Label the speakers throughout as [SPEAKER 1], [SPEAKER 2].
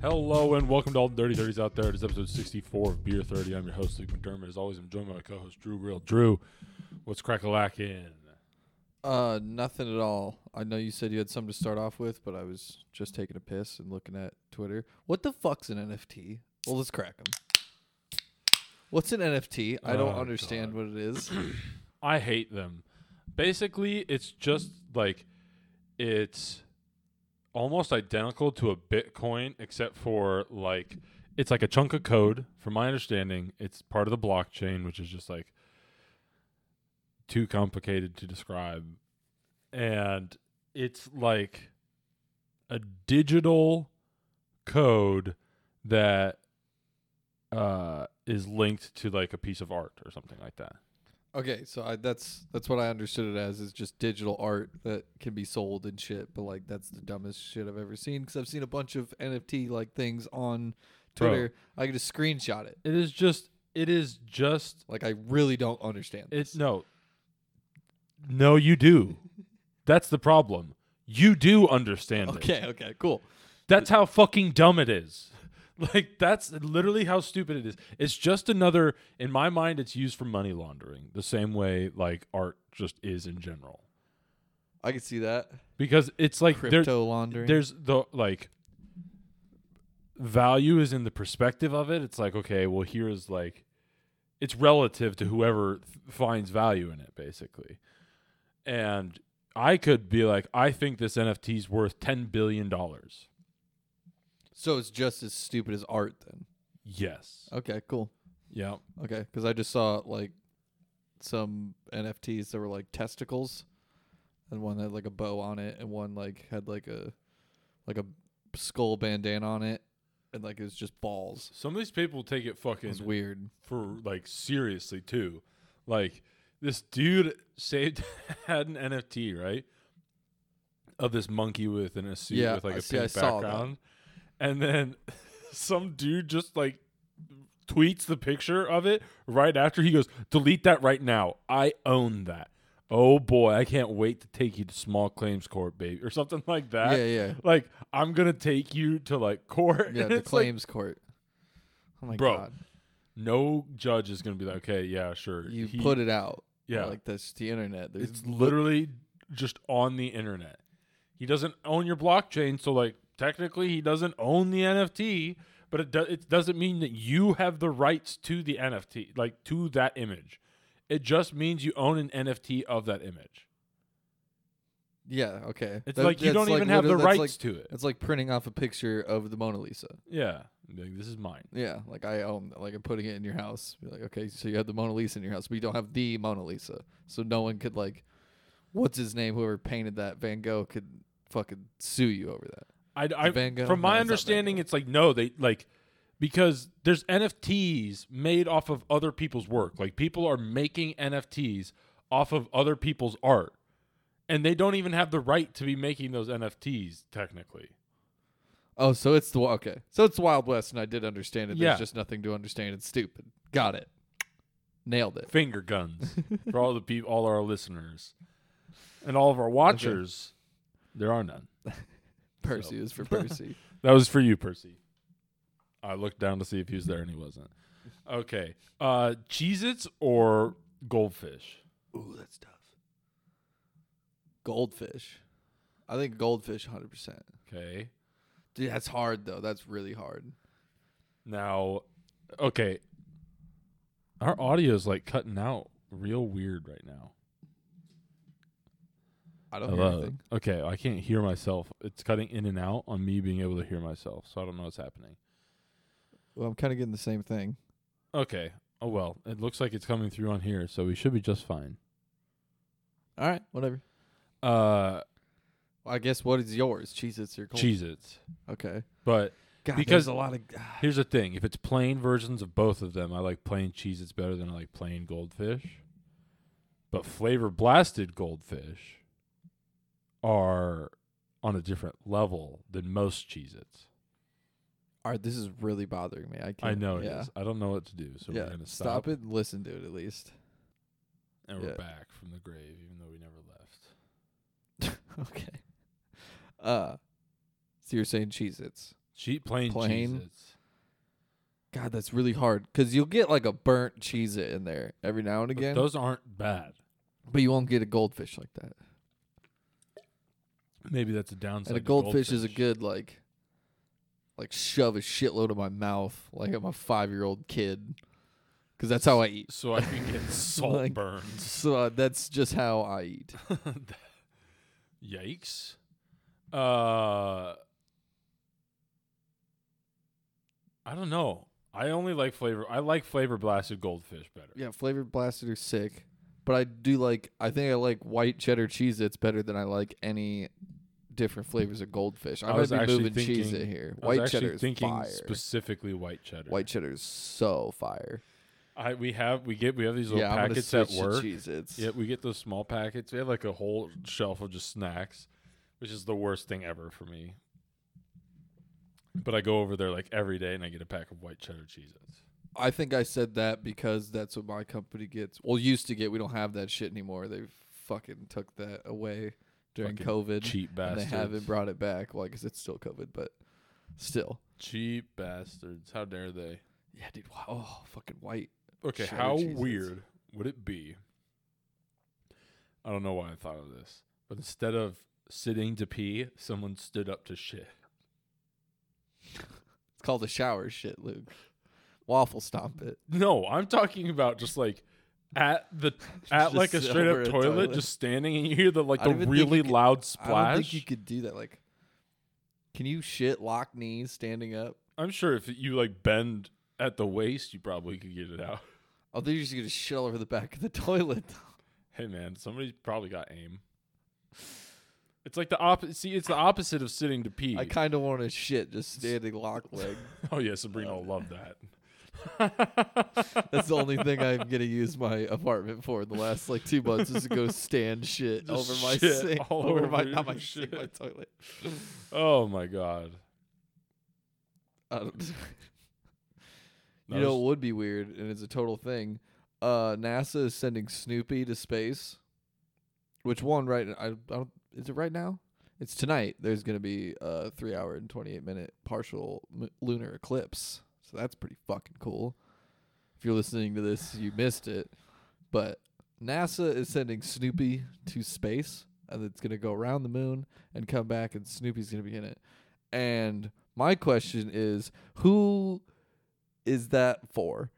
[SPEAKER 1] Hello and welcome to all the Dirty Thirties out there. It is episode 64 of Beer 30. I'm your host, Luke McDermott. As always, I'm joined by my co-host, Drew Grill. Drew, what's crackalackin'?
[SPEAKER 2] Uh, nothing at all. I know you said you had something to start off with, but I was just taking a piss and looking at Twitter. What the fuck's an NFT? Well, let's crack 'em. What's an NFT? I don't
[SPEAKER 1] Oh,
[SPEAKER 2] understand what it is.
[SPEAKER 1] I hate them. Basically, it's just like it's almost identical to a Bitcoin, except for like it's like a chunk of code. From my understanding, it's part of the blockchain, which is just like too complicated to describe. And it's like a digital code that uh, is linked to like a piece of art or something like that.
[SPEAKER 2] Okay, so I, that's that's what I understood it as is just digital art that can be sold and shit. But like, that's the dumbest shit I've ever seen because I've seen a bunch of NFT like things on
[SPEAKER 1] Bro.
[SPEAKER 2] Twitter. I can just screenshot it.
[SPEAKER 1] It is just. It is just.
[SPEAKER 2] Like, I really don't understand.
[SPEAKER 1] It's no. No, you do. That's the problem. You do understand it.
[SPEAKER 2] Okay, okay, cool.
[SPEAKER 1] That's how fucking dumb it is. Like that's literally how stupid it is. It's just another. In my mind, it's used for money laundering, the same way like art just is in general.
[SPEAKER 2] I can see that
[SPEAKER 1] Because it's like there-
[SPEAKER 2] crypto laundering.
[SPEAKER 1] there's the like value is in the perspective of it it's like okay well here is like it's relative to whoever th- finds value in it basically and i could be like i think this nft is worth 10 billion dollars
[SPEAKER 2] So it's just as stupid as art then.
[SPEAKER 1] yes
[SPEAKER 2] Okay, cool.
[SPEAKER 1] yeah
[SPEAKER 2] Okay, because I just saw like some NFTs that were like testicles, and one had like a bow on it, and one like had like a like a skull bandana on it, and like it was just balls.
[SPEAKER 1] some of these people take it
[SPEAKER 2] It
[SPEAKER 1] fucking
[SPEAKER 2] was weird.
[SPEAKER 1] for like seriously too. Like this dude saved had an NFT right of this monkey with an a suit
[SPEAKER 2] Yeah,
[SPEAKER 1] with like
[SPEAKER 2] I
[SPEAKER 1] a
[SPEAKER 2] see, I
[SPEAKER 1] pink
[SPEAKER 2] saw that.
[SPEAKER 1] background, and then some dude just like tweets the picture of it right after he goes delete that right now. I own that. Oh boy, I can't wait to take you to small claims court, baby, or something like that.
[SPEAKER 2] yeah, yeah,
[SPEAKER 1] Like I'm gonna take you to like court.
[SPEAKER 2] yeah.
[SPEAKER 1] and
[SPEAKER 2] The
[SPEAKER 1] it's like,
[SPEAKER 2] claims court. Oh my
[SPEAKER 1] Bro,
[SPEAKER 2] god!
[SPEAKER 1] no judge is gonna be like, okay, yeah, sure.
[SPEAKER 2] You
[SPEAKER 1] he-
[SPEAKER 2] put it out.
[SPEAKER 1] yeah,
[SPEAKER 2] like that's the internet. There's
[SPEAKER 1] it's literally just on the internet. He doesn't own your blockchain, so like technically he doesn't own the NFT, but it do- it doesn't mean that you have the rights to the NFT, like to that image. It just means you own an NFT of that image.
[SPEAKER 2] yeah, okay.
[SPEAKER 1] It's
[SPEAKER 2] That-
[SPEAKER 1] like you
[SPEAKER 2] that's,
[SPEAKER 1] don't even have
[SPEAKER 2] liter-
[SPEAKER 1] the
[SPEAKER 2] that's,
[SPEAKER 1] rights
[SPEAKER 2] like-
[SPEAKER 1] to it.
[SPEAKER 2] It's like printing off a picture of the Mona Lisa.
[SPEAKER 1] Yeah, like, this is mine.
[SPEAKER 2] Yeah, like I own, like I'm putting it in your house. Be like, okay, so you have the Mona Lisa in your house, but you don't have the Mona Lisa, so no one could like, what's his name? Whoever painted that Van Gogh could fucking sue you over that.
[SPEAKER 1] I, I-
[SPEAKER 2] Van Gogh?
[SPEAKER 1] from my
[SPEAKER 2] No, it's not Van
[SPEAKER 1] understanding,
[SPEAKER 2] Gogh.
[SPEAKER 1] it's like no, they like because there's NFTs made off of other people's work. Like people are making NFTs off of other people's art, and they don't even have the right to be making those NFTs technically.
[SPEAKER 2] Oh, so it's the wa- okay, so it's Wild West, and I did understand it.
[SPEAKER 1] Yeah.
[SPEAKER 2] There's just nothing to understand. It's stupid. Got it. Nailed it.
[SPEAKER 1] Finger guns for all the people, all our listeners, and all of our watchers. There are none.
[SPEAKER 2] Percy is for Percy.
[SPEAKER 1] That was for you, Percy. I looked down to see if he was there, and he wasn't. Okay, uh, Cheez-Its or goldfish.
[SPEAKER 2] Ooh, that's tough. Goldfish. I think goldfish, hundred percent.
[SPEAKER 1] Okay.
[SPEAKER 2] Dude, that's hard though. That's really hard.
[SPEAKER 1] Now, okay, our audio is like cutting out real weird right now.
[SPEAKER 2] Oh, I don't hear
[SPEAKER 1] Hello?
[SPEAKER 2] anything.
[SPEAKER 1] Okay, I can't hear myself. It's cutting in and out on me being able to hear myself, so I don't know what's happening.
[SPEAKER 2] Well, I'm kind of getting the same thing.
[SPEAKER 1] Okay. Oh well, it looks like it's coming through on here, so we should be just fine.
[SPEAKER 2] All right, whatever.
[SPEAKER 1] Uh,
[SPEAKER 2] Well, I guess what is yours? Cheez Its or cold?
[SPEAKER 1] Cheez-Its.
[SPEAKER 2] Okay.
[SPEAKER 1] But
[SPEAKER 2] God,
[SPEAKER 1] Because-
[SPEAKER 2] there's a lot of
[SPEAKER 1] here's the thing: if it's plain versions of both of them, I like plain Cheez-Its better than I like plain Goldfish. But flavor blasted Goldfish are on a different level than most Cheez-Its.
[SPEAKER 2] All right, this is really bothering me. I can't.
[SPEAKER 1] I know it is.
[SPEAKER 2] yeah.
[SPEAKER 1] I don't know what to do, so
[SPEAKER 2] yeah.
[SPEAKER 1] we're gonna
[SPEAKER 2] stop.
[SPEAKER 1] stop,
[SPEAKER 2] it and listen to it at least.
[SPEAKER 1] and we're
[SPEAKER 2] yeah.
[SPEAKER 1] back from the grave, even though we never left.
[SPEAKER 2] okay. Uh, so you're saying Cheez Its?
[SPEAKER 1] Cheat plain,
[SPEAKER 2] Plain.
[SPEAKER 1] cheeses.
[SPEAKER 2] God, that's really hard because you'll get like a burnt cheese it in there every now and
[SPEAKER 1] But
[SPEAKER 2] again, but,
[SPEAKER 1] those aren't bad.
[SPEAKER 2] you won't get a goldfish like that.
[SPEAKER 1] Maybe that's a downside.
[SPEAKER 2] and a
[SPEAKER 1] to
[SPEAKER 2] goldfish, is a good like, like shove a shitload of my mouth like I'm a five year old kid, because that's how I eat.
[SPEAKER 1] So I can get salt
[SPEAKER 2] Like-
[SPEAKER 1] burns.
[SPEAKER 2] So uh, that's just how I eat.
[SPEAKER 1] Yikes. Uh, I don't know. I only like flavor. I like flavor blasted goldfish better.
[SPEAKER 2] Yeah, flavored blasted are sick, but I do like. I think I like white cheddar cheese. It's better than I like any different flavors of goldfish. I,
[SPEAKER 1] I
[SPEAKER 2] might
[SPEAKER 1] was
[SPEAKER 2] be
[SPEAKER 1] actually
[SPEAKER 2] moving cheese
[SPEAKER 1] thinking-
[SPEAKER 2] it here.
[SPEAKER 1] I was
[SPEAKER 2] White
[SPEAKER 1] actually
[SPEAKER 2] cheddar is
[SPEAKER 1] thinking
[SPEAKER 2] fire.
[SPEAKER 1] specifically white cheddar.
[SPEAKER 2] White cheddar is so fire.
[SPEAKER 1] I we have we get we have these little
[SPEAKER 2] yeah, I'm gonna
[SPEAKER 1] packets at
[SPEAKER 2] switch to
[SPEAKER 1] work.
[SPEAKER 2] Cheez-Its.
[SPEAKER 1] Yeah, we get those small packets. We have like a whole shelf of just snacks, which is the worst thing ever for me. But I go over there like every day and I get a pack of white cheddar cheeses.
[SPEAKER 2] I think I said that because that's what my company gets. Well, used to get. We don't have that shit anymore. They fucking took that away during
[SPEAKER 1] Fucking
[SPEAKER 2] COVID.
[SPEAKER 1] Cheap
[SPEAKER 2] and they
[SPEAKER 1] bastards.
[SPEAKER 2] haven't brought it back. Well, I guess it's still COVID, but still.
[SPEAKER 1] Cheap bastards. How dare they?
[SPEAKER 2] Yeah, dude. Wow. Oh, fucking white.
[SPEAKER 1] Okay,
[SPEAKER 2] Cheddar
[SPEAKER 1] how
[SPEAKER 2] Cheez-Its.
[SPEAKER 1] weird would it be? I don't know why I thought of this, but instead of sitting to pee, someone stood up to shit.
[SPEAKER 2] It's called a shower shit, Luke. Waffle stomp it.
[SPEAKER 1] No, I'm talking about just like at the at
[SPEAKER 2] Just
[SPEAKER 1] like a straight
[SPEAKER 2] over
[SPEAKER 1] up
[SPEAKER 2] a
[SPEAKER 1] toilet,
[SPEAKER 2] toilet.
[SPEAKER 1] just standing, and you hear the like
[SPEAKER 2] I
[SPEAKER 1] the
[SPEAKER 2] don't even think
[SPEAKER 1] really
[SPEAKER 2] you could-
[SPEAKER 1] loud
[SPEAKER 2] I don't
[SPEAKER 1] splash.
[SPEAKER 2] think you could do that. Like, can you shit lock knees standing up?
[SPEAKER 1] I'm sure if you like bend at the waist, you probably could get it out.
[SPEAKER 2] Oh, they're just gonna shit all over the back of the toilet.
[SPEAKER 1] Hey man, somebody's probably got aim. It's like the opposite. See, it's the opposite of sitting to pee.
[SPEAKER 2] I kind of want to shit just standing lock leg.
[SPEAKER 1] oh yeah, Sabrina will love that.
[SPEAKER 2] That's the only thing I'm gonna use my apartment for the last like two months is to go stand shit
[SPEAKER 1] Just
[SPEAKER 2] over my
[SPEAKER 1] shit
[SPEAKER 2] sink,
[SPEAKER 1] all
[SPEAKER 2] over, my
[SPEAKER 1] over
[SPEAKER 2] not
[SPEAKER 1] your
[SPEAKER 2] my sink, my
[SPEAKER 1] shit.
[SPEAKER 2] toilet.
[SPEAKER 1] Oh my god.
[SPEAKER 2] I don't-
[SPEAKER 1] That
[SPEAKER 2] you know,
[SPEAKER 1] was-
[SPEAKER 2] it would be weird, and it's a total thing. Uh, NASA is sending Snoopy to space. Which one? Right? I, I don't. Is it right now? It's tonight. There's gonna be a three-hour and twenty-eight minute partial m- lunar eclipse. So that's pretty fucking cool. If you're listening to this, you missed it. But NASA is sending Snoopy to space, and it's gonna go around the moon and come back, and Snoopy's gonna be in it. And my question is, who is that for?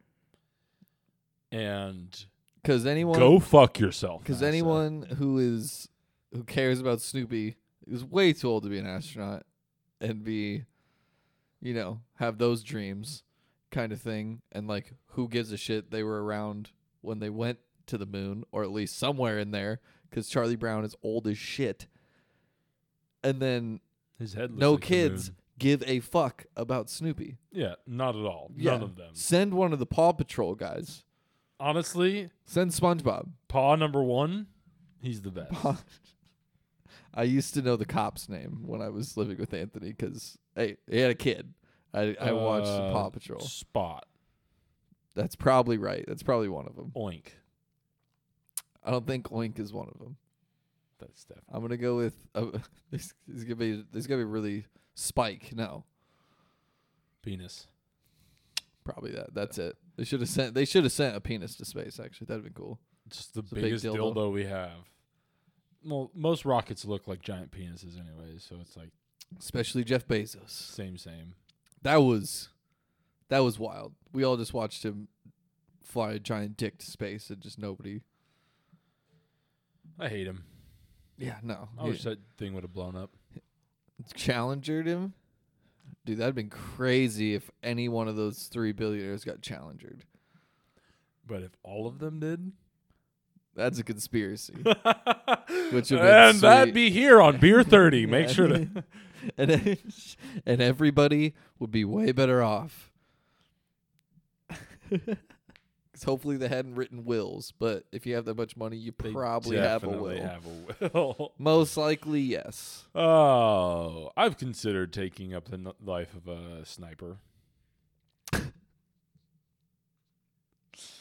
[SPEAKER 1] and
[SPEAKER 2] Because anyone,
[SPEAKER 1] go fuck yourself.
[SPEAKER 2] because
[SPEAKER 1] NASA.
[SPEAKER 2] anyone who is who cares about Snoopy is way too old to be an astronaut and be, you know, have those dreams kind of thing. And like, who gives a shit? They were around when they went to the moon, or at least somewhere in there. Because Charlie Brown is old as shit. And then
[SPEAKER 1] his head. looks
[SPEAKER 2] no
[SPEAKER 1] like the
[SPEAKER 2] kids
[SPEAKER 1] moon.
[SPEAKER 2] give a fuck about Snoopy.
[SPEAKER 1] Yeah, not at all. None
[SPEAKER 2] Yeah.
[SPEAKER 1] of them.
[SPEAKER 2] Send one of the Paw Patrol guys.
[SPEAKER 1] Honestly,
[SPEAKER 2] Send SpongeBob.
[SPEAKER 1] paw number one, he's the best.
[SPEAKER 2] Paul- I used to know the cop's name when I was living with Anthony because hey, he had a kid. I, I watched the
[SPEAKER 1] Uh,
[SPEAKER 2] Paw Patrol.
[SPEAKER 1] Spot.
[SPEAKER 2] That's probably right. That's probably one of them.
[SPEAKER 1] Oink.
[SPEAKER 2] I don't think Oink is one of them.
[SPEAKER 1] That's definitely.
[SPEAKER 2] I'm gonna go with uh, there's, there's gonna be there's gonna be really Spike. No,
[SPEAKER 1] Penis.
[SPEAKER 2] probably that. That's it. They should have sent they should have sent a penis to space. Actually, that'd have been cool.
[SPEAKER 1] Just the
[SPEAKER 2] a big
[SPEAKER 1] biggest
[SPEAKER 2] dildo.
[SPEAKER 1] dildo. we have. Well, most rockets look like giant penises anyway, so it's like
[SPEAKER 2] Especially Jeff Bezos.
[SPEAKER 1] same, same.
[SPEAKER 2] That was that was wild. We all just watched him fly a giant dick to space and just nobody.
[SPEAKER 1] I hate him.
[SPEAKER 2] Yeah, no.
[SPEAKER 1] I
[SPEAKER 2] he-
[SPEAKER 1] wish that thing would have blown up.
[SPEAKER 2] challengered him, dude, that'd been crazy if any one of those three billionaires got challengered.
[SPEAKER 1] But if all of them did,
[SPEAKER 2] That's a conspiracy. Which would have
[SPEAKER 1] and
[SPEAKER 2] been
[SPEAKER 1] that'd
[SPEAKER 2] sweet.
[SPEAKER 1] be here on Beer Thirty. Make sure to
[SPEAKER 2] and, and and everybody would be way better off. 'Cause hopefully they hadn't written wills, but if you have that much money, you
[SPEAKER 1] They
[SPEAKER 2] probably have a
[SPEAKER 1] definitely
[SPEAKER 2] will.
[SPEAKER 1] Have a will.
[SPEAKER 2] Most likely, yes.
[SPEAKER 1] Oh, I've considered taking up the n- life of a sniper.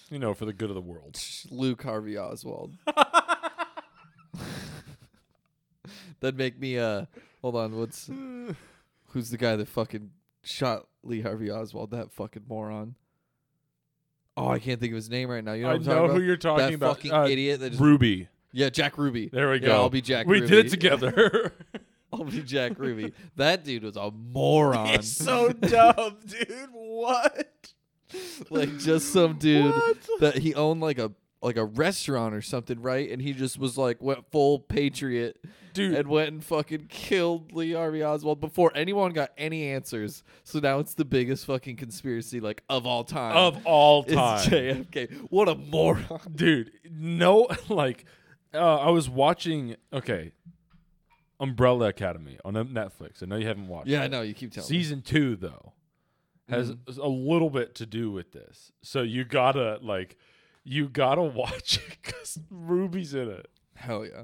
[SPEAKER 1] you know, for the good of the world.
[SPEAKER 2] Luke Harvey Oswald. That'd make me uh hold on, what's who's the guy that fucking shot Lee Harvey Oswald, that fucking moron. Oh, I can't think of his name right now. You know
[SPEAKER 1] I
[SPEAKER 2] what I'm talking
[SPEAKER 1] know
[SPEAKER 2] about?
[SPEAKER 1] who you're talking
[SPEAKER 2] that
[SPEAKER 1] about.
[SPEAKER 2] fucking
[SPEAKER 1] Uh,
[SPEAKER 2] idiot that just
[SPEAKER 1] Ruby.
[SPEAKER 2] Yeah, Jack Ruby.
[SPEAKER 1] There we
[SPEAKER 2] Yeah,
[SPEAKER 1] go.
[SPEAKER 2] I'll be Jack
[SPEAKER 1] We
[SPEAKER 2] Ruby.
[SPEAKER 1] did it together.
[SPEAKER 2] I'll be Jack Ruby. That dude was a moron.
[SPEAKER 3] It's so dumb, dude. What?
[SPEAKER 2] like just some dude
[SPEAKER 3] What?
[SPEAKER 2] that he owned like a like a restaurant or something, right? And he just was like went full patriot
[SPEAKER 1] Dude.
[SPEAKER 2] and went and fucking killed Lee Harvey Oswald before anyone got any answers. So now it's the biggest fucking conspiracy like of all time.
[SPEAKER 1] of all
[SPEAKER 2] it's
[SPEAKER 1] time.
[SPEAKER 2] JFK. What a moron.
[SPEAKER 1] dude no like uh, i was watching okay umbrella academy on netflix i know you haven't watched
[SPEAKER 2] Yeah, I
[SPEAKER 1] it.
[SPEAKER 2] know. You keep telling me. Mm-hmm.
[SPEAKER 1] season two though has a little bit to do with this so you gotta like you gotta watch it because ruby's in it
[SPEAKER 2] Hell yeah.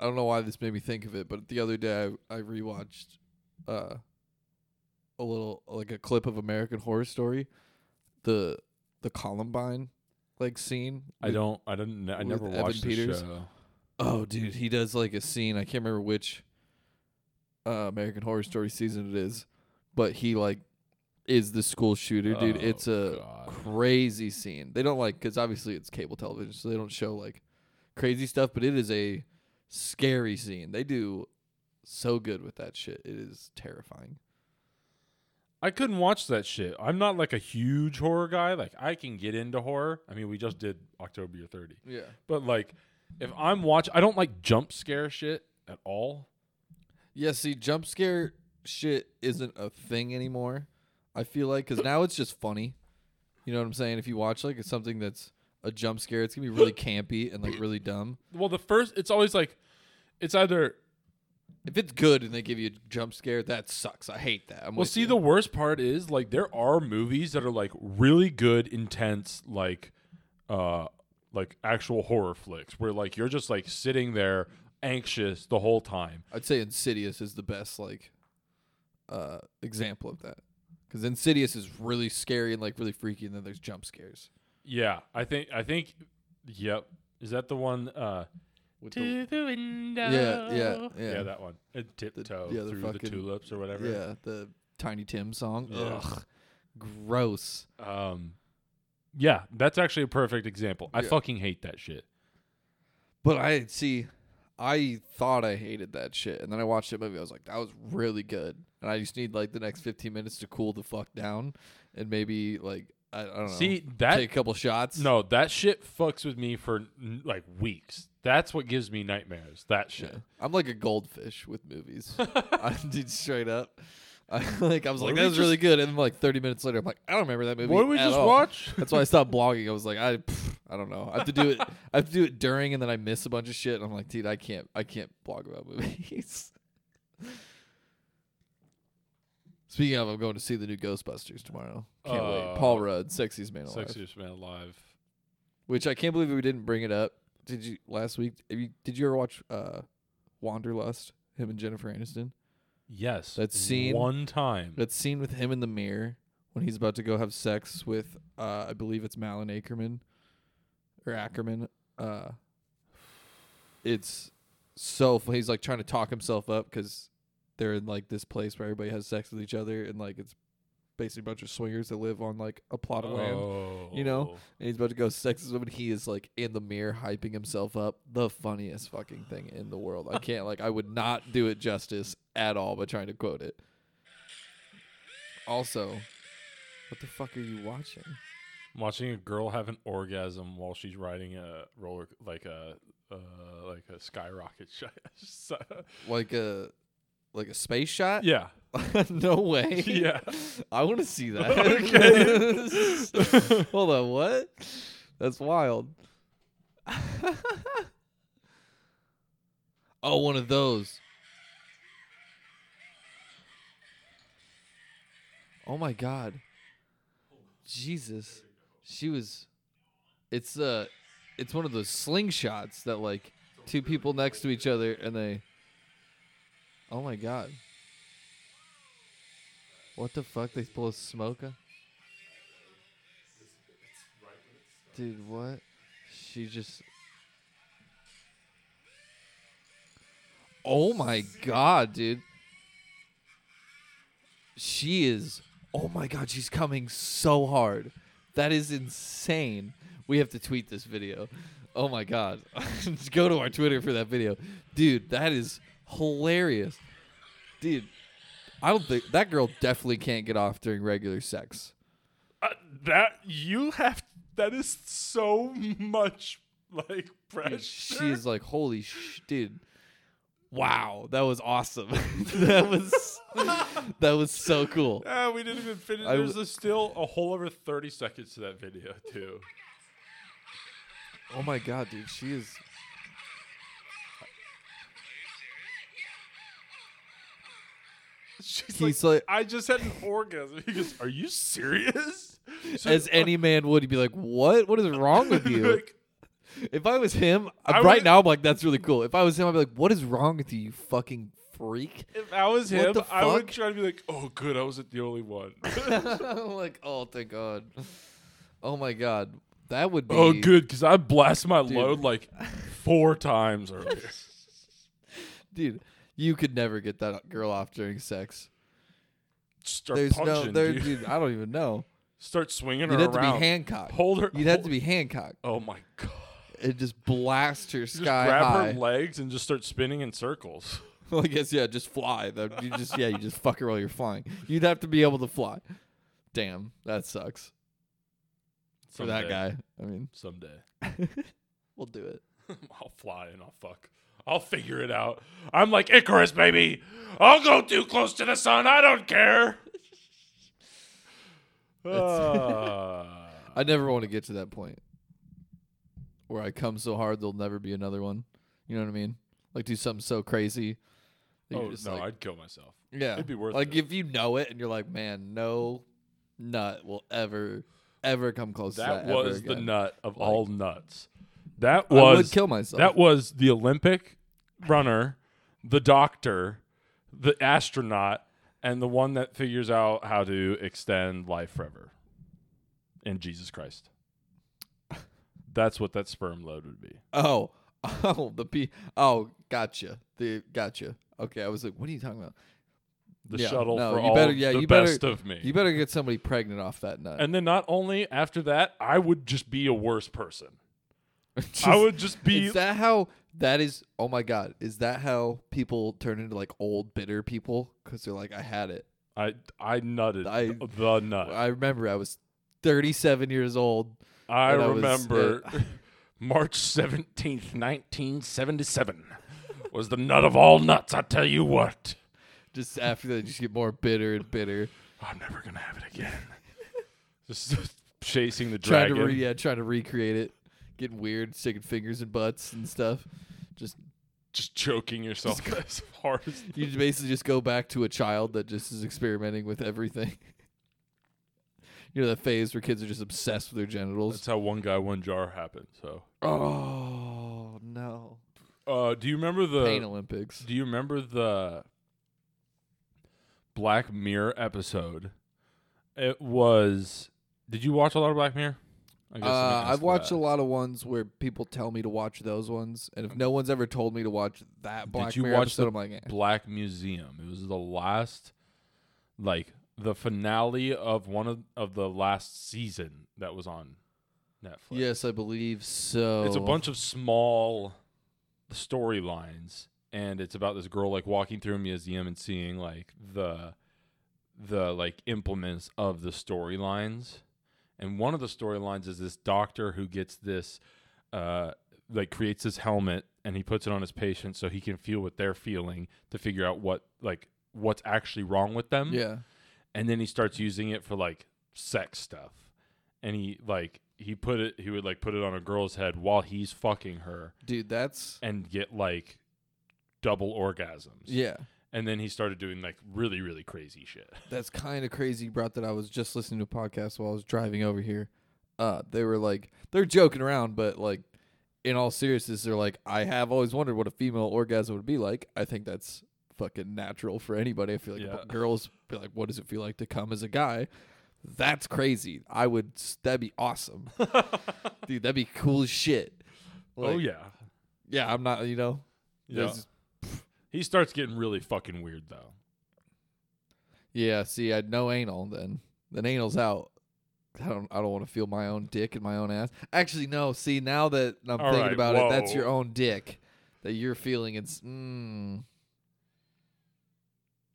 [SPEAKER 2] I don't know why this made me think of it, but the other day I, I rewatched uh, a little like a clip of American Horror Story, the the Columbine like scene.
[SPEAKER 1] i
[SPEAKER 2] with-
[SPEAKER 1] don't i didn't i
[SPEAKER 2] with
[SPEAKER 1] never
[SPEAKER 2] Evan
[SPEAKER 1] watched the
[SPEAKER 2] Peters?
[SPEAKER 1] show
[SPEAKER 2] Oh, dude, he does like a scene. I can't remember which uh, American Horror Story season it is, but he like is the school shooter, dude.
[SPEAKER 1] Oh,
[SPEAKER 2] it's a
[SPEAKER 1] God.
[SPEAKER 2] crazy scene. They don't like because obviously it's cable television, so they don't show like crazy stuff. But it is a scary scene. They do so good with that shit. It is terrifying.
[SPEAKER 1] I couldn't watch that shit. I'm not like a huge horror guy. Like I can get into horror. I mean, we just did October Your 30.
[SPEAKER 2] Yeah,
[SPEAKER 1] But like, if I'm watch, I don't like jump scare shit at all.
[SPEAKER 2] yeah. See, jump scare shit isn't a thing anymore. I feel like because now it's just funny. You know what I'm saying? If you watch like something that's a jump scare, it's gonna be really campy and like really dumb.
[SPEAKER 1] Well, the first, it's always like, it's either.
[SPEAKER 2] If it's good and they give you a jump scare, that sucks. I hate that. I'm
[SPEAKER 1] Well,
[SPEAKER 2] with
[SPEAKER 1] see,
[SPEAKER 2] you.
[SPEAKER 1] the worst part is like there are movies that are like really good, intense, like, uh, like actual horror flicks where like you're just like sitting there anxious the whole time.
[SPEAKER 2] I'd say Insidious is the best like uh example of that. Cuz Insidious is really scary and like really freaky and then there's jump scares.
[SPEAKER 1] Yeah, I think I think, yep. Is that the one? Uh,
[SPEAKER 2] With
[SPEAKER 1] to
[SPEAKER 2] the,
[SPEAKER 1] the window.
[SPEAKER 2] yeah, yeah,
[SPEAKER 1] Yeah,
[SPEAKER 2] yeah.
[SPEAKER 1] that one. And tiptoe
[SPEAKER 2] yeah, the
[SPEAKER 1] through the
[SPEAKER 2] fucking-
[SPEAKER 1] tulips or whatever.
[SPEAKER 2] yeah, the Tiny Tim song.
[SPEAKER 1] Yeah.
[SPEAKER 2] Ugh. Gross.
[SPEAKER 1] Um, yeah, that's actually a perfect example. I
[SPEAKER 2] Yeah.
[SPEAKER 1] fucking hate that shit.
[SPEAKER 2] But I see I thought I hated that shit and then I watched that movie I was like that was really good. And I just need like the next 15 minutes to cool the fuck down and maybe like I, I don't know.
[SPEAKER 1] See that?
[SPEAKER 2] take a couple shots.
[SPEAKER 1] no, that shit fucks with me for n- like weeks. That's what gives me nightmares. That
[SPEAKER 2] Yeah.
[SPEAKER 1] shit.
[SPEAKER 2] I'm like a goldfish with movies. I did straight up. I like I was
[SPEAKER 1] What
[SPEAKER 2] like
[SPEAKER 1] did
[SPEAKER 2] that
[SPEAKER 1] we
[SPEAKER 2] was really good, and then like 30 minutes later, I'm like I don't remember that movie.
[SPEAKER 1] What did we
[SPEAKER 2] at
[SPEAKER 1] just
[SPEAKER 2] all.
[SPEAKER 1] watch?
[SPEAKER 2] That's why I stopped blogging. I was like I pff, I don't know. I have to do it. I have to do it during, and then I miss a bunch of shit. And I'm like, dude, I can't I can't blog about movies. Speaking of, I'm going to see the new Ghostbusters tomorrow. Can't
[SPEAKER 1] Uh,
[SPEAKER 2] wait. Paul Rudd, sexiest man alive.
[SPEAKER 1] Sexiest man alive.
[SPEAKER 2] Which I can't believe we didn't bring it up. Did you last week? have you- Did you ever watch uh, Wanderlust? Him and Jennifer Aniston.
[SPEAKER 1] Yes,
[SPEAKER 2] That scene-
[SPEAKER 1] one time.
[SPEAKER 2] That scene with him in the mirror when he's about to go have sex with, uh, I believe it's Malin Ackerman or Ackerman. Uh, it's so fu- he's like trying to talk himself up because they're in like this place where everybody has sex with each other and like it's basically a bunch of swingers that live on like a plot of land.
[SPEAKER 1] Oh.
[SPEAKER 2] you know? and he's about to go sex with someone. He is like in the mirror hyping himself up. The funniest fucking thing in the world. I can't like I would not do it justice at all by trying to quote it. Also, what the fuck are you watching?
[SPEAKER 1] I'm watching a girl have an orgasm while she's riding a roller, like a uh, like a skyrocket. sh- so-
[SPEAKER 2] Like a like a space shot?
[SPEAKER 1] yeah,
[SPEAKER 2] no way.
[SPEAKER 1] yeah.
[SPEAKER 2] I want to see that.
[SPEAKER 1] Okay.
[SPEAKER 2] Hold on, what? That's wild. oh, one of those. Oh my god. Jesus. She was it's uh it's one of those slingshots that like two people next to each other and they Oh my god. What the fuck? They blow smoke? up? Dude, what? She just. Oh my god, dude. she is oh my god she's coming so hard that is insane we have to tweet this video oh my god Just go to our twitter for that video dude that is hilarious dude i don't think that girl definitely can't get off during regular sex
[SPEAKER 1] Uh, that you have that is so much like pressure.
[SPEAKER 2] Dude, she is like holy sh- dude wow that was awesome that was that was so cool
[SPEAKER 1] Ah, we didn't even finish.
[SPEAKER 2] I
[SPEAKER 1] There's
[SPEAKER 2] w-
[SPEAKER 1] a still a whole over 30 seconds to that video too.
[SPEAKER 2] Oh my god, dude, she is.
[SPEAKER 1] She's
[SPEAKER 2] He's
[SPEAKER 1] like,
[SPEAKER 2] like-
[SPEAKER 1] I just had an orgasm. He goes, Are you serious? So-
[SPEAKER 2] As any man would, he'd be like, "What? What is wrong with you?"
[SPEAKER 1] Like,
[SPEAKER 2] if I was him,
[SPEAKER 1] I
[SPEAKER 2] right
[SPEAKER 1] would-
[SPEAKER 2] now, I'm like, "That's really cool." If I was him, I'd be like, "What is wrong with you, you fucking freak?"
[SPEAKER 1] if I was
[SPEAKER 2] What
[SPEAKER 1] him,
[SPEAKER 2] the
[SPEAKER 1] I would
[SPEAKER 2] fuck?
[SPEAKER 1] try to be like, Oh, good, I wasn't the only one.
[SPEAKER 2] I'm like, "Oh, thank God." Oh my god, that would be.
[SPEAKER 1] oh, good, because I blast my
[SPEAKER 2] Dude.
[SPEAKER 1] load like four times earlier.
[SPEAKER 2] dude. You could never get that girl off during sex.
[SPEAKER 1] Start
[SPEAKER 2] There's
[SPEAKER 1] punching,
[SPEAKER 2] no, there,
[SPEAKER 1] dude.
[SPEAKER 2] dude. I don't even know.
[SPEAKER 1] Start swinging
[SPEAKER 2] You'd
[SPEAKER 1] her
[SPEAKER 2] have
[SPEAKER 1] around.
[SPEAKER 2] to be Hancock.
[SPEAKER 1] Hold her.
[SPEAKER 2] You'd have
[SPEAKER 1] hold-
[SPEAKER 2] to be Hancock
[SPEAKER 1] Oh my god!
[SPEAKER 2] and just blast her
[SPEAKER 1] Just
[SPEAKER 2] sky
[SPEAKER 1] grab
[SPEAKER 2] high.
[SPEAKER 1] her legs and just start spinning in circles.
[SPEAKER 2] Well, I guess yeah, just fly. That you just yeah, you just fuck her while you're flying. You'd have to be able to fly. Damn, that sucks for that
[SPEAKER 1] Someday.
[SPEAKER 2] guy. I mean,
[SPEAKER 1] Someday,
[SPEAKER 2] we'll do it.
[SPEAKER 1] I'll fly and I'll fuck. I'll figure it out. I'm like Icarus, baby. I'll go too close to the sun. I don't care. Ah.
[SPEAKER 2] I never want to get to that point where I come so hard there'll never be another one. You know what I mean? Like do something so crazy. that you're
[SPEAKER 1] oh
[SPEAKER 2] just
[SPEAKER 1] no,
[SPEAKER 2] like-
[SPEAKER 1] I'd kill myself.
[SPEAKER 2] yeah,
[SPEAKER 1] it'd be worth
[SPEAKER 2] like
[SPEAKER 1] it.
[SPEAKER 2] if you know it and you're like, man, no nut will ever, ever come close
[SPEAKER 1] That
[SPEAKER 2] to that.
[SPEAKER 1] was
[SPEAKER 2] ever
[SPEAKER 1] the
[SPEAKER 2] again.
[SPEAKER 1] nut of all nuts. That
[SPEAKER 2] I would
[SPEAKER 1] was
[SPEAKER 2] kill myself.
[SPEAKER 1] That was the Olympic runner, the doctor, the astronaut, and the one that figures out how to extend life forever in Jesus Christ. That's what that sperm load would be.
[SPEAKER 2] Oh, oh, the P. Oh, gotcha. The gotcha. Okay, I was like, what are you talking about?
[SPEAKER 1] The
[SPEAKER 2] Yeah,
[SPEAKER 1] shuttle
[SPEAKER 2] no,
[SPEAKER 1] for
[SPEAKER 2] you
[SPEAKER 1] all
[SPEAKER 2] better- yeah,
[SPEAKER 1] the
[SPEAKER 2] you better-
[SPEAKER 1] best of me.
[SPEAKER 2] You better get somebody pregnant off that nut.
[SPEAKER 1] and then not only after that, I would just be a worse person.
[SPEAKER 2] Just-
[SPEAKER 1] I would just be
[SPEAKER 2] Is that how? That is. Oh my God. Is that how people turn into like old bitter people? Because they're like, I had it.
[SPEAKER 1] I I nutted
[SPEAKER 2] I-
[SPEAKER 1] the nut.
[SPEAKER 2] I remember I was 37 years old.
[SPEAKER 1] I
[SPEAKER 2] when I was, uh,
[SPEAKER 1] remember March 17th, 1977 was the nut of all nuts, I tell you what.
[SPEAKER 2] Just after that, you just get more bitter and bitter.
[SPEAKER 1] I'm never going to have it again. Just chasing the
[SPEAKER 2] Trying
[SPEAKER 1] dragon.
[SPEAKER 2] to re, yeah, trying to recreate it, getting weird, sticking fingers in butts and stuff. Just
[SPEAKER 1] just choking yourself as hard as.
[SPEAKER 2] You just basically just go back to a child that just is experimenting with everything. you know that phase where kids are just obsessed with their genitals.
[SPEAKER 1] That's how one guy, one jar happened. So,
[SPEAKER 2] oh no!
[SPEAKER 1] uh, do you remember the?
[SPEAKER 2] Pain Olympics.
[SPEAKER 1] Do you remember the Black Mirror episode? It was. Did you watch a lot of Black Mirror? I guess let me
[SPEAKER 2] Uh,
[SPEAKER 1] ask
[SPEAKER 2] I've watched
[SPEAKER 1] that.
[SPEAKER 2] a lot of ones where people tell me to watch those ones, and if no one's ever told me to watch that Black
[SPEAKER 1] you
[SPEAKER 2] Mirror
[SPEAKER 1] watch
[SPEAKER 2] episode,
[SPEAKER 1] the
[SPEAKER 2] I'm like, eh.
[SPEAKER 1] Black Museum. It was the last, like the finale of one of, of the last season that was on Netflix.
[SPEAKER 2] yes, I believe so.
[SPEAKER 1] it's a bunch of small storylines, and it's about this girl like walking through a museum and seeing like the the like implements of the storylines. And one of the storylines is this doctor who gets this uh, like creates this helmet and he puts it on his patient so he can feel what they're feeling to figure out what like what's actually wrong with them.
[SPEAKER 2] yeah.
[SPEAKER 1] And then he starts using it for like sex stuff. And he like he put it he would like put it on a girl's head while he's fucking her
[SPEAKER 2] Dude, that's
[SPEAKER 1] and get like double orgasms.
[SPEAKER 2] yeah.
[SPEAKER 1] And then he started doing like really really crazy shit.
[SPEAKER 2] That's kind of crazy, you brought that I was just listening to a podcast while I was driving over here. Uh, they were like, they're joking around, but like, in all seriousness, they're like, I have always wondered what a female orgasm would be like. I think that's fucking natural for anybody. I feel like
[SPEAKER 1] Yeah.
[SPEAKER 2] girls be like, what does it feel like to come as a guy? That's crazy. I would, s- that'd be awesome. Dude, that'd be cool as shit.
[SPEAKER 1] oh
[SPEAKER 2] Like,
[SPEAKER 1] yeah.
[SPEAKER 2] Yeah, I'm not, you know,
[SPEAKER 1] Yeah.
[SPEAKER 2] there's-
[SPEAKER 1] He starts getting really fucking weird though.
[SPEAKER 2] Yeah, see, I'd no anal then. Then anal's out. I don't. I don't want to feel my own dick in my own ass. Actually, no. See, now that I'm
[SPEAKER 1] All
[SPEAKER 2] thinking
[SPEAKER 1] right,
[SPEAKER 2] about it, that's
[SPEAKER 1] whoa.
[SPEAKER 2] your own dick that you're feeling. It's mm,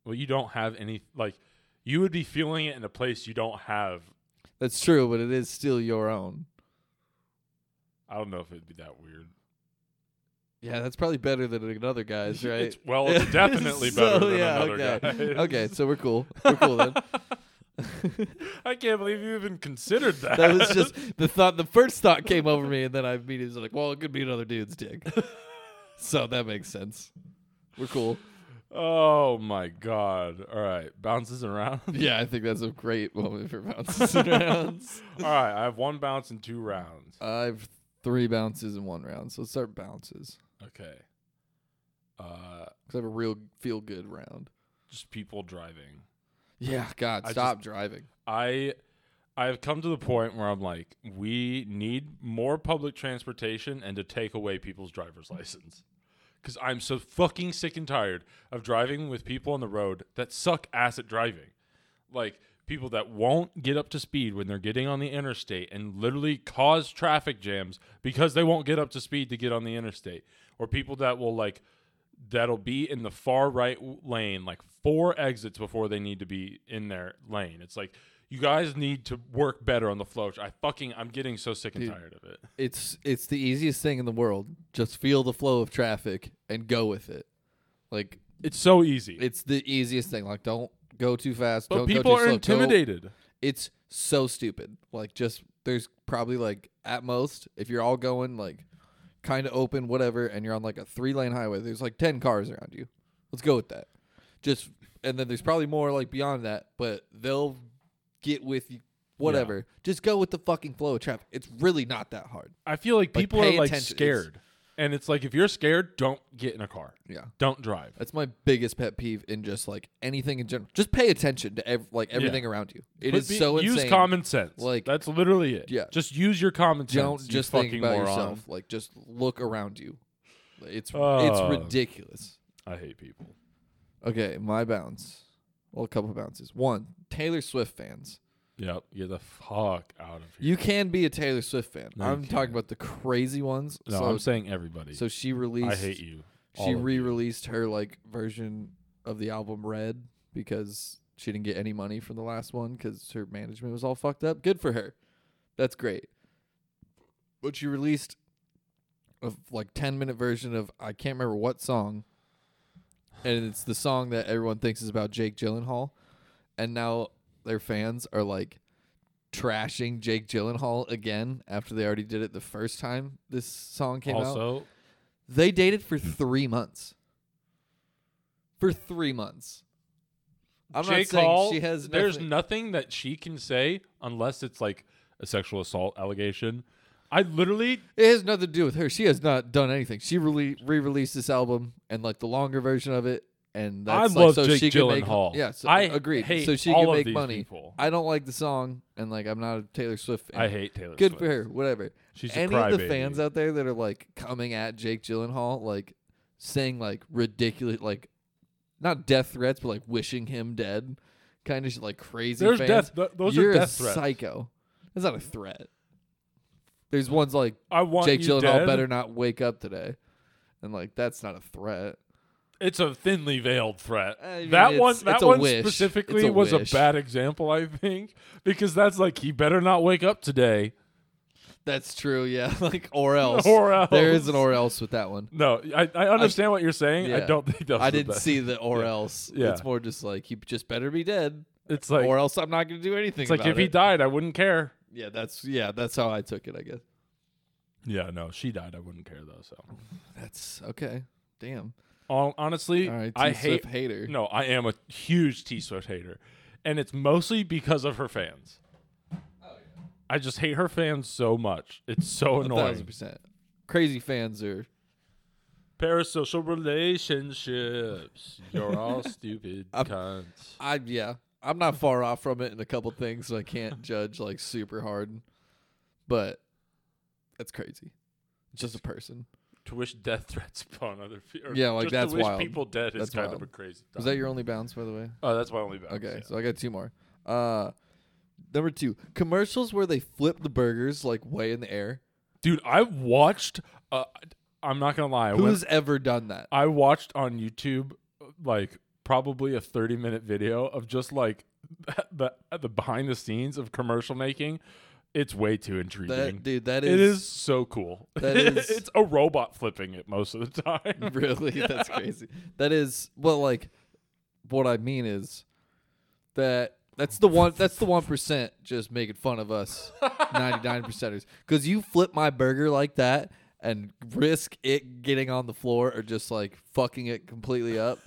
[SPEAKER 1] Well, you don't have any like you would be feeling it in a place you don't have.
[SPEAKER 2] that's true, but it is still your own.
[SPEAKER 1] I don't know if it'd be that weird.
[SPEAKER 2] Yeah, that's probably better than another guy's, right?
[SPEAKER 1] It's, well, it's definitely better
[SPEAKER 2] So,
[SPEAKER 1] than
[SPEAKER 2] yeah,
[SPEAKER 1] another
[SPEAKER 2] okay.
[SPEAKER 1] guy.
[SPEAKER 2] okay, so we're cool. We're cool then.
[SPEAKER 1] I can't believe you even considered that.
[SPEAKER 2] That was just the thought. The first thought came over me, and then I immediately was like, "Well, it could be another dude's dick." so that makes sense. We're cool.
[SPEAKER 1] Oh my god. All right. Bounces around.
[SPEAKER 2] Yeah, I think that's a great moment for bounces and rounds.
[SPEAKER 1] All right, I have one bounce and two rounds.
[SPEAKER 2] I've three bounces in one round, so let's start bounces.
[SPEAKER 1] Okay. Uh
[SPEAKER 2] Cause I have a real feel good round.
[SPEAKER 1] just people driving.
[SPEAKER 2] Yeah, God,
[SPEAKER 1] I
[SPEAKER 2] stop driving.
[SPEAKER 1] I I've come to the point where I'm like, we need more public transportation and to take away people's driver's license. Cause I'm so fucking sick and tired of driving with people on the road that suck ass at driving. Like people that won't get up to speed when they're getting on the interstate and literally cause traffic jams because they won't get up to speed to get on the interstate. Or people that will like that'll be in the far right w- lane, like four exits before they need to be in their lane. It's like you guys need to work better on the flow. I fucking I'm getting so sick and
[SPEAKER 2] Dude.
[SPEAKER 1] tired of it.
[SPEAKER 2] It's it's the easiest thing in the world. Just feel the flow of traffic and go with it. Like
[SPEAKER 1] It's so easy.
[SPEAKER 2] it's the easiest thing. Like don't go too fast.
[SPEAKER 1] but
[SPEAKER 2] don't
[SPEAKER 1] people
[SPEAKER 2] go too
[SPEAKER 1] are
[SPEAKER 2] slow. Go-
[SPEAKER 1] intimidated.
[SPEAKER 2] it's so stupid. Like just there's probably like at most if you're all going like kind of open whatever and you're on like a 3 lane highway there's like 10 cars around you. Let's go with that. Just and then there's probably more like beyond that, but they'll get with you whatever. Just go with the fucking flow of traffic. It's really not that hard.
[SPEAKER 1] I feel like
[SPEAKER 2] Like,
[SPEAKER 1] people
[SPEAKER 2] pay
[SPEAKER 1] are like
[SPEAKER 2] attention. It's-
[SPEAKER 1] scared. and it's like if you're scared, don't get in a car.
[SPEAKER 2] Yeah.
[SPEAKER 1] Don't drive.
[SPEAKER 2] That's my biggest pet peeve in just like anything in general. Just pay attention to ev- like everything around you. It
[SPEAKER 1] But
[SPEAKER 2] is
[SPEAKER 1] be-
[SPEAKER 2] so
[SPEAKER 1] use
[SPEAKER 2] insane.
[SPEAKER 1] common sense. Like
[SPEAKER 2] Like-
[SPEAKER 1] that's literally it.
[SPEAKER 2] Yeah.
[SPEAKER 1] Just use your common sense.
[SPEAKER 2] don't
[SPEAKER 1] you
[SPEAKER 2] just
[SPEAKER 1] fucking
[SPEAKER 2] think about
[SPEAKER 1] moron.
[SPEAKER 2] yourself. Like just look around you. Like, It's
[SPEAKER 1] Oh.
[SPEAKER 2] it's ridiculous.
[SPEAKER 1] I hate people.
[SPEAKER 2] Okay, my bounce. Well, a couple of bounces. One, Taylor Swift fans.
[SPEAKER 1] Yep. Get the fuck out of here.
[SPEAKER 2] You can be a Taylor Swift fan.
[SPEAKER 1] No, you
[SPEAKER 2] I'm
[SPEAKER 1] can't.
[SPEAKER 2] talking about the crazy ones.
[SPEAKER 1] no,
[SPEAKER 2] so,
[SPEAKER 1] I'm saying everybody.
[SPEAKER 2] so she released.
[SPEAKER 1] I hate you. all
[SPEAKER 2] She
[SPEAKER 1] of you.
[SPEAKER 2] re-released her like version of the album Red because she didn't get any money from the last one because her management was all fucked up. Good for her. That's great. But she released a like ten minute version of I can't remember what song, and it's the song that everyone thinks is about Jake Gyllenhaal, and now their fans are like trashing Jake Gyllenhaal again after they already did it the first time this song came out.
[SPEAKER 1] also,
[SPEAKER 2] They dated for three months. For three months. I'm
[SPEAKER 1] Jake
[SPEAKER 2] not saying
[SPEAKER 1] Hall,
[SPEAKER 2] she has.
[SPEAKER 1] there's
[SPEAKER 2] nothing-
[SPEAKER 1] nothing that she can say unless it's like a sexual assault allegation. I literally
[SPEAKER 2] it has nothing to do with her. She has not done anything. She re released this album and like the longer version of it, and
[SPEAKER 1] I
[SPEAKER 2] that's
[SPEAKER 1] love
[SPEAKER 2] like, so
[SPEAKER 1] Jake
[SPEAKER 2] she can make
[SPEAKER 1] Gyllenhaal.
[SPEAKER 2] Yeah, so,
[SPEAKER 1] I
[SPEAKER 2] agreed.
[SPEAKER 1] hate
[SPEAKER 2] so she
[SPEAKER 1] all
[SPEAKER 2] can
[SPEAKER 1] of
[SPEAKER 2] make
[SPEAKER 1] these
[SPEAKER 2] money.
[SPEAKER 1] people.
[SPEAKER 2] I don't like the song, and like I'm not a Taylor Swift. fan.
[SPEAKER 1] I hate Taylor
[SPEAKER 2] Good
[SPEAKER 1] Swift.
[SPEAKER 2] for her. Whatever.
[SPEAKER 1] She's a
[SPEAKER 2] Any of the
[SPEAKER 1] crybaby.
[SPEAKER 2] fans out there that are like coming at Jake Gyllenhaal, like saying like ridiculous, like not death threats, but like wishing him dead, kind of like crazy.
[SPEAKER 1] There's
[SPEAKER 2] fans,
[SPEAKER 1] death. th- those
[SPEAKER 2] You're
[SPEAKER 1] are death
[SPEAKER 2] a
[SPEAKER 1] threats.
[SPEAKER 2] psycho. That's not a threat. There's ones like
[SPEAKER 1] I want
[SPEAKER 2] Jake
[SPEAKER 1] you
[SPEAKER 2] Gyllenhaal
[SPEAKER 1] dead.
[SPEAKER 2] better not wake up today, and like that's not a threat.
[SPEAKER 1] It's a thinly veiled threat.
[SPEAKER 2] I mean,
[SPEAKER 1] that one,
[SPEAKER 2] it's-
[SPEAKER 1] that
[SPEAKER 2] it's a
[SPEAKER 1] one
[SPEAKER 2] wish. It's
[SPEAKER 1] specifically
[SPEAKER 2] a
[SPEAKER 1] was
[SPEAKER 2] wish.
[SPEAKER 1] a bad example, I think, because that's like he better not wake up today.
[SPEAKER 2] That's true. Yeah, like or else.
[SPEAKER 1] Or else.
[SPEAKER 2] There is an or else with that one.
[SPEAKER 1] No, I, I understand what you're saying. I
[SPEAKER 2] yeah.
[SPEAKER 1] don't think that was
[SPEAKER 2] I
[SPEAKER 1] the
[SPEAKER 2] didn't
[SPEAKER 1] best.
[SPEAKER 2] see the or else.
[SPEAKER 1] Yeah.
[SPEAKER 2] It's more just like he just better be dead,
[SPEAKER 1] It's like
[SPEAKER 2] or else I'm not going to do anything.
[SPEAKER 1] it's like
[SPEAKER 2] about
[SPEAKER 1] if he
[SPEAKER 2] it.
[SPEAKER 1] died, I wouldn't care.
[SPEAKER 2] Yeah, that's yeah, that's how I took it, I guess.
[SPEAKER 1] Yeah, no, she died, I wouldn't care though. So
[SPEAKER 2] That's okay. Damn.
[SPEAKER 1] Hon- honestly,
[SPEAKER 2] All right,
[SPEAKER 1] I
[SPEAKER 2] T
[SPEAKER 1] hate
[SPEAKER 2] Swift hater.
[SPEAKER 1] No, I am a huge T Swift hater, and it's mostly because of her fans. I just hate her fans so much. It's so
[SPEAKER 2] a thousand
[SPEAKER 1] annoying.
[SPEAKER 2] percent. Crazy fans are
[SPEAKER 1] Parasocial relationships. You're all stupid cunts.
[SPEAKER 2] I yeah. I'm not far off from it in a couple things, so I can't judge like super hard. But that's crazy. Just a person.
[SPEAKER 1] to wish death threats upon other people.
[SPEAKER 2] Yeah, like,
[SPEAKER 1] just
[SPEAKER 2] that's
[SPEAKER 1] to wish
[SPEAKER 2] wild.
[SPEAKER 1] people dead is
[SPEAKER 2] That's
[SPEAKER 1] kind
[SPEAKER 2] wild.
[SPEAKER 1] of a crazy.
[SPEAKER 2] Was
[SPEAKER 1] thought.
[SPEAKER 2] that your only bounce, by the way?
[SPEAKER 1] Oh, that's my only bounce.
[SPEAKER 2] Okay,
[SPEAKER 1] yeah.
[SPEAKER 2] so I got two more. Uh, number two, commercials where they flip the burgers like way in the air.
[SPEAKER 1] dude, I watched. Uh, I'm not gonna lie. I went-
[SPEAKER 2] Who's ever done that?
[SPEAKER 1] I watched on YouTube like probably a 30 minute video of just like the the behind the scenes of commercial making. It's way too intriguing.
[SPEAKER 2] That dude, that
[SPEAKER 1] it
[SPEAKER 2] is,
[SPEAKER 1] is so cool.
[SPEAKER 2] that is- Mm.
[SPEAKER 1] it's a robot flipping it most of the time.
[SPEAKER 2] really that's crazy. That is well, like what I mean is that that's the one that's the one percent just making fun of us ninety nine percenters because you flip my burger like that and risk it getting on the floor or just like fucking it completely up.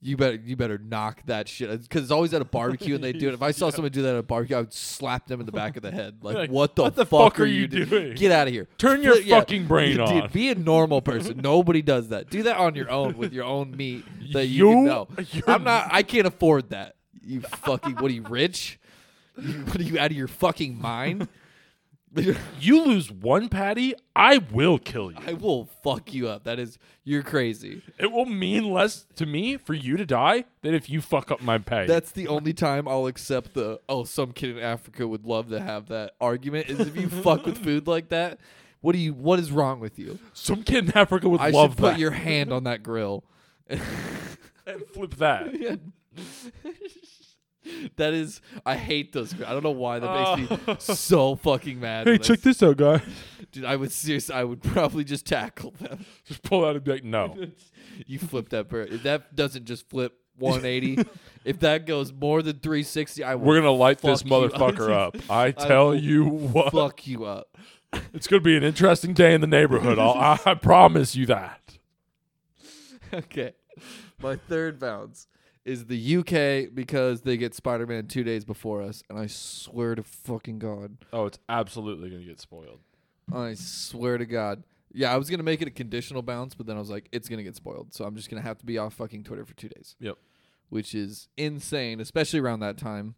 [SPEAKER 2] You better you better knock that shit because it's always at a barbecue and they do it. If I saw someone do that at a barbecue, I would slap them in the back of the head. Like,
[SPEAKER 1] Like,
[SPEAKER 2] what the,
[SPEAKER 1] what the fuck are you
[SPEAKER 2] do-
[SPEAKER 1] doing?
[SPEAKER 2] Get out of here!
[SPEAKER 1] Turn your
[SPEAKER 2] Flip- yeah.
[SPEAKER 1] fucking brain
[SPEAKER 2] Dude,
[SPEAKER 1] on.
[SPEAKER 2] Be a normal person. Nobody does that. Do that on your own with your own meat that you,
[SPEAKER 1] You-
[SPEAKER 2] know.
[SPEAKER 1] you're-
[SPEAKER 2] I'm not. I can't afford that. You fucking. What are you rich? You, what are you out of your fucking mind?
[SPEAKER 1] You lose one patty, I will kill you.
[SPEAKER 2] I will fuck you up. That is. You're crazy.
[SPEAKER 1] It will mean less to me for you to die than if you fuck up my patty.
[SPEAKER 2] That's the only time I'll accept the. Oh, some kid in Africa would love to have that argument. Is if you fuck with food like that. What do you? What is wrong with you?
[SPEAKER 1] Some kid in Africa would
[SPEAKER 2] I
[SPEAKER 1] love
[SPEAKER 2] should put
[SPEAKER 1] that.
[SPEAKER 2] your hand on that grill.
[SPEAKER 1] and flip that.
[SPEAKER 2] that is, I hate those. I don't know why that makes
[SPEAKER 1] Oh.
[SPEAKER 2] me so fucking mad.
[SPEAKER 1] hey,
[SPEAKER 2] when I
[SPEAKER 1] check this out, guy.
[SPEAKER 2] s- dude. I would seriously, I would probably just tackle them.
[SPEAKER 1] Just pull out and be like, no.
[SPEAKER 2] You flip that bird. If that doesn't just flip 180, if that goes more than 360, I will
[SPEAKER 1] We're gonna light this
[SPEAKER 2] fuck you
[SPEAKER 1] motherfucker up. I tell
[SPEAKER 2] will
[SPEAKER 1] you what,
[SPEAKER 2] Fuck you up.
[SPEAKER 1] it's gonna be an interesting day in the neighborhood. I'll, I promise you that.
[SPEAKER 2] okay. My third bounce is the UK because they get Spider-Man two days before us, and I swear to fucking God.
[SPEAKER 1] Oh, it's absolutely gonna get spoiled.
[SPEAKER 2] I swear to God. Yeah, I was gonna make it a conditional bounce, but then I was like, it's gonna get spoiled, so I'm just gonna have to be off fucking Twitter for two days.
[SPEAKER 1] Yep.
[SPEAKER 2] Which is insane, especially around that time.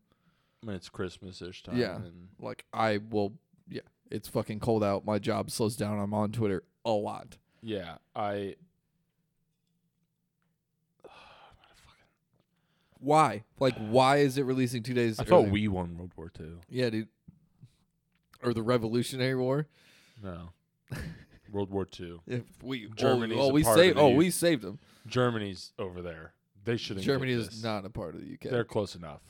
[SPEAKER 1] I mean, it's Christmas ish time.
[SPEAKER 2] Yeah.
[SPEAKER 1] and-
[SPEAKER 2] Like I will, yeah, it's fucking cold out. My job slows down. I'm on Twitter a lot.
[SPEAKER 1] yeah. I.
[SPEAKER 2] Why? Like, why is it releasing two days?
[SPEAKER 1] I thought
[SPEAKER 2] early?
[SPEAKER 1] we won World War II.
[SPEAKER 2] Yeah, dude. Or the Revolutionary War.
[SPEAKER 1] No. World War II.
[SPEAKER 2] If we oh,
[SPEAKER 1] Germany's
[SPEAKER 2] oh,
[SPEAKER 1] a
[SPEAKER 2] we
[SPEAKER 1] part
[SPEAKER 2] saved
[SPEAKER 1] of the
[SPEAKER 2] oh
[SPEAKER 1] EU.
[SPEAKER 2] we saved them.
[SPEAKER 1] Germany's over there. They shouldn't. get
[SPEAKER 2] Germany is
[SPEAKER 1] this.
[SPEAKER 2] not a part of the UK.
[SPEAKER 1] They're close enough.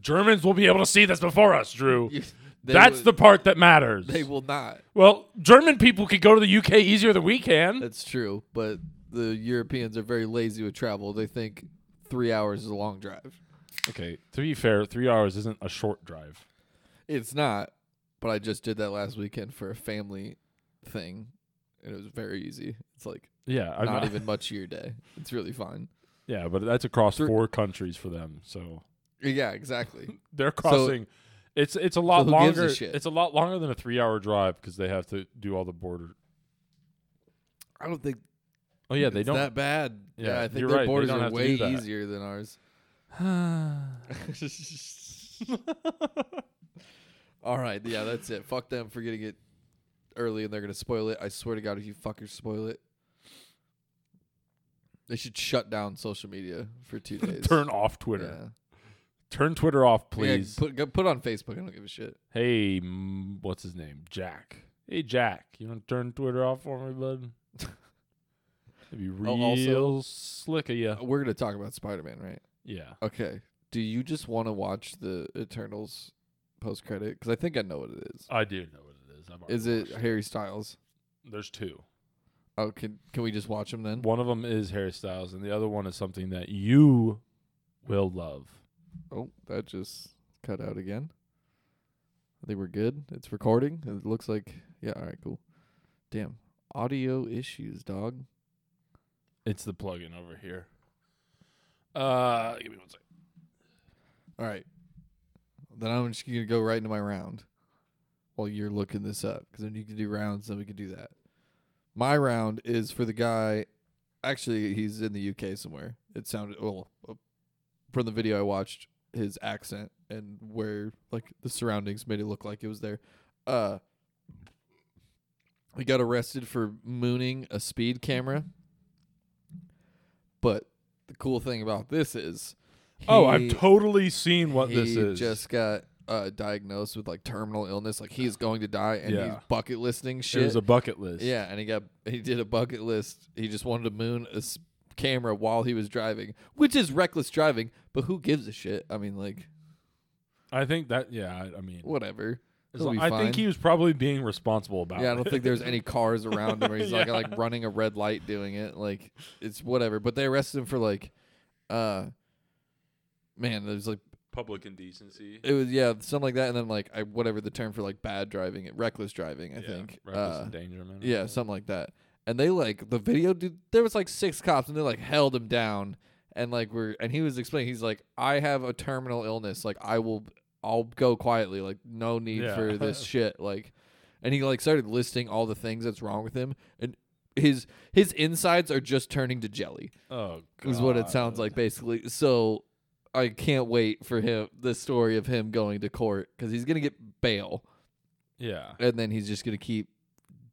[SPEAKER 1] Germans will be able to see this before us, Drew.
[SPEAKER 2] You- they
[SPEAKER 1] That's
[SPEAKER 2] will-
[SPEAKER 1] the part that matters.
[SPEAKER 2] They will not.
[SPEAKER 1] Well, German people could go to the UK easier than we can.
[SPEAKER 2] That's true, but the Europeans are very lazy with travel. They think three hours is a long drive.
[SPEAKER 1] Okay, to be fair, three hours isn't a short drive.
[SPEAKER 2] It's not, but I just did that last weekend for a family thing, and it was very easy. It's like
[SPEAKER 1] Yeah, I'm
[SPEAKER 2] not, even much of your day. It's really fun.
[SPEAKER 1] Yeah, but that's across
[SPEAKER 2] Three-
[SPEAKER 1] four countries for them, so
[SPEAKER 2] Yeah, exactly.
[SPEAKER 1] they're crossing. it's it's a lot
[SPEAKER 2] who gives a
[SPEAKER 1] longer.
[SPEAKER 2] shit?
[SPEAKER 1] It's a lot longer than a three-hour drive because they have to do all the border.
[SPEAKER 2] I don't think
[SPEAKER 1] Oh yeah, they
[SPEAKER 2] it's
[SPEAKER 1] don't.
[SPEAKER 2] that bad. Yeah,
[SPEAKER 1] Yeah,
[SPEAKER 2] I think
[SPEAKER 1] you're
[SPEAKER 2] their
[SPEAKER 1] right. They
[SPEAKER 2] borders
[SPEAKER 1] don't
[SPEAKER 2] are
[SPEAKER 1] have to
[SPEAKER 2] way
[SPEAKER 1] do that.
[SPEAKER 2] easier than ours. All right, yeah, that's it. Fuck them for getting it early, and they're gonna spoil it. I swear to God, if you fuckers spoil it, they should shut down social media for two days.
[SPEAKER 1] Turn off Twitter.
[SPEAKER 2] Yeah.
[SPEAKER 1] Turn Twitter off, please.
[SPEAKER 2] Yeah, put go- put on Facebook. I don't give a shit.
[SPEAKER 1] hey, mm, what's his name? Jack. Hey, Jack. You want to turn Twitter off for me, bud? It'd be real
[SPEAKER 2] Oh, also- Oh.
[SPEAKER 1] slick of you.
[SPEAKER 2] We're gonna talk about Spider Man, right?
[SPEAKER 1] Yeah.
[SPEAKER 2] Okay. Do you just want to watch the Eternals post credit? Because I think I know what it is.
[SPEAKER 1] I do know what it is. I've already
[SPEAKER 2] Is it
[SPEAKER 1] watched
[SPEAKER 2] Harry Styles?
[SPEAKER 1] There's two.
[SPEAKER 2] Oh, can can we just watch him then?
[SPEAKER 1] One of them is hairstyles, and the other one is something that you will love.
[SPEAKER 2] Oh, that just cut out again. I think we're good. It's recording. It looks like yeah. All right, cool. Damn, audio issues, dog.
[SPEAKER 1] It's the plug-in over here. Uh, give me one second.
[SPEAKER 2] All right. Then I'm just gonna go right into my round while you're looking this up, because then you can do rounds, then we can do that. My round is for the guy. Actually, he's in the UK somewhere. It sounded well uh, from the video I watched. His accent and where like the surroundings made it look like it was there. Uh, he got arrested for mooning a speed camera. But the cool thing about this is,
[SPEAKER 1] oh,
[SPEAKER 2] he-
[SPEAKER 1] I've totally seen what
[SPEAKER 2] he
[SPEAKER 1] this is.
[SPEAKER 2] just got uh, diagnosed with like terminal illness, like he's going to die, and he's
[SPEAKER 1] Yeah.
[SPEAKER 2] bucket listing
[SPEAKER 1] it was
[SPEAKER 2] shit.
[SPEAKER 1] a bucket list.
[SPEAKER 2] yeah, and he got he did a bucket list. He just wanted to moon a s- camera while he was driving, which is reckless driving. But who gives a shit? I mean, like
[SPEAKER 1] I think that. Yeah, I, I mean,
[SPEAKER 2] whatever.
[SPEAKER 1] as
[SPEAKER 2] It'll
[SPEAKER 1] long-
[SPEAKER 2] be
[SPEAKER 1] I
[SPEAKER 2] fine.
[SPEAKER 1] think he was probably being responsible about.
[SPEAKER 2] Yeah, I don't
[SPEAKER 1] it.
[SPEAKER 2] think there's any cars around him or he's like
[SPEAKER 1] Yeah.
[SPEAKER 2] like running a red light doing it. Like it's whatever. But they arrested him for like uh man, there's like
[SPEAKER 1] public indecency.
[SPEAKER 2] it was yeah, something like that and then like I whatever the term for like bad driving, reckless driving, I
[SPEAKER 1] yeah,
[SPEAKER 2] think.
[SPEAKER 1] reckless
[SPEAKER 2] Uh,
[SPEAKER 1] endangerment. or
[SPEAKER 2] yeah,
[SPEAKER 1] something.
[SPEAKER 2] something like that. And they like the video dude there was like six cops and they like held him down and like we're and he was explaining he's like, I have a terminal illness, like I will I'll go quietly, like no need
[SPEAKER 1] Yeah.
[SPEAKER 2] for this shit. Like and he like started listing all the things that's wrong with him and his his insides are just turning to jelly
[SPEAKER 1] Oh, God.
[SPEAKER 2] is what it sounds like basically. So I can't wait for him the story of him going to court because he's gonna get bail
[SPEAKER 1] Yeah.
[SPEAKER 2] and then he's just gonna keep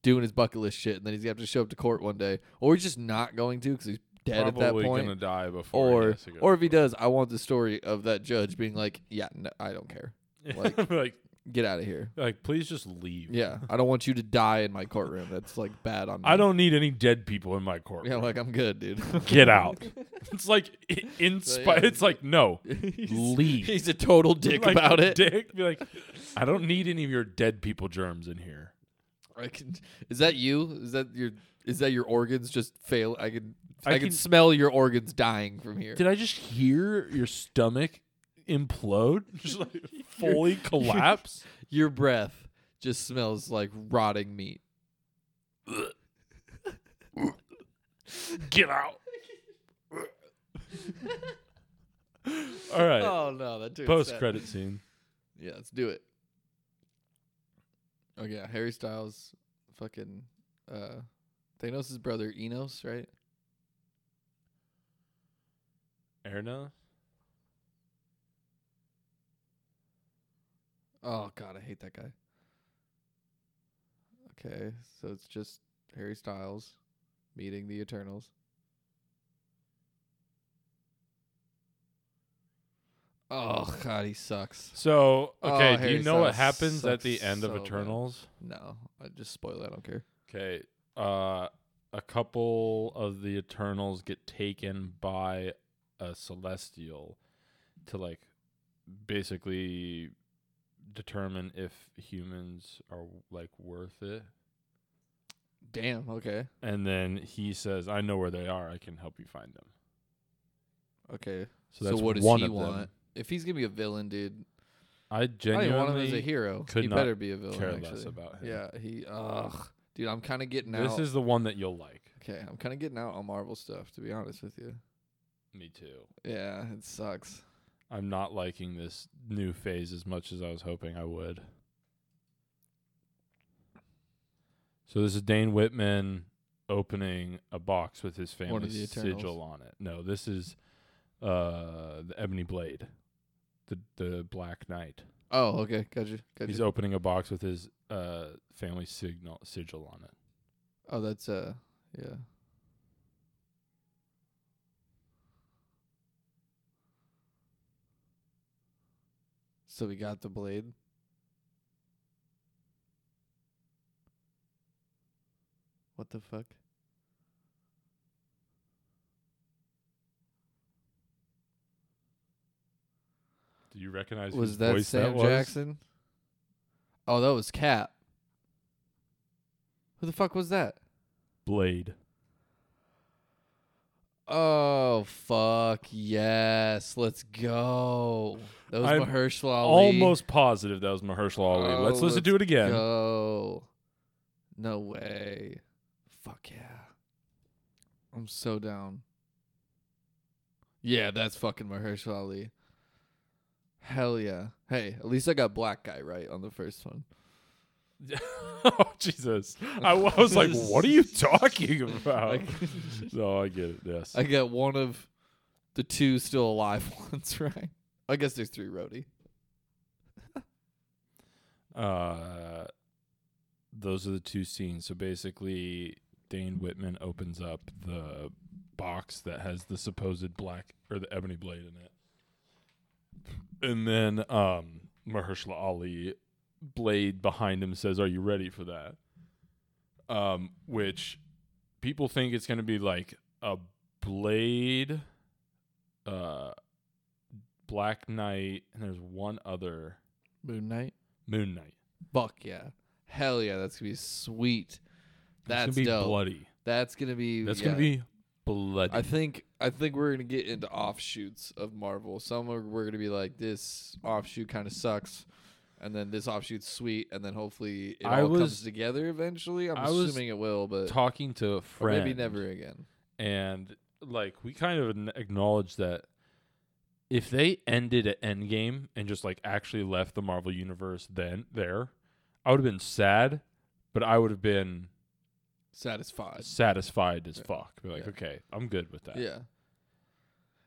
[SPEAKER 2] doing his bucket list shit, and then he's gonna have to show up to court one day, or he's just not going to because he's dead
[SPEAKER 1] Probably
[SPEAKER 2] at that
[SPEAKER 1] gonna
[SPEAKER 2] point.
[SPEAKER 1] die before. he
[SPEAKER 2] Or
[SPEAKER 1] has to go
[SPEAKER 2] or
[SPEAKER 1] to
[SPEAKER 2] if he
[SPEAKER 1] court.
[SPEAKER 2] does, I want the story of that judge being like, "Yeah, no, I don't care. like-
[SPEAKER 1] like,
[SPEAKER 2] Get out of here.
[SPEAKER 1] like, please just leave.
[SPEAKER 2] Yeah, I don't want you to die in my courtroom. That's like bad on me.
[SPEAKER 1] I don't need any dead people in my court.
[SPEAKER 2] Yeah, like I'm good, dude.
[SPEAKER 1] Get out. it's like i- in
[SPEAKER 2] So,
[SPEAKER 1] spite.
[SPEAKER 2] yeah.
[SPEAKER 1] It's like no,
[SPEAKER 2] He's-
[SPEAKER 1] leave.
[SPEAKER 2] He's a total dick
[SPEAKER 1] Like,
[SPEAKER 2] about it.
[SPEAKER 1] Dick, be like, I don't need any of your dead people germs in here.
[SPEAKER 2] I can, is that you? Is that your? Is that your organs just fail? I can. I,
[SPEAKER 1] I
[SPEAKER 2] can,
[SPEAKER 1] can-
[SPEAKER 2] smell your organs dying from here.
[SPEAKER 1] Did I just hear your stomach implode? Just like fully collapse?
[SPEAKER 2] Your breath just smells like rotting meat.
[SPEAKER 1] Get out. All right.
[SPEAKER 2] Oh no, that dude.
[SPEAKER 1] Post credit scene.
[SPEAKER 2] Yeah, let's do it. Oh yeah, Harry Styles, fucking uh, Thanos' brother Enos, right?
[SPEAKER 1] Erna?
[SPEAKER 2] Oh god, I hate that guy. Okay, so it's just Harry Styles meeting the Eternals. Oh god, he sucks.
[SPEAKER 1] So,
[SPEAKER 2] Oh,
[SPEAKER 1] okay, do
[SPEAKER 2] Harry
[SPEAKER 1] you know what
[SPEAKER 2] Styles
[SPEAKER 1] happens at
[SPEAKER 2] sucks
[SPEAKER 1] the end
[SPEAKER 2] so
[SPEAKER 1] of
[SPEAKER 2] bad.
[SPEAKER 1] Eternals?
[SPEAKER 2] No, I just spoil it. I don't care.
[SPEAKER 1] Okay. Uh a couple of the Eternals get taken by a celestial to like basically determine if humans are like worth it.
[SPEAKER 2] Damn. Okay.
[SPEAKER 1] And then he says, "I know where they are. I can help you find them."
[SPEAKER 2] Okay.
[SPEAKER 1] So that's
[SPEAKER 2] what does
[SPEAKER 1] one
[SPEAKER 2] he
[SPEAKER 1] of them.
[SPEAKER 2] want? If he's gonna be a villain, dude,
[SPEAKER 1] I
[SPEAKER 2] I
[SPEAKER 1] genuinely
[SPEAKER 2] want him as a hero.
[SPEAKER 1] could
[SPEAKER 2] he
[SPEAKER 1] not
[SPEAKER 2] better be a villain.
[SPEAKER 1] care
[SPEAKER 2] actually.
[SPEAKER 1] less about him.
[SPEAKER 2] Yeah. He. Ugh. Dude, I'm kind of getting out.
[SPEAKER 1] This is the one that you'll like.
[SPEAKER 2] okay. I'm kind of getting out on Marvel stuff, to be honest with you.
[SPEAKER 1] Me too.
[SPEAKER 2] Yeah, it sucks.
[SPEAKER 1] I'm not liking this new phase as much as I was hoping I would. So this is Dane Whitman opening a box with his
[SPEAKER 2] One of the
[SPEAKER 1] family's
[SPEAKER 2] Eternals.
[SPEAKER 1] sigil on it. No, this is uh the Ebony Blade, the the Black Knight.
[SPEAKER 2] Oh, okay. Gotcha. Gotcha.
[SPEAKER 1] He's opening a box with his uh family signal sigil on it.
[SPEAKER 2] oh, that's uh, yeah. So we got the blade. What the fuck?
[SPEAKER 1] Do you recognize whose
[SPEAKER 2] was that
[SPEAKER 1] voice
[SPEAKER 2] Sam
[SPEAKER 1] that was?
[SPEAKER 2] Jackson? Oh, that was Cap. Who the fuck was that?
[SPEAKER 1] Blade.
[SPEAKER 2] Oh fuck yes, let's go. That was
[SPEAKER 1] I'm
[SPEAKER 2] Mahershala Ali.
[SPEAKER 1] Almost positive that was Mahershala Ali.
[SPEAKER 2] Oh,
[SPEAKER 1] let's listen to
[SPEAKER 2] let's
[SPEAKER 1] it again.
[SPEAKER 2] go. No way. Fuck yeah. I'm so down. Yeah, that's fucking Mahershala Ali. Hell yeah. Hey, at least I got black guy right on the first one.
[SPEAKER 1] oh Jesus! I, wa- I was like, "What are you talking about?" no, I get it. Yes,
[SPEAKER 2] I got one of the two still alive ones right. I guess there's three roadie.
[SPEAKER 1] uh, those are the two scenes. So basically, Dane Whitman opens up the box that has the supposed black or the ebony blade in it, and then um, Mahershala Ali blade behind him says, "Are you ready for that?" Um, which people think it's going to be like a blade, uh, Black Knight, and there's one other
[SPEAKER 2] Moon Knight.
[SPEAKER 1] Moon Knight.
[SPEAKER 2] Fuck yeah, hell yeah, that's gonna be sweet. That's
[SPEAKER 1] it's gonna be
[SPEAKER 2] dope.
[SPEAKER 1] bloody.
[SPEAKER 2] That's gonna be.
[SPEAKER 1] That's
[SPEAKER 2] yeah.
[SPEAKER 1] gonna be bloody.
[SPEAKER 2] I think I think we're gonna get into offshoots of Marvel. Some are, we're gonna be like, this offshoot kind of sucks, and then this offshoot's sweet, and then hopefully it
[SPEAKER 1] I
[SPEAKER 2] all
[SPEAKER 1] was-
[SPEAKER 2] comes together eventually. I'm
[SPEAKER 1] I was
[SPEAKER 2] assuming it will, but
[SPEAKER 1] Talking to a
[SPEAKER 2] or
[SPEAKER 1] friend,
[SPEAKER 2] maybe never again.
[SPEAKER 1] and like we kind of n- acknowledge that if they ended at Endgame and just like actually left the Marvel universe, then there, I would have been sad, but I would have been
[SPEAKER 2] Satisfied.
[SPEAKER 1] satisfied as
[SPEAKER 2] Yeah.
[SPEAKER 1] fuck. Be like,
[SPEAKER 2] Yeah.
[SPEAKER 1] okay, I'm good with that.
[SPEAKER 2] Yeah.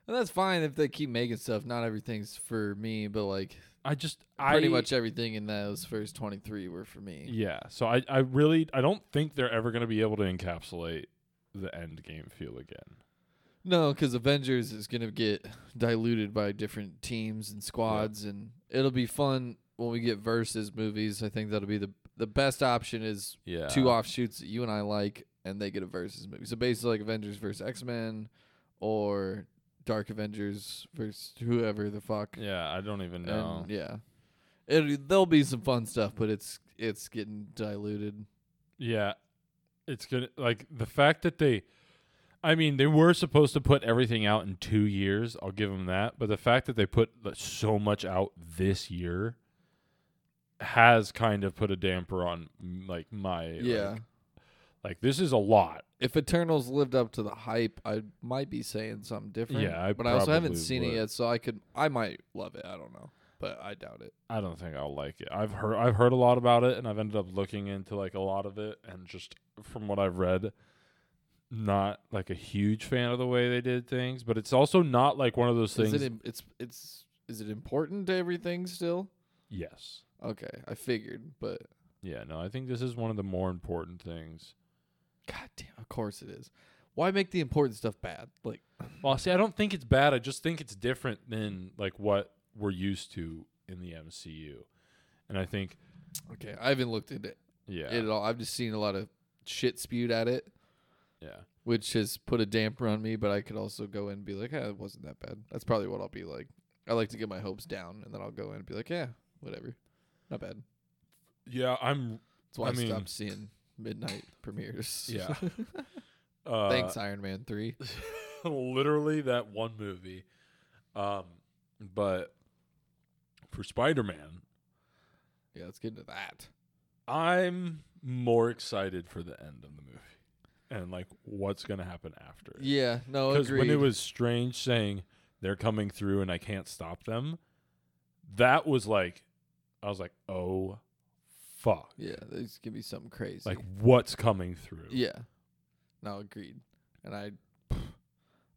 [SPEAKER 2] And that's fine if they keep making stuff. Not everything's for me, but like
[SPEAKER 1] I just
[SPEAKER 2] pretty
[SPEAKER 1] I,
[SPEAKER 2] much everything in those first 23 were for me.
[SPEAKER 1] Yeah. So I, I really I don't think they're ever gonna be able to encapsulate the end game feel again.
[SPEAKER 2] No, because Avengers is gonna get diluted by different teams and squads, and it'll be fun when we get versus movies. I think that'll be the the best option is
[SPEAKER 1] Yeah.
[SPEAKER 2] two offshoots that you and I like, and they get a versus movie. So basically, like Avengers versus X Men, or Dark Avengers versus whoever the fuck.
[SPEAKER 1] Yeah, I don't even
[SPEAKER 2] And,
[SPEAKER 1] know.
[SPEAKER 2] yeah, it there'll be some fun stuff, but it's it's getting diluted.
[SPEAKER 1] Yeah. It's gonna like the fact that they I mean, they were supposed to put everything out in 2 years. I'll give them that, but the fact that they put like, so much out this year has kind of put a damper on mm, like my like-
[SPEAKER 2] yeah.
[SPEAKER 1] Like, this is a lot.
[SPEAKER 2] if Eternals lived up to the hype, I might be saying something different.
[SPEAKER 1] Yeah, I
[SPEAKER 2] but I also haven't
[SPEAKER 1] probably
[SPEAKER 2] seen
[SPEAKER 1] would.
[SPEAKER 2] it yet, so I could I might love it. I don't know, but I doubt it.
[SPEAKER 1] I don't think I'll like it. I've heard I've heard a lot about it and I've ended up looking into like a lot of it and just from what I've read not like a huge fan of the way they did things, but it's also not like one of those
[SPEAKER 2] Is
[SPEAKER 1] things.
[SPEAKER 2] it im- it's it's is it important to everything still?
[SPEAKER 1] yes.
[SPEAKER 2] Okay, I figured, but
[SPEAKER 1] Yeah, no, I think this is one of the more important things.
[SPEAKER 2] god damn, of course it is. Why make the important stuff bad? Like
[SPEAKER 1] Well, see, I don't think it's bad. I just think it's different than like what we're used to in the MCU. And I think
[SPEAKER 2] okay, I haven't looked into it
[SPEAKER 1] yeah.
[SPEAKER 2] at all. I've just seen a lot of shit spewed at it,
[SPEAKER 1] yeah.
[SPEAKER 2] which has put a damper on me. But I could also go in and be like, yeah, it wasn't that bad. That's probably what I'll be like. I like to get my hopes down, and then I'll go in and be like, yeah, whatever, not bad.
[SPEAKER 1] Yeah, I'm
[SPEAKER 2] That's why
[SPEAKER 1] I
[SPEAKER 2] I,
[SPEAKER 1] mean-
[SPEAKER 2] stopped seeing midnight premieres.
[SPEAKER 1] yeah. uh,
[SPEAKER 2] Thanks, Iron Man three.
[SPEAKER 1] literally that one movie. Um, but for Spider Man,
[SPEAKER 2] Yeah, let's get into that.
[SPEAKER 1] I'm more excited for the end of the movie and like what's gonna happen after. it.
[SPEAKER 2] Yeah, no,
[SPEAKER 1] Because
[SPEAKER 2] agreed.
[SPEAKER 1] when it was Strange saying they're coming through and I can't stop them, that was like, I was like, oh, fuck.
[SPEAKER 2] yeah, there's gonna be something crazy.
[SPEAKER 1] Like, what's coming through?
[SPEAKER 2] yeah, no, agreed. And I,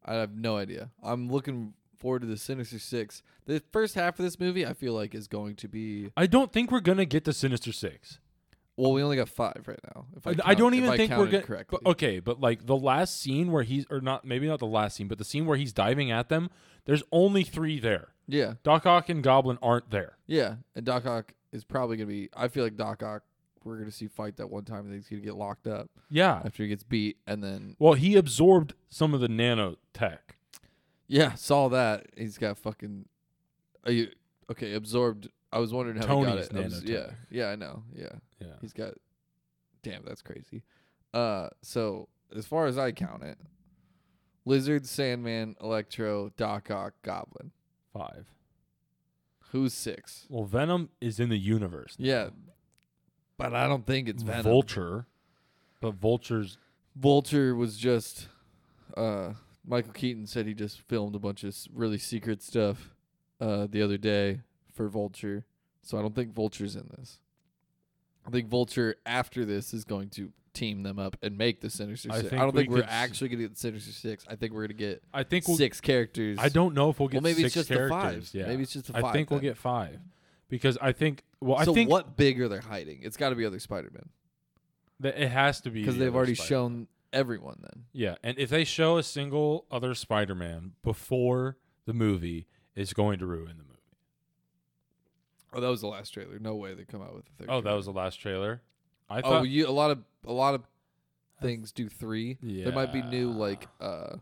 [SPEAKER 2] I have no idea. I'm looking forward to the Sinister Six. The first half of this movie, I feel like, is going to be.
[SPEAKER 1] I don't think we're going to get to Sinister Six.
[SPEAKER 2] Well, we only got five right now. If
[SPEAKER 1] I,
[SPEAKER 2] I, count,
[SPEAKER 1] I don't
[SPEAKER 2] if
[SPEAKER 1] even
[SPEAKER 2] I
[SPEAKER 1] think we're
[SPEAKER 2] counted
[SPEAKER 1] going to.
[SPEAKER 2] correctly.
[SPEAKER 1] Okay, but like the last scene where he's, or not, maybe not the last scene, but the scene where he's diving at them, there's only three there.
[SPEAKER 2] Yeah,
[SPEAKER 1] Doc Ock and Goblin aren't there.
[SPEAKER 2] yeah, and Doc Ock is probably gonna be. I feel like Doc Ock. We're gonna see fight that one time, and he's gonna get locked up
[SPEAKER 1] Yeah.
[SPEAKER 2] after he gets beat, and then
[SPEAKER 1] Well, he absorbed some of the nanotech.
[SPEAKER 2] Yeah, saw that. He's got fucking. Are you okay? Absorbed. I was wondering how he got
[SPEAKER 1] Tony's
[SPEAKER 2] it. I was- yeah,
[SPEAKER 1] nanotech.
[SPEAKER 2] yeah, I know. Yeah,
[SPEAKER 1] Yeah.
[SPEAKER 2] he's got. Damn, that's crazy. Uh, so as far as I count it, Lizard, Sandman, Electro, Doc Ock, Goblin.
[SPEAKER 1] Five.
[SPEAKER 2] Who's six?
[SPEAKER 1] Well, Venom is in the universe. now.
[SPEAKER 2] Yeah, but I don't think it's Venom.
[SPEAKER 1] Vulture. But Vulture's
[SPEAKER 2] Vulture was just. Uh, Michael Keaton said he just filmed a bunch of s- really secret stuff uh, the other day for Vulture. So I don't think Vulture's in this. I think Vulture after this is going to team them up and make the Sinister
[SPEAKER 1] I
[SPEAKER 2] Six. I
[SPEAKER 1] think
[SPEAKER 2] don't
[SPEAKER 1] we
[SPEAKER 2] think we're
[SPEAKER 1] could s-
[SPEAKER 2] actually going to get the Sinister Six. I think we're going to get
[SPEAKER 1] I think we'll
[SPEAKER 2] six characters.
[SPEAKER 1] I don't know if we'll get
[SPEAKER 2] well, maybe
[SPEAKER 1] six
[SPEAKER 2] it's just
[SPEAKER 1] characters.
[SPEAKER 2] the five.
[SPEAKER 1] Yeah.
[SPEAKER 2] Maybe it's just the
[SPEAKER 1] I
[SPEAKER 2] five.
[SPEAKER 1] think we'll
[SPEAKER 2] then.
[SPEAKER 1] get five. Because I think well I
[SPEAKER 2] so
[SPEAKER 1] think
[SPEAKER 2] what big are they hiding? It's got to be other Spider-Man.
[SPEAKER 1] Th- It has to be
[SPEAKER 2] because
[SPEAKER 1] the
[SPEAKER 2] they've
[SPEAKER 1] other
[SPEAKER 2] already
[SPEAKER 1] Spider-Man.
[SPEAKER 2] shown everyone. Then
[SPEAKER 1] Yeah, and if they show a single other Spider-Man before the movie, it's going to ruin the movie.
[SPEAKER 2] oh, that was the last trailer. No way they come out with the third.
[SPEAKER 1] Oh, that
[SPEAKER 2] trailer.
[SPEAKER 1] was the last trailer. I
[SPEAKER 2] oh,
[SPEAKER 1] thought
[SPEAKER 2] you a lot of a lot of things do three. There might be new
[SPEAKER 1] Yeah.
[SPEAKER 2] like uh,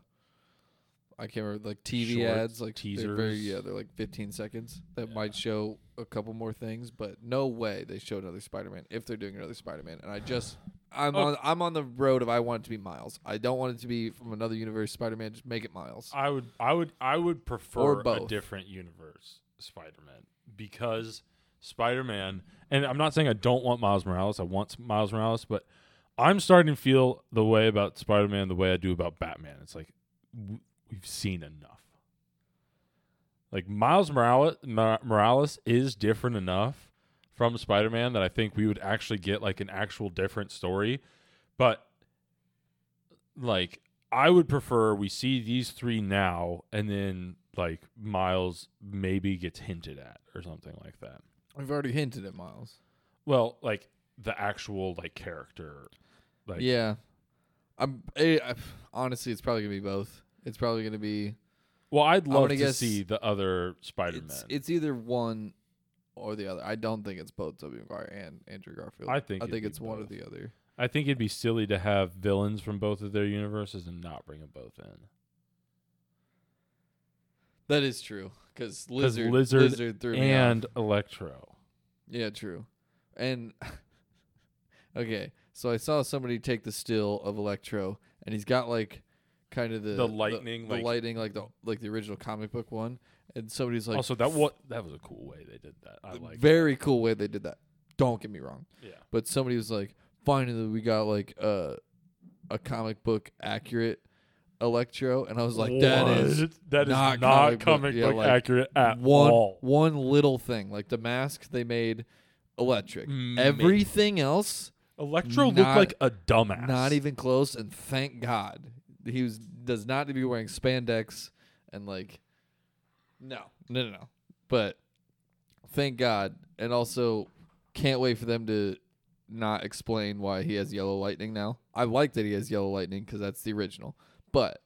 [SPEAKER 2] I can't remember like TV
[SPEAKER 1] Shorts,
[SPEAKER 2] ads like They're very,
[SPEAKER 1] teasers.
[SPEAKER 2] yeah, they're like 15 seconds that might show a couple more things, but no way they show another Spider-Man if they're doing another Spider-Man. And I just I'm
[SPEAKER 1] Oh.
[SPEAKER 2] on I'm on the road of I want it to be Miles. I don't want it to be from another universe Spider-Man. Just make it Miles.
[SPEAKER 1] I would I would I would prefer a
[SPEAKER 2] both.
[SPEAKER 1] different universe Spider-Man because Spider-Man and I'm not saying I don't want Miles Morales, I want Miles Morales, but I'm starting to feel the way about Spider-Man the way I do about Batman. It's like w- we've seen enough. Like Miles Morales Mor- Morales is different enough from Spider-Man that I think we would actually get like an actual different story, but like I would prefer we see these three now and then like Miles maybe gets hinted at or something like that.
[SPEAKER 2] I've already hinted at Miles.
[SPEAKER 1] Well, like the actual like character. Like
[SPEAKER 2] yeah. I'm eh, I, I, honestly it's probably going to be both. It's probably going to be
[SPEAKER 1] Well, I'd
[SPEAKER 2] I'm
[SPEAKER 1] love
[SPEAKER 2] gonna
[SPEAKER 1] to
[SPEAKER 2] guess
[SPEAKER 1] see the other Spider
[SPEAKER 2] it's,
[SPEAKER 1] Man.
[SPEAKER 2] it's either one or the other. I don't think it's both Tobey Maguire and Andrew Garfield.
[SPEAKER 1] I think
[SPEAKER 2] I
[SPEAKER 1] it'd
[SPEAKER 2] think
[SPEAKER 1] be
[SPEAKER 2] it's one or
[SPEAKER 1] both.
[SPEAKER 2] the other.
[SPEAKER 1] I think it'd be silly to have villains from both of their universes and not bring them both in.
[SPEAKER 2] That is true because lizard,
[SPEAKER 1] Lizard
[SPEAKER 2] threw me off.
[SPEAKER 1] And Electro.
[SPEAKER 2] Yeah, true. And okay, so I saw somebody take the still of Electro, and he's got like kind of the
[SPEAKER 1] The lightning,
[SPEAKER 2] the,
[SPEAKER 1] like-
[SPEAKER 2] lightning, like the like the original comic book one. And somebody's like,
[SPEAKER 1] also, that what that was a cool way they did that. I
[SPEAKER 2] "F-
[SPEAKER 1] like.
[SPEAKER 2] very cool way they did that. Don't get me wrong,
[SPEAKER 1] yeah.
[SPEAKER 2] but somebody was like, finally we got like a a comic book accurate Electro, and I was like, that is
[SPEAKER 1] What? that is
[SPEAKER 2] not
[SPEAKER 1] not,
[SPEAKER 2] comic book-
[SPEAKER 1] comic
[SPEAKER 2] yeah,
[SPEAKER 1] book
[SPEAKER 2] like,
[SPEAKER 1] accurate at
[SPEAKER 2] one
[SPEAKER 1] all.
[SPEAKER 2] one little thing like the mask they made electric.
[SPEAKER 1] Amazing.
[SPEAKER 2] Everything else
[SPEAKER 1] Electro
[SPEAKER 2] Not-
[SPEAKER 1] looked like a dumbass.
[SPEAKER 2] Not even close, and thank God he was does not need to be wearing spandex and like, no, no, no, no. But thank God, and also can't wait for them to not explain why he has yellow lightning now. I like that he has yellow lightning because that's the original, but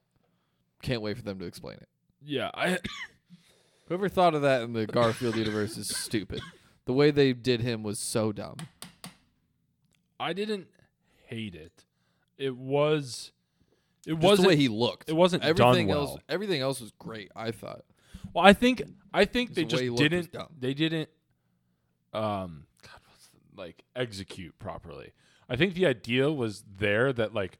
[SPEAKER 2] can't wait for them to explain it.
[SPEAKER 1] Yeah, I
[SPEAKER 2] Whoever thought of that in the Garfield universe is stupid. The way they did him was so dumb.
[SPEAKER 1] I didn't hate it. It was it
[SPEAKER 2] Just
[SPEAKER 1] wasn't
[SPEAKER 2] the way he looked.
[SPEAKER 1] it wasn't done
[SPEAKER 2] everything
[SPEAKER 1] well.
[SPEAKER 2] else. Everything else was great. I thought.
[SPEAKER 1] Well, I think I think
[SPEAKER 2] Just
[SPEAKER 1] they
[SPEAKER 2] the way
[SPEAKER 1] just
[SPEAKER 2] he looked was
[SPEAKER 1] didn't
[SPEAKER 2] dumb.
[SPEAKER 1] they didn't um God, what's the, like execute properly. I think the idea was there that like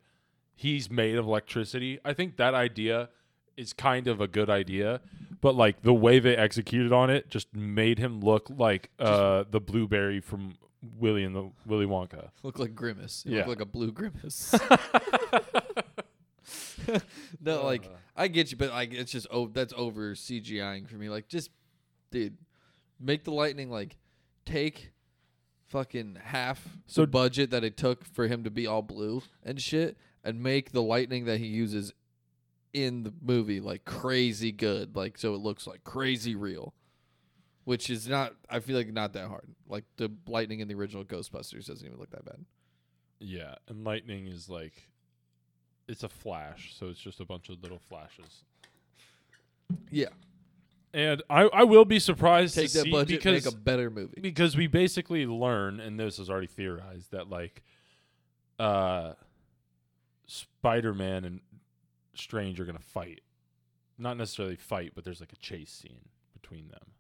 [SPEAKER 1] he's made of electricity. I think that idea is kind of a good idea, but like the way they executed on it just made him look like uh the blueberry from Willy and the Willy Wonka.
[SPEAKER 2] Look like grimace. It
[SPEAKER 1] Yeah.
[SPEAKER 2] looked like a blue grimace. no, like
[SPEAKER 1] Uh.
[SPEAKER 2] I get you, but like it's just oh, that's over CGIing for me. Like just, dude, make the lightning like take fucking half
[SPEAKER 1] So-
[SPEAKER 2] the budget that it took for him to be all blue and shit, and make the lightning that he uses in the movie like crazy good, like so it looks like crazy real. Which is not, I feel like not that hard. Like the lightning in the original Ghostbusters doesn't even look that bad.
[SPEAKER 1] Yeah, and lightning is like it's a flash, so it's just a bunch of little flashes.
[SPEAKER 2] Yeah,
[SPEAKER 1] And I, I will be surprised
[SPEAKER 2] take
[SPEAKER 1] to
[SPEAKER 2] that
[SPEAKER 1] see
[SPEAKER 2] budget,
[SPEAKER 1] because
[SPEAKER 2] make a better movie.
[SPEAKER 1] because we basically learn, and this is already theorized that like, uh, Spider Man and Strange are gonna fight, not necessarily fight, but there's like a chase scene between them.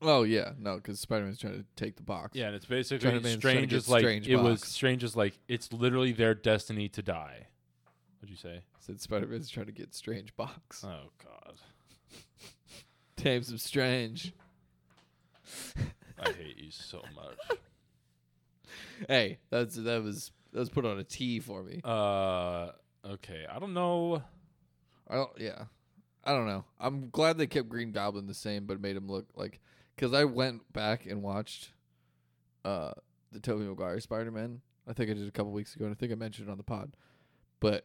[SPEAKER 2] Oh yeah, no, because Spider Man's trying to take the box.
[SPEAKER 1] Yeah, and it's basically
[SPEAKER 2] Spider-Man's trying
[SPEAKER 1] Strange
[SPEAKER 2] to get
[SPEAKER 1] is like
[SPEAKER 2] Strange
[SPEAKER 1] it was
[SPEAKER 2] box.
[SPEAKER 1] Strange is like it's literally their destiny to die. What'd you say?
[SPEAKER 2] said Spider Man's trying to get Strange box.
[SPEAKER 1] Oh God.
[SPEAKER 2] Times of Strange.
[SPEAKER 1] I hate you so much.
[SPEAKER 2] Hey, that's that was that was put on a T for me.
[SPEAKER 1] Uh, okay. I don't know.
[SPEAKER 2] I don't. Yeah, I don't know. I'm glad they kept Green Goblin the same, but made him look like because I went back and watched, uh, the Tobey Maguire Spider Man. I think I did a couple weeks ago, and I think I mentioned it on the pod. But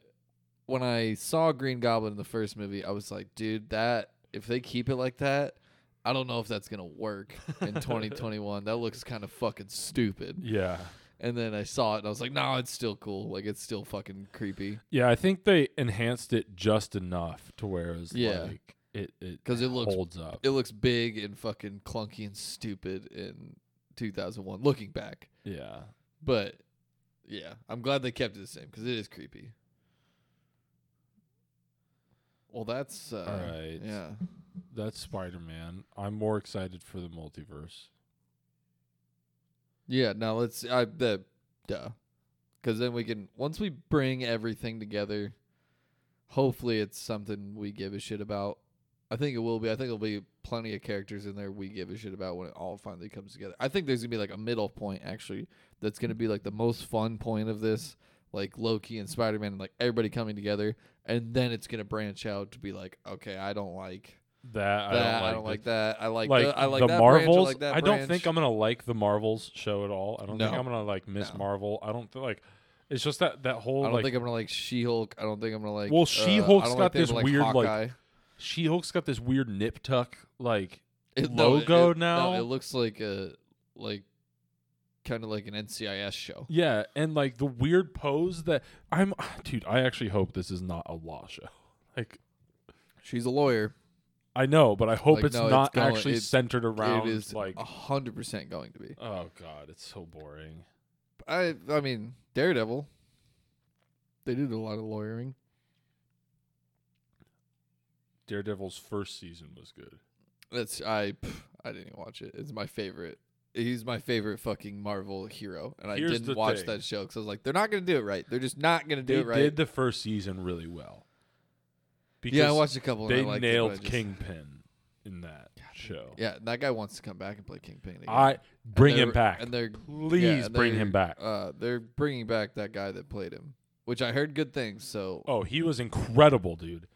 [SPEAKER 2] when I saw Green Goblin in the first movie, I was like, dude, that if they keep it like that, I don't know if that's gonna work in 2021. that looks kind of fucking stupid.
[SPEAKER 1] Yeah.
[SPEAKER 2] And then I saw it and I was like, no, it's still cool. Like it's still fucking creepy
[SPEAKER 1] Yeah, I think they enhanced it just enough to where it's
[SPEAKER 2] Yeah.
[SPEAKER 1] like it it
[SPEAKER 2] because it looks
[SPEAKER 1] holds up.
[SPEAKER 2] it looks big and fucking clunky and stupid in 2001 looking back.
[SPEAKER 1] yeah.
[SPEAKER 2] But yeah, I'm glad they kept it the same because it is creepy. Well, that's uh,
[SPEAKER 1] All right.
[SPEAKER 2] Yeah,
[SPEAKER 1] That's Spider-Man. I'm more excited for the multiverse.
[SPEAKER 2] yeah. Now let's. I the duh, because then we can once we bring everything together. Hopefully, it's something we give a shit about. I think it will be. I think there'll be plenty of characters in there we give a shit about when it all finally comes together. I think there's gonna be like a middle point actually that's gonna be like the most fun point of this, like Loki and Spider Man and like everybody coming together, and then it's gonna branch out to be like, okay, I don't like
[SPEAKER 1] That,
[SPEAKER 2] that,
[SPEAKER 1] I don't like.
[SPEAKER 2] that, I like,
[SPEAKER 1] like
[SPEAKER 2] the, I like
[SPEAKER 1] the
[SPEAKER 2] that branch,
[SPEAKER 1] Marvels,
[SPEAKER 2] I, like that
[SPEAKER 1] I don't
[SPEAKER 2] branch.
[SPEAKER 1] think I'm gonna like the Marvels show at all. I don't think
[SPEAKER 2] No.
[SPEAKER 1] I'm gonna like Miss
[SPEAKER 2] No.
[SPEAKER 1] Marvel. I don't feel like it's just that that
[SPEAKER 2] I
[SPEAKER 1] whole
[SPEAKER 2] don't
[SPEAKER 1] like
[SPEAKER 2] think I'm gonna like She-Hulk. I don't think I'm gonna like.
[SPEAKER 1] Well,
[SPEAKER 2] uh,
[SPEAKER 1] She-Hulk's
[SPEAKER 2] I don't
[SPEAKER 1] got
[SPEAKER 2] like things
[SPEAKER 1] this
[SPEAKER 2] like
[SPEAKER 1] weird, like,
[SPEAKER 2] Hawkeye.
[SPEAKER 1] She-Hulk's got this weird nip tuck like
[SPEAKER 2] It- no, it-
[SPEAKER 1] logo
[SPEAKER 2] it-
[SPEAKER 1] now.
[SPEAKER 2] No, it looks like a like kind of like an NCIS show.
[SPEAKER 1] yeah, and like the weird pose that I'm dude, I actually hope this is not a law show. Like
[SPEAKER 2] She's a lawyer.
[SPEAKER 1] I know, but I hope
[SPEAKER 2] Like,
[SPEAKER 1] it's
[SPEAKER 2] no, it's
[SPEAKER 1] not
[SPEAKER 2] going-
[SPEAKER 1] actually
[SPEAKER 2] it's-
[SPEAKER 1] centered around
[SPEAKER 2] it is
[SPEAKER 1] like
[SPEAKER 2] a hundred percent going to be.
[SPEAKER 1] oh god, it's so boring.
[SPEAKER 2] I I mean Daredevil. They did a lot of lawyering.
[SPEAKER 1] Daredevil's first season was good.
[SPEAKER 2] That's I pff, I didn't even watch it. It's my favorite. He's my favorite fucking Marvel hero, and
[SPEAKER 1] Here's
[SPEAKER 2] I
[SPEAKER 1] the
[SPEAKER 2] didn't watch
[SPEAKER 1] thing.
[SPEAKER 2] that show because I was like, they're not gonna do it right. They're just not gonna do
[SPEAKER 1] they
[SPEAKER 2] it right.
[SPEAKER 1] did the first season really well. Because
[SPEAKER 2] yeah, I watched a couple.
[SPEAKER 1] they
[SPEAKER 2] and I liked it, but
[SPEAKER 1] nailed
[SPEAKER 2] I just-
[SPEAKER 1] Kingpin in that show.
[SPEAKER 2] Yeah, and that guy wants to come back and play Kingpin. Again.
[SPEAKER 1] I
[SPEAKER 2] And
[SPEAKER 1] bring him
[SPEAKER 2] they're-
[SPEAKER 1] back.
[SPEAKER 2] And they're
[SPEAKER 1] Please
[SPEAKER 2] yeah, and
[SPEAKER 1] bring
[SPEAKER 2] they're,
[SPEAKER 1] him back.
[SPEAKER 2] Uh, they're bringing back that guy that played him, which I heard good things. So
[SPEAKER 1] oh, he was incredible, dude.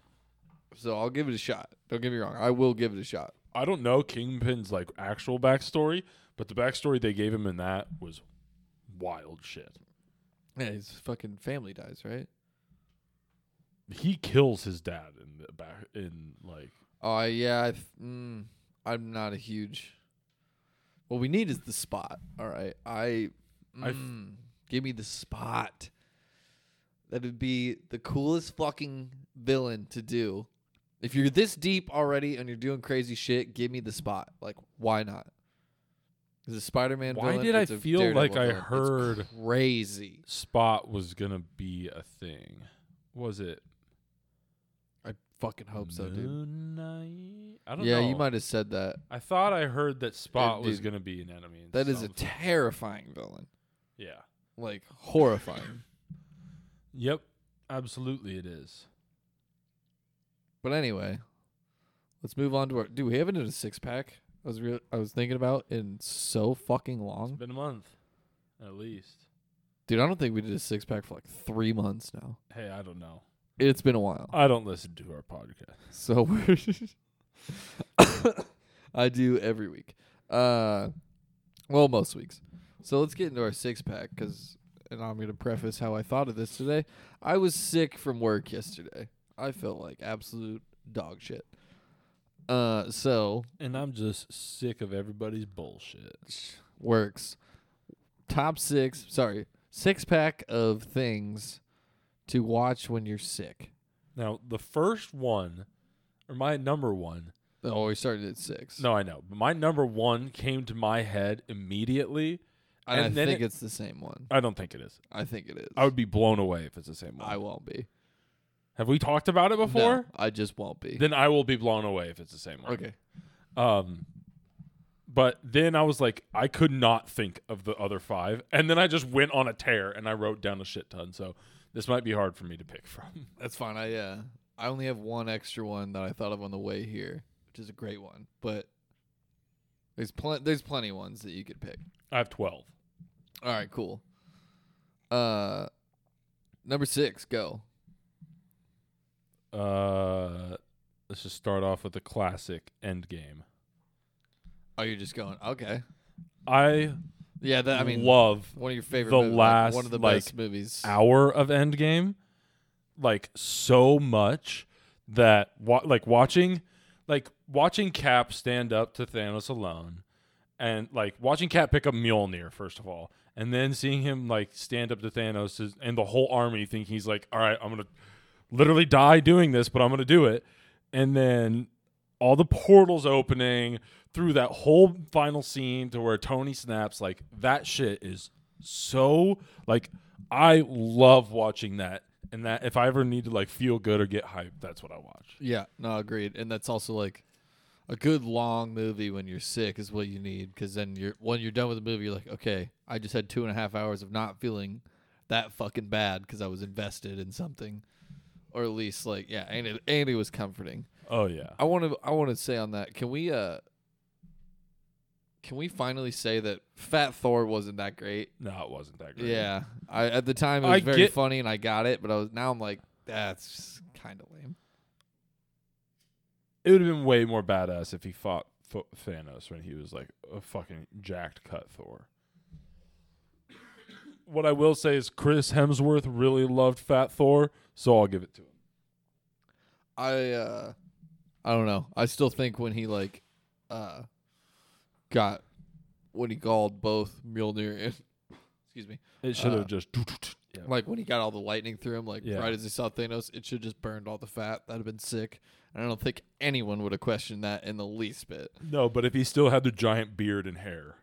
[SPEAKER 2] so I'll give it a shot. Don't get me wrong, I will give it a shot.
[SPEAKER 1] I don't know Kingpin's like actual backstory, but the backstory they gave him in that was wild shit.
[SPEAKER 2] Yeah, his fucking family dies, right?
[SPEAKER 1] He kills his dad in the back in like
[SPEAKER 2] Oh yeah, I th- mm, I'm not a huge. What we need is the spot. All right, I,
[SPEAKER 1] I f-
[SPEAKER 2] mm, give me the spot. That would be the coolest fucking villain to do. If you're this deep already and you're doing crazy shit, give me the spot. Like, why not? Is a Spider-Man.
[SPEAKER 1] Why
[SPEAKER 2] villain,
[SPEAKER 1] did I
[SPEAKER 2] it's a
[SPEAKER 1] feel like
[SPEAKER 2] Daredevil
[SPEAKER 1] I
[SPEAKER 2] villain. It's
[SPEAKER 1] heard-
[SPEAKER 2] crazy?
[SPEAKER 1] Spot was gonna be a thing. Was it?
[SPEAKER 2] I fucking hope so,
[SPEAKER 1] Mm.
[SPEAKER 2] dude.
[SPEAKER 1] Moonlight? I don't
[SPEAKER 2] Yeah,
[SPEAKER 1] know.
[SPEAKER 2] you might have said that.
[SPEAKER 1] I thought I heard that Spot was
[SPEAKER 2] dude,
[SPEAKER 1] gonna be an enemy. in
[SPEAKER 2] That is a
[SPEAKER 1] something.
[SPEAKER 2] terrifying villain.
[SPEAKER 1] yeah.
[SPEAKER 2] Like horrifying.
[SPEAKER 1] Yep. Absolutely, it is.
[SPEAKER 2] But anyway, let's move on to our. Dude, we haven't done a six pack. I was real. I was thinking about in so fucking
[SPEAKER 1] It's
[SPEAKER 2] long,
[SPEAKER 1] been a month, at least.
[SPEAKER 2] dude. I don't think we did a six pack for like three months now.
[SPEAKER 1] Hey, I don't know.
[SPEAKER 2] It's been a while.
[SPEAKER 1] I don't listen to our podcast.
[SPEAKER 2] So we're. I do every week. Uh, well, most weeks. So let's get into our six pack because, and I'm gonna preface how I thought of this today. I was sick from work yesterday. I felt like absolute dog shit. Uh, so
[SPEAKER 1] And I'm just sick of everybody's bullshit.
[SPEAKER 2] works. Top six, sorry, six pack of things to watch when you're sick.
[SPEAKER 1] Now, the first one, or my number one,
[SPEAKER 2] Oh, we started at six.
[SPEAKER 1] no, I know, but my number one came to my head immediately.
[SPEAKER 2] and I
[SPEAKER 1] and then
[SPEAKER 2] think
[SPEAKER 1] it-
[SPEAKER 2] it's the same one.
[SPEAKER 1] I don't think it is.
[SPEAKER 2] I think it is.
[SPEAKER 1] I would be blown away if it's the same one.
[SPEAKER 2] I won't be
[SPEAKER 1] Have we talked about it before?
[SPEAKER 2] No, I just won't be.
[SPEAKER 1] Then I will be blown away if it's the same one.
[SPEAKER 2] okay.
[SPEAKER 1] Um, but then I was like, I could not think of the other five, and then I just went on a tear and I wrote down a shit ton. So this might be hard for me to pick from.
[SPEAKER 2] That's fine. I yeah. I only have one extra one that I thought of on the way here, which is a great one. But there's pl- there's plenty of ones that you could pick.
[SPEAKER 1] I have twelve.
[SPEAKER 2] All right, cool. Uh number 6, go.
[SPEAKER 1] Uh, let's just start off with the classic Endgame.
[SPEAKER 2] Oh, you're just going. Okay.
[SPEAKER 1] I
[SPEAKER 2] Yeah, that I mean
[SPEAKER 1] love
[SPEAKER 2] One of your favorite
[SPEAKER 1] the
[SPEAKER 2] movies, like,
[SPEAKER 1] last,
[SPEAKER 2] one of the
[SPEAKER 1] like,
[SPEAKER 2] best movies.
[SPEAKER 1] hour of Endgame, like so much that wa- like watching, like watching Cap stand up to Thanos alone, and like watching Cap pick up Mjolnir first of all, and then seeing him like stand up to Thanos is- and the whole army thinking he's like, all right, I'm gonna literally die doing this, but I'm gonna do it, and then all the portals opening through that whole final scene to where Tony snaps, like that shit is so like I love watching that. And that if I ever need to like feel good or get hyped, that's what I watch.
[SPEAKER 2] Yeah, no, agreed. And that's also like a good long movie when you're sick is what you need because then you're when you're done with the movie, you're like, okay, I just had two and a half hours of not feeling that fucking bad because I was invested in something, or at least like yeah, and it and it was comforting.
[SPEAKER 1] Oh yeah.
[SPEAKER 2] I want to I want to say on that, can we uh can we finally say that Fat Thor wasn't that great?
[SPEAKER 1] No, it wasn't that great.
[SPEAKER 2] Yeah, I at the time it
[SPEAKER 1] I
[SPEAKER 2] was very
[SPEAKER 1] get-
[SPEAKER 2] funny and I got it, but I was now I'm like that's kind of lame.
[SPEAKER 1] It would have been way more badass if he fought Tho- Thanos when he was like a fucking jacked cut Thor. What I will say is Chris Hemsworth really loved Fat Thor, so I'll give it to him.
[SPEAKER 2] I uh I don't know. I still think when he like uh got when he called both Mjolnir and excuse me.
[SPEAKER 1] It should have
[SPEAKER 2] Uh,
[SPEAKER 1] just yeah.
[SPEAKER 2] Like when he got all the lightning through him, like
[SPEAKER 1] Yeah.
[SPEAKER 2] right as he saw Thanos, it should just burned all the fat. That'd have been sick. And I don't think anyone would have questioned that in the least bit.
[SPEAKER 1] No, but if he still had the giant beard and hair.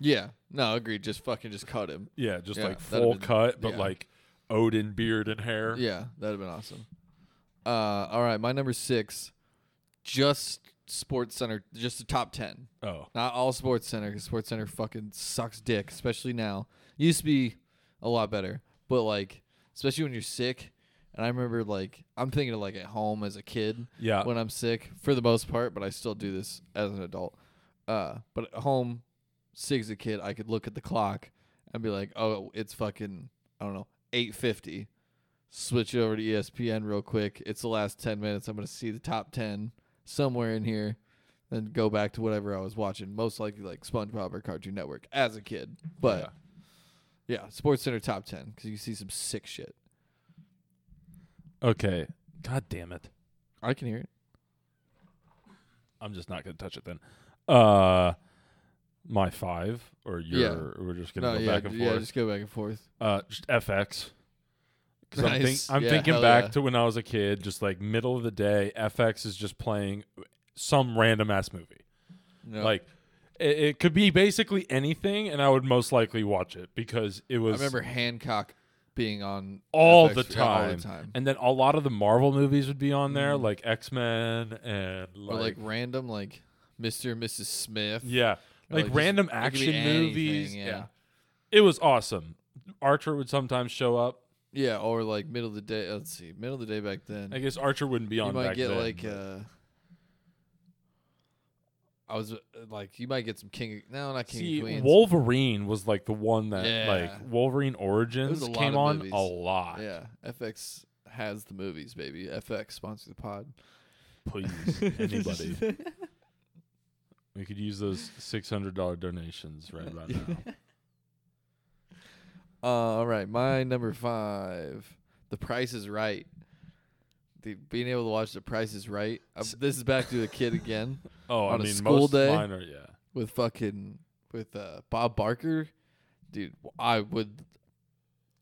[SPEAKER 2] Yeah. No, agreed. Just fucking just cut him.
[SPEAKER 1] Yeah, just
[SPEAKER 2] Yeah,
[SPEAKER 1] like
[SPEAKER 2] that'd
[SPEAKER 1] full
[SPEAKER 2] have been-
[SPEAKER 1] cut, but
[SPEAKER 2] yeah.
[SPEAKER 1] like Odin beard and hair.
[SPEAKER 2] Yeah, that'd have been awesome. Uh all right, my number six, just Sports Center, just the top ten.
[SPEAKER 1] Oh.
[SPEAKER 2] Not all Sports Center, 'cause Sports Center fucking sucks dick, especially now. Used to be a lot better, but like, especially when you're sick. And I remember like I'm thinking of like at home as a kid
[SPEAKER 1] Yeah.
[SPEAKER 2] when I'm sick for the most part, but I still do this as an adult. Uh, but at home, sick as a kid, I could look at the clock and be like, oh, it's fucking I don't know, eight fifty. Switch it over to E ESPN real quick. It's the last ten minutes. I'm gonna see the top ten somewhere in here, then go back to whatever I was watching. Most likely like SpongeBob or Cartoon Network as a kid. But yeah, Sports Center top ten because you see some sick shit.
[SPEAKER 1] Okay. God damn it.
[SPEAKER 2] I can hear it.
[SPEAKER 1] I'm just not gonna touch it then. Uh my five or your we're just gonna
[SPEAKER 2] no,
[SPEAKER 1] go
[SPEAKER 2] yeah,
[SPEAKER 1] back and
[SPEAKER 2] yeah,
[SPEAKER 1] forth.
[SPEAKER 2] just go back and forth.
[SPEAKER 1] uh just FX. Because I'm, think,
[SPEAKER 2] Nice.
[SPEAKER 1] I'm
[SPEAKER 2] Yeah,
[SPEAKER 1] thinking
[SPEAKER 2] hell
[SPEAKER 1] back
[SPEAKER 2] yeah.
[SPEAKER 1] to when I was a kid, just like middle of the day, FX is just playing some random ass movie.
[SPEAKER 2] No.
[SPEAKER 1] Like it, it could be basically anything, and I would most likely watch it because it was
[SPEAKER 2] I remember Hancock being on
[SPEAKER 1] all
[SPEAKER 2] FX
[SPEAKER 1] the
[SPEAKER 2] for- all
[SPEAKER 1] time. And then a lot of the Marvel movies would be on there, like X Men and
[SPEAKER 2] Mm-hmm. or like
[SPEAKER 1] like,
[SPEAKER 2] random like Mr. and Mrs. Smith.
[SPEAKER 1] yeah,
[SPEAKER 2] or,
[SPEAKER 1] like,
[SPEAKER 2] just-
[SPEAKER 1] random
[SPEAKER 2] it could be
[SPEAKER 1] action
[SPEAKER 2] anything,
[SPEAKER 1] movies.
[SPEAKER 2] yeah.
[SPEAKER 1] Yeah. it was awesome. Archer would sometimes show up.
[SPEAKER 2] Yeah, or like middle of the day. Let's see, middle of the day back then.
[SPEAKER 1] I guess Archer wouldn't be on.
[SPEAKER 2] you might
[SPEAKER 1] back
[SPEAKER 2] get
[SPEAKER 1] then,
[SPEAKER 2] like
[SPEAKER 1] but-
[SPEAKER 2] uh I was uh, like you might get some King of, no not King
[SPEAKER 1] See,
[SPEAKER 2] of Queens.
[SPEAKER 1] Wolverine was like the one that
[SPEAKER 2] Yeah.
[SPEAKER 1] like Wolverine Origins
[SPEAKER 2] There was a lot
[SPEAKER 1] came
[SPEAKER 2] of
[SPEAKER 1] on
[SPEAKER 2] movies.
[SPEAKER 1] a lot.
[SPEAKER 2] yeah, FX has the movies, baby. FX sponsor the pod.
[SPEAKER 1] Please, anybody, we could use those six hundred dollar donations right about now.
[SPEAKER 2] Uh, all right, my number five, The Price is Right. The, being able to watch The Price is Right. Uh, this is back to the kid again
[SPEAKER 1] Oh, I
[SPEAKER 2] On a
[SPEAKER 1] mean,
[SPEAKER 2] school
[SPEAKER 1] most
[SPEAKER 2] day?
[SPEAKER 1] mine are yeah.
[SPEAKER 2] with fucking with uh, Bob Barker. Dude, I would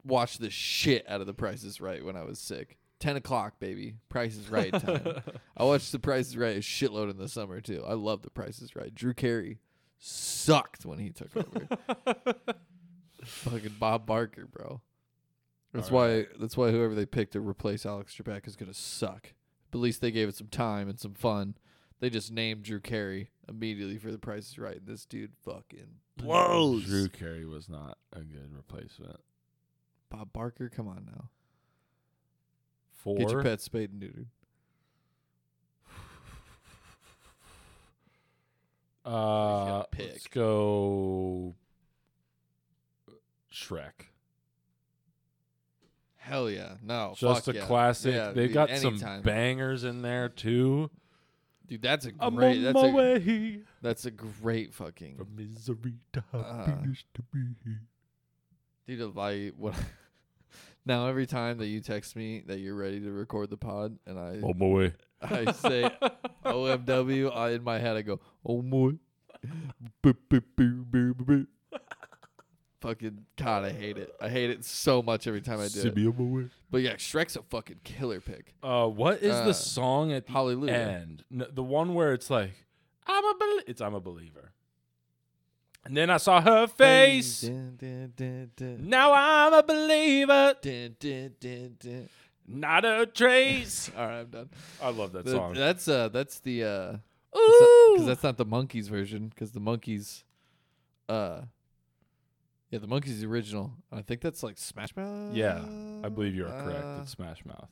[SPEAKER 2] watch the shit out of The Price is Right when I was sick. Ten o'clock, baby. Price is Right time. I watched The Price is Right a shitload in the summer too. I love The Price is Right. Drew Carey sucked when he took over. Fucking Bob Barker, bro. That's
[SPEAKER 1] All
[SPEAKER 2] why. That's why whoever they pick to replace Alex Trebek is gonna suck. But at least they gave it some time and some fun. They just named Drew Carey immediately for The Price Is Right, and this dude fucking blows.
[SPEAKER 1] Drew Carey was not a good replacement
[SPEAKER 2] Bob Barker, come on now,
[SPEAKER 1] for
[SPEAKER 2] get your pet spayed and neutered.
[SPEAKER 1] Uh,
[SPEAKER 2] pick.
[SPEAKER 1] let's go Shrek.
[SPEAKER 2] Hell yeah, no,
[SPEAKER 1] Just
[SPEAKER 2] Oh, fuck
[SPEAKER 1] a
[SPEAKER 2] yeah.
[SPEAKER 1] classic.
[SPEAKER 2] Yeah,
[SPEAKER 1] They've
[SPEAKER 2] dude,
[SPEAKER 1] got some
[SPEAKER 2] anytime.
[SPEAKER 1] bangers in there too.
[SPEAKER 2] Dude, that's a
[SPEAKER 1] I'm
[SPEAKER 2] great.
[SPEAKER 1] on
[SPEAKER 2] That's
[SPEAKER 1] my
[SPEAKER 2] a,
[SPEAKER 1] way
[SPEAKER 2] that's a great fucking.
[SPEAKER 1] from misery to
[SPEAKER 2] Uh,
[SPEAKER 1] happiness to be here.
[SPEAKER 2] Dude, I what? now every time that you text me that you're ready to record the pod, and I
[SPEAKER 1] On my way.
[SPEAKER 2] I say OMW I, in my head. I go, oh my. Boop, boop, boop, boop, boop. Fucking God, I hate it. I hate it so much every time I do it. But yeah, Shrek's a fucking killer pick.
[SPEAKER 1] Uh, what is
[SPEAKER 2] Uh,
[SPEAKER 1] the song at the
[SPEAKER 2] Hallelujah.
[SPEAKER 1] end? N- the one where it's like, I'm a bel- it's I'm a believer. And then I saw her face.
[SPEAKER 2] Dun, dun, dun, dun.
[SPEAKER 1] Now I'm a believer,
[SPEAKER 2] Dun, dun, dun, dun.
[SPEAKER 1] not a trace.
[SPEAKER 2] All right, I'm done.
[SPEAKER 1] I love that
[SPEAKER 2] Th-
[SPEAKER 1] song.
[SPEAKER 2] That's uh, that's the uh, because
[SPEAKER 1] Ooh.
[SPEAKER 2] that's not the monkeys version. Because the monkeys, uh, yeah, the monkeys is the original. I think that's like Smash Mouth.
[SPEAKER 1] Yeah, I believe you are correct.
[SPEAKER 2] Uh,
[SPEAKER 1] It's Smash Mouth.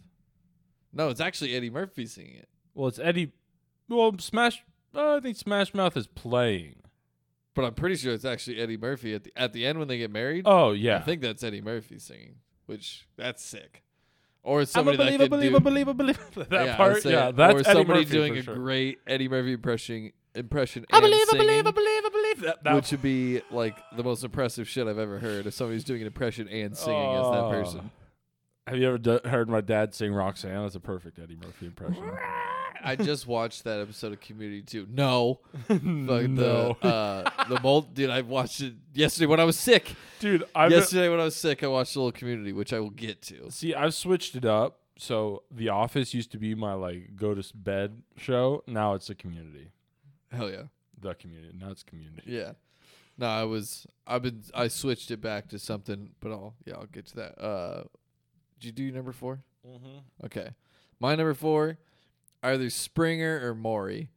[SPEAKER 2] no, it's actually Eddie Murphy singing it.
[SPEAKER 1] Well, it's Eddie. Well, Smash. Uh, I think Smash Mouth is playing.
[SPEAKER 2] But I'm pretty sure it's actually Eddie Murphy at the at the end when they get married.
[SPEAKER 1] Oh yeah.
[SPEAKER 2] I think that's Eddie Murphy singing, which that's sick. Or it's
[SPEAKER 1] I'm a
[SPEAKER 2] somebody that
[SPEAKER 1] believer,
[SPEAKER 2] could
[SPEAKER 1] believer, believer,
[SPEAKER 2] do,
[SPEAKER 1] believer. That
[SPEAKER 2] yeah, I would
[SPEAKER 1] part.
[SPEAKER 2] say-
[SPEAKER 1] Yeah, that's
[SPEAKER 2] or
[SPEAKER 1] Eddie
[SPEAKER 2] somebody
[SPEAKER 1] Murphy
[SPEAKER 2] doing
[SPEAKER 1] for
[SPEAKER 2] a
[SPEAKER 1] sure.
[SPEAKER 2] great Eddie Murphy impression. Impression.
[SPEAKER 1] I
[SPEAKER 2] and
[SPEAKER 1] believe, I
[SPEAKER 2] singing,
[SPEAKER 1] believe, I believe, I believe. That, that
[SPEAKER 2] which would be like the most impressive shit I've ever heard. If somebody's doing an impression and singing
[SPEAKER 1] Oh.
[SPEAKER 2] as that person,
[SPEAKER 1] Have you ever d- heard my dad sing Roxanne? That's a perfect Eddie Murphy impression.
[SPEAKER 2] I just watched that episode of Community too. No, Fuck
[SPEAKER 1] No.
[SPEAKER 2] the uh, the mold, dude. I watched it yesterday when I was sick.
[SPEAKER 1] Dude, I've
[SPEAKER 2] yesterday when I was sick, I watched a little Community, which I will get to.
[SPEAKER 1] see I've switched it up. So The Office used to be my like go to s- bed show. Now it's a community.
[SPEAKER 2] Hell yeah.
[SPEAKER 1] The community. Now it's community.
[SPEAKER 2] Yeah. No, I was I've been I switched it back to something, but I'll yeah, I'll get to that. Uh did you do your number four?
[SPEAKER 1] Mm-hmm.
[SPEAKER 2] Okay. My number four, either Springer or Maury.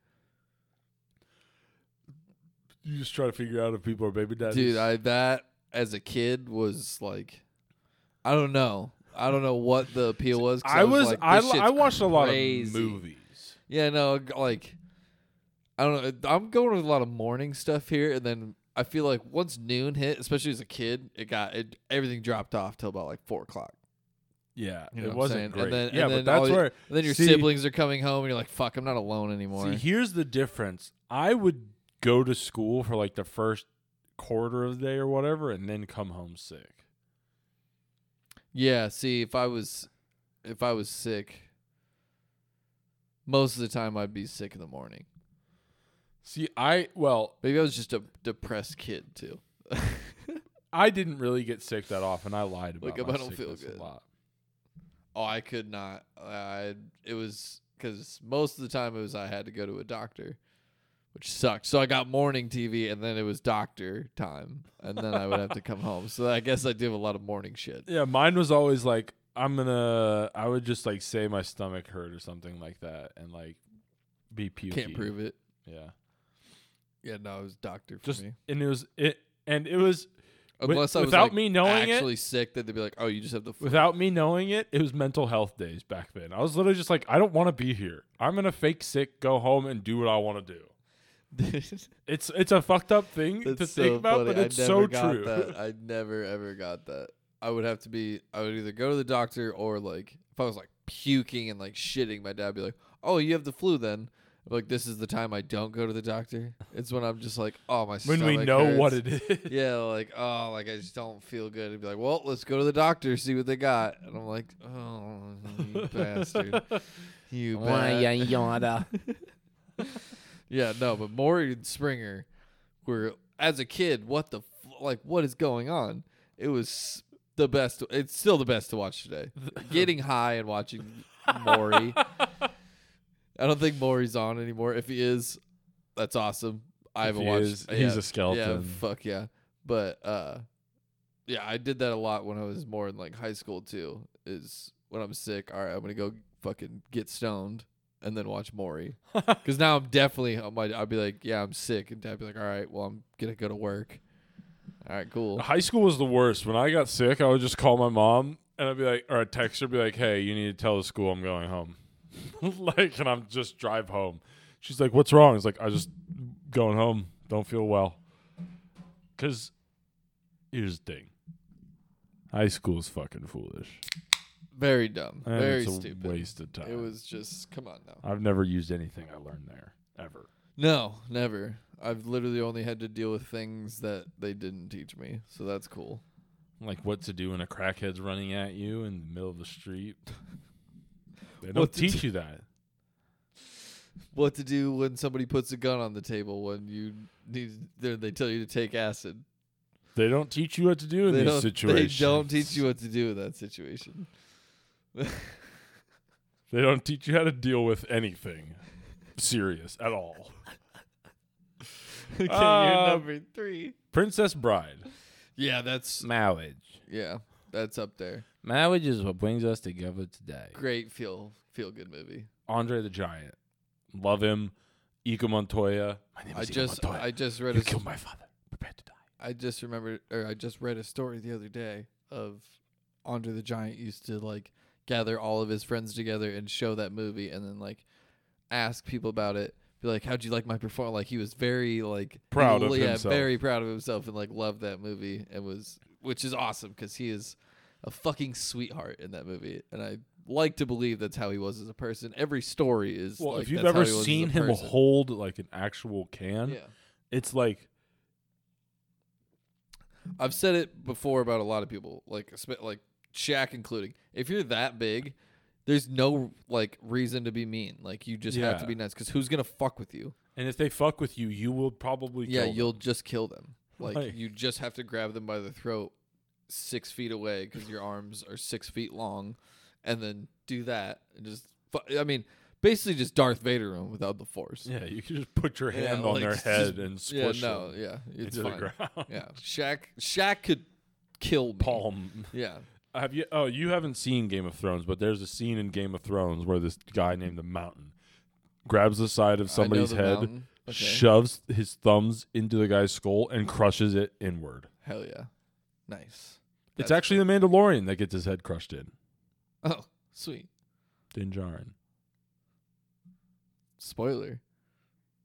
[SPEAKER 1] You just try to figure out if people are baby daddies.
[SPEAKER 2] Dude, I that as a kid was like I don't know. I don't know what the appeal was. 'cause
[SPEAKER 1] I was
[SPEAKER 2] like,
[SPEAKER 1] I,
[SPEAKER 2] this shit's
[SPEAKER 1] I watched a lot
[SPEAKER 2] crazy.
[SPEAKER 1] of movies.
[SPEAKER 2] Yeah, no, g- like I don't know. I'm going with a lot of morning stuff here, and then I feel like once noon hit, especially as a kid, it got it everything dropped off till about like four o'clock.
[SPEAKER 1] Yeah,
[SPEAKER 2] You know
[SPEAKER 1] it
[SPEAKER 2] what I'm saying?
[SPEAKER 1] wasn't great.
[SPEAKER 2] And then,
[SPEAKER 1] yeah,
[SPEAKER 2] and
[SPEAKER 1] but
[SPEAKER 2] then
[SPEAKER 1] that's
[SPEAKER 2] all y-
[SPEAKER 1] where
[SPEAKER 2] and then your
[SPEAKER 1] see-
[SPEAKER 2] siblings are coming home, and you're like, "Fuck, I'm not alone anymore."
[SPEAKER 1] See, here's the difference. I would go to school for like the first quarter of the day or whatever, and then come home sick.
[SPEAKER 2] yeah, see, if I was, if I was sick, most of the time I'd be sick in the morning.
[SPEAKER 1] See, I well,
[SPEAKER 2] Maybe I was just a depressed kid too.
[SPEAKER 1] I didn't really get sick that often. I lied about
[SPEAKER 2] Like,
[SPEAKER 1] my
[SPEAKER 2] I don't feel
[SPEAKER 1] sickness
[SPEAKER 2] good.
[SPEAKER 1] a lot.
[SPEAKER 2] Oh, I could not. I it was because most of the time it was I had to go to a doctor, which sucked. So I got morning TV, and then it was doctor time, and then I would have to come home. So I guess I do have a lot of morning shit.
[SPEAKER 1] Yeah, mine was always like I'm gonna. I would just like say my stomach hurt or something like that, and like be puking.
[SPEAKER 2] Can't prove it.
[SPEAKER 1] Yeah,
[SPEAKER 2] Yeah, no, it was doctor for
[SPEAKER 1] just
[SPEAKER 2] me.
[SPEAKER 1] and it was it, and it was wi-
[SPEAKER 2] Unless I Uh, was
[SPEAKER 1] without
[SPEAKER 2] like,
[SPEAKER 1] me knowing it.
[SPEAKER 2] actually sick, that they'd be like, "Oh, you just have the flu."
[SPEAKER 1] Without me knowing it, it was mental health days back then. I was literally just like, I don't want to be here. I'm gonna fake sick, go home, and do what I want to do. It's it's a fucked up thing to
[SPEAKER 2] That's
[SPEAKER 1] think
[SPEAKER 2] so
[SPEAKER 1] about,
[SPEAKER 2] funny.
[SPEAKER 1] but
[SPEAKER 2] I
[SPEAKER 1] it's
[SPEAKER 2] never
[SPEAKER 1] so
[SPEAKER 2] got
[SPEAKER 1] true.
[SPEAKER 2] That. I never ever got that. I would have to be. I would either go to the doctor or like if I was like puking and like shitting, my dad would be like, "Oh, you have the flu then." I'm like this is the time I don't go to the doctor. It's when I'm just like, "Oh, my."
[SPEAKER 1] when we
[SPEAKER 2] stomach
[SPEAKER 1] know what
[SPEAKER 2] hurts."
[SPEAKER 1] it is.
[SPEAKER 2] Yeah, like oh, like I just don't feel good. And be like, "Well, let's go to the doctor, see what they got." And I'm like, "Oh, you bastard, you bastard."
[SPEAKER 1] uh?
[SPEAKER 2] Yeah, no, but Maury and Springer were as a kid. What the f- like? What is going on? It was the best. It's still the best to watch today. Getting high and watching Maury. I don't think Maury's on anymore. If he is, that's awesome. I
[SPEAKER 1] If
[SPEAKER 2] haven't
[SPEAKER 1] he
[SPEAKER 2] watched.
[SPEAKER 1] is, he's a skeleton.
[SPEAKER 2] Yeah, fuck yeah. But uh, yeah, I did that a lot when I was more in like high school too. Is when I'm sick. All right, I'm gonna go fucking get stoned and then watch Maury. Because now I'm definitely on my. I'd be like, yeah, I'm sick, and Dad'd be like, all right, well, I'm gonna go to work. All right, cool.
[SPEAKER 1] High school was the worst. When I got sick, I would just call my mom and I'd be like, or I'd text her, be like, hey, you need to tell the school I'm going home. like, and I'm just drive home. She's like, what's wrong? It's like, I just going home. Don't feel well. Because here's the thing high school is fucking foolish.
[SPEAKER 2] Very dumb.
[SPEAKER 1] And
[SPEAKER 2] Very
[SPEAKER 1] it's a
[SPEAKER 2] stupid.
[SPEAKER 1] waste of time. Uh,
[SPEAKER 2] It was just come on now.
[SPEAKER 1] I've never used anything I learned there, ever.
[SPEAKER 2] No, never. I've literally only had to deal with things that they didn't teach me, so that's cool.
[SPEAKER 1] Like what to do when a crackhead's running at you in the middle of the street. They don't
[SPEAKER 2] What to
[SPEAKER 1] teach you that.
[SPEAKER 2] What to do when somebody puts a gun on the table when you need? They they tell you to take acid.
[SPEAKER 1] They don't teach you what to do in
[SPEAKER 2] they,
[SPEAKER 1] these
[SPEAKER 2] don't, they
[SPEAKER 1] situations.
[SPEAKER 2] don't teach you what to do in that situation.
[SPEAKER 1] They don't teach you how to deal with anything serious at all.
[SPEAKER 2] okay,
[SPEAKER 1] Uh,
[SPEAKER 2] you're number three.
[SPEAKER 1] Princess Bride.
[SPEAKER 2] Yeah, that's
[SPEAKER 1] Marriage.
[SPEAKER 2] yeah, that's up there.
[SPEAKER 1] Marriage is what brings us together today.
[SPEAKER 2] Great feel feel good movie.
[SPEAKER 1] Andre the Giant. Love him. Ego Montoya. My name is
[SPEAKER 2] I
[SPEAKER 1] Ego
[SPEAKER 2] just
[SPEAKER 1] Montoya.
[SPEAKER 2] I just read
[SPEAKER 1] you
[SPEAKER 2] a,
[SPEAKER 1] killed my father. Prepare to die.
[SPEAKER 2] I just remembered or I just read a story the other day of Andre the Giant used to like gather all of his friends together and show that movie and then like ask people about it. Be like, how'd you like my performance? Like he was very like
[SPEAKER 1] Proud of
[SPEAKER 2] yeah,
[SPEAKER 1] himself.
[SPEAKER 2] very proud of himself and like loved that movie and was which is awesome because he is a fucking sweetheart in that movie and I like to believe that's how he was as a person. Every story is
[SPEAKER 1] Well,
[SPEAKER 2] like,
[SPEAKER 1] if you've
[SPEAKER 2] that's how
[SPEAKER 1] ever
[SPEAKER 2] he was as a
[SPEAKER 1] seen him
[SPEAKER 2] person.
[SPEAKER 1] hold like an actual can,
[SPEAKER 2] yeah.
[SPEAKER 1] it's like
[SPEAKER 2] I've said it before about a lot of people, like spe- like Shaq including. If you're that big, there's no like reason to be mean. Like you just have
[SPEAKER 1] Yeah.
[SPEAKER 2] to be nice because who's gonna fuck with you?
[SPEAKER 1] and if they fuck with you, you will probably
[SPEAKER 2] yeah,
[SPEAKER 1] kill them.
[SPEAKER 2] you'll just kill them. Like
[SPEAKER 1] Right.
[SPEAKER 2] you just have to grab them by the throat, six feet away because your arms are six feet long, and then do that and just. Fu- I mean, basically just Darth Vader him without the Force.
[SPEAKER 1] Yeah, you can just put your
[SPEAKER 2] Yeah,
[SPEAKER 1] hand on
[SPEAKER 2] like,
[SPEAKER 1] their
[SPEAKER 2] just-
[SPEAKER 1] head and
[SPEAKER 2] Yeah,
[SPEAKER 1] squish
[SPEAKER 2] no,
[SPEAKER 1] them
[SPEAKER 2] yeah, it's
[SPEAKER 1] into the
[SPEAKER 2] fine.
[SPEAKER 1] ground.
[SPEAKER 2] Yeah, Shaq. Shaq could kill me.
[SPEAKER 1] Palm.
[SPEAKER 2] Yeah.
[SPEAKER 1] Have you? Oh, you haven't seen Game of Thrones, but there's a scene in Game of Thrones where this guy named the Mountain grabs the side of
[SPEAKER 2] I know
[SPEAKER 1] somebody's
[SPEAKER 2] the
[SPEAKER 1] head,
[SPEAKER 2] mountain. Okay.
[SPEAKER 1] shoves his thumbs into the guy's skull, and crushes it inward.
[SPEAKER 2] Hell yeah. Nice.
[SPEAKER 1] it's actually the Mandalorian that gets his head crushed in.
[SPEAKER 2] Oh, sweet.
[SPEAKER 1] Din Djarin.
[SPEAKER 2] Spoiler.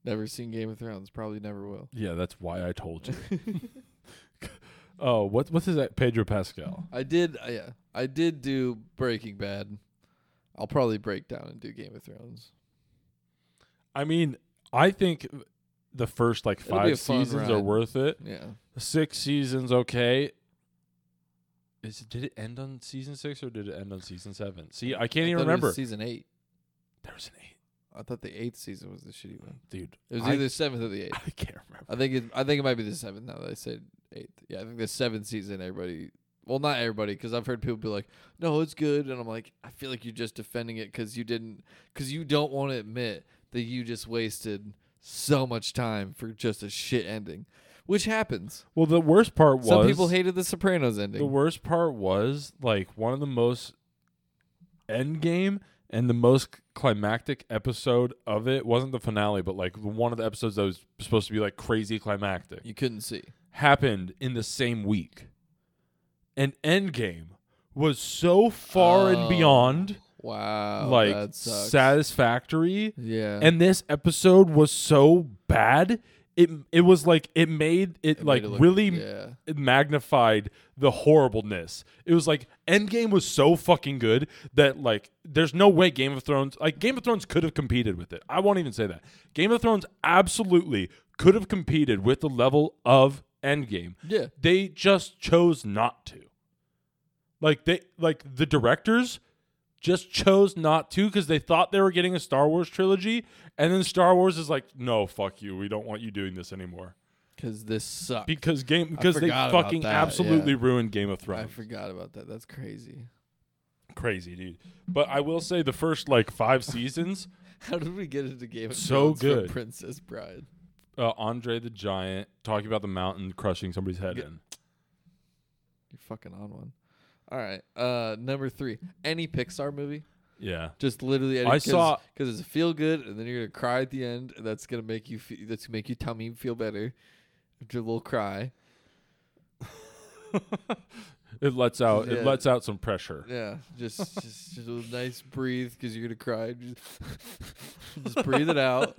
[SPEAKER 2] Never seen Game of Thrones. Probably never will.
[SPEAKER 1] Yeah, that's why I told you. oh, what what's his that? Pedro Pascal.
[SPEAKER 2] I did. uh, yeah, I did do Breaking Bad. I'll probably break down and do Game of Thrones.
[SPEAKER 1] I mean, I think the first like
[SPEAKER 2] It'll be a
[SPEAKER 1] five
[SPEAKER 2] fun
[SPEAKER 1] seasons are
[SPEAKER 2] ride.
[SPEAKER 1] worth it.
[SPEAKER 2] Yeah.
[SPEAKER 1] Six seasons, okay. Is did it end on season six or did it end on season seven? See, I can't
[SPEAKER 2] I
[SPEAKER 1] even
[SPEAKER 2] thought it was
[SPEAKER 1] remember.
[SPEAKER 2] season eight.
[SPEAKER 1] there was an eight,
[SPEAKER 2] I thought the eighth season was the shitty one.
[SPEAKER 1] dude.
[SPEAKER 2] It was
[SPEAKER 1] I-
[SPEAKER 2] either the seventh or the eighth.
[SPEAKER 1] I can't remember.
[SPEAKER 2] I think it. I think it might be the seventh now that I said eighth. Yeah, I think the seventh season. Everybody, well, not everybody, because I've heard people be like, "No, it's good," and I'm like, I feel like you're just defending it because you didn't, because you don't want to admit that you just wasted so much time for just a shit ending, which happens.
[SPEAKER 1] Well, the worst part was
[SPEAKER 2] Some people hated the Sopranos ending.
[SPEAKER 1] The worst part was like one of the most end game and the most climactic episode of it wasn't the finale, but like one of the episodes that was supposed to be like crazy climactic
[SPEAKER 2] you couldn't see.
[SPEAKER 1] happened in the same week. And Endgame was so far and
[SPEAKER 2] Oh,
[SPEAKER 1] beyond
[SPEAKER 2] Wow,
[SPEAKER 1] like
[SPEAKER 2] Oh, that sucks.
[SPEAKER 1] satisfactory.
[SPEAKER 2] Yeah,
[SPEAKER 1] And this episode was so bad. It it was like it made it,
[SPEAKER 2] It made
[SPEAKER 1] like
[SPEAKER 2] it look-
[SPEAKER 1] really
[SPEAKER 2] yeah.
[SPEAKER 1] it magnified the horribleness. It was like Endgame was so fucking good that like there's no way Game of Thrones like Game of Thrones could have competed with it. I won't even say that. Game of Thrones absolutely could have competed with the level of Endgame.
[SPEAKER 2] Yeah.
[SPEAKER 1] They just chose not to. Like they like the directors just chose not to because they thought they were getting a Star Wars trilogy, and then Star Wars is like, no, fuck you, we don't want you doing this anymore
[SPEAKER 2] Because this sucked.
[SPEAKER 1] because game because they
[SPEAKER 2] forgot about
[SPEAKER 1] fucking
[SPEAKER 2] that,
[SPEAKER 1] absolutely
[SPEAKER 2] yeah.
[SPEAKER 1] ruined Game of
[SPEAKER 2] I
[SPEAKER 1] Thrones.
[SPEAKER 2] forgot about that. That's crazy.
[SPEAKER 1] Crazy, dude. But I will say the first like five seasons,
[SPEAKER 2] How did we get into Game of
[SPEAKER 1] So
[SPEAKER 2] Thrones
[SPEAKER 1] good.
[SPEAKER 2] from Princess Bride?
[SPEAKER 1] uh, Andre the Giant talking about the mountain crushing somebody's head
[SPEAKER 2] Yeah.
[SPEAKER 1] in.
[SPEAKER 2] You're fucking on one. All right. Uh, number three. Any Pixar movie?
[SPEAKER 1] Yeah,
[SPEAKER 2] Just literally. Any,
[SPEAKER 1] I saw-
[SPEAKER 2] because it's a feel good, and then you're gonna cry at the end, and that's gonna make you feel, that's gonna make your tummy feel better after a little cry.
[SPEAKER 1] it lets out
[SPEAKER 2] Yeah.
[SPEAKER 1] it lets out some pressure.
[SPEAKER 2] Yeah. Just just, just a little nice breathe because you're gonna cry. Just, just breathe it out.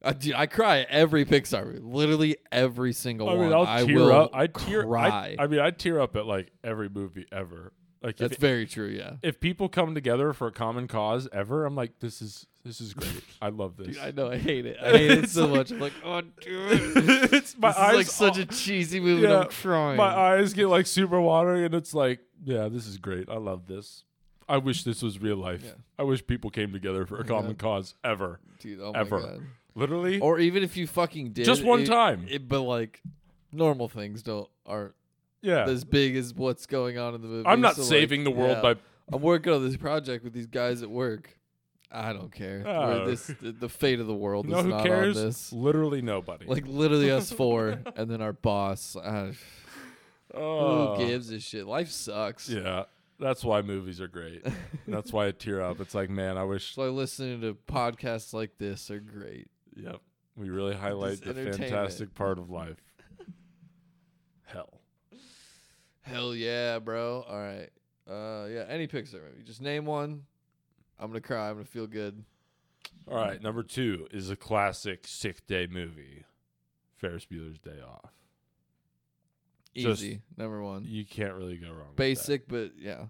[SPEAKER 2] I, dude, I cry at every Pixar movie. Literally every single
[SPEAKER 1] I
[SPEAKER 2] one.
[SPEAKER 1] mean, I'll
[SPEAKER 2] I
[SPEAKER 1] tear
[SPEAKER 2] will
[SPEAKER 1] up. I tear.
[SPEAKER 2] cry.
[SPEAKER 1] I, I mean, I tear up at like every movie ever. Like
[SPEAKER 2] that's
[SPEAKER 1] if,
[SPEAKER 2] very true. Yeah.
[SPEAKER 1] if people come together for a common cause ever, I'm like, this is this is great. I love this.
[SPEAKER 2] Dude, I know. I hate it. I hate it
[SPEAKER 1] It's
[SPEAKER 2] so
[SPEAKER 1] like-
[SPEAKER 2] much. I'm like, oh, dude.
[SPEAKER 1] it's my
[SPEAKER 2] this
[SPEAKER 1] eyes
[SPEAKER 2] is like such
[SPEAKER 1] all-
[SPEAKER 2] a cheesy movie.
[SPEAKER 1] Yeah,
[SPEAKER 2] and I'm crying.
[SPEAKER 1] My eyes get like super watery, and it's like, yeah, this is great. I love this. I wish this was real life.
[SPEAKER 2] Yeah.
[SPEAKER 1] I wish people came together for a common cause ever.
[SPEAKER 2] Dude, oh
[SPEAKER 1] ever.
[SPEAKER 2] my god.
[SPEAKER 1] Literally,
[SPEAKER 2] Or even if you fucking did
[SPEAKER 1] just one
[SPEAKER 2] it-
[SPEAKER 1] time.
[SPEAKER 2] it- but like, normal things don't aren't
[SPEAKER 1] Yeah.
[SPEAKER 2] as big as what's going on in the movie.
[SPEAKER 1] I'm not
[SPEAKER 2] so, like,
[SPEAKER 1] saving the world
[SPEAKER 2] yeah.
[SPEAKER 1] by
[SPEAKER 2] I'm working on this project with these guys at work. I don't care. We're
[SPEAKER 1] Oh.
[SPEAKER 2] This the, the fate of the world
[SPEAKER 1] no
[SPEAKER 2] is
[SPEAKER 1] who
[SPEAKER 2] not
[SPEAKER 1] cares.
[SPEAKER 2] on this.
[SPEAKER 1] Literally nobody.
[SPEAKER 2] Like literally us four, and then our boss. Uh,
[SPEAKER 1] oh.
[SPEAKER 2] Who gives a shit? Life sucks.
[SPEAKER 1] Yeah. That's why movies are great. That's why I tear up. It's like, man, I wish
[SPEAKER 2] So listening to podcasts like this are great.
[SPEAKER 1] Yep. We really highlight the
[SPEAKER 2] entertainment.
[SPEAKER 1] fantastic part of life. Hell.
[SPEAKER 2] Hell yeah, bro. All right. Uh, yeah. Any Pixar movie, just name one. I'm gonna cry. I'm gonna feel good.
[SPEAKER 1] All right, number two is a classic sick day movie, Ferris Bueller's Day Off. Just-
[SPEAKER 2] Easy. Number one.
[SPEAKER 1] You can't really go wrong. with that.
[SPEAKER 2] Basic, but yeah.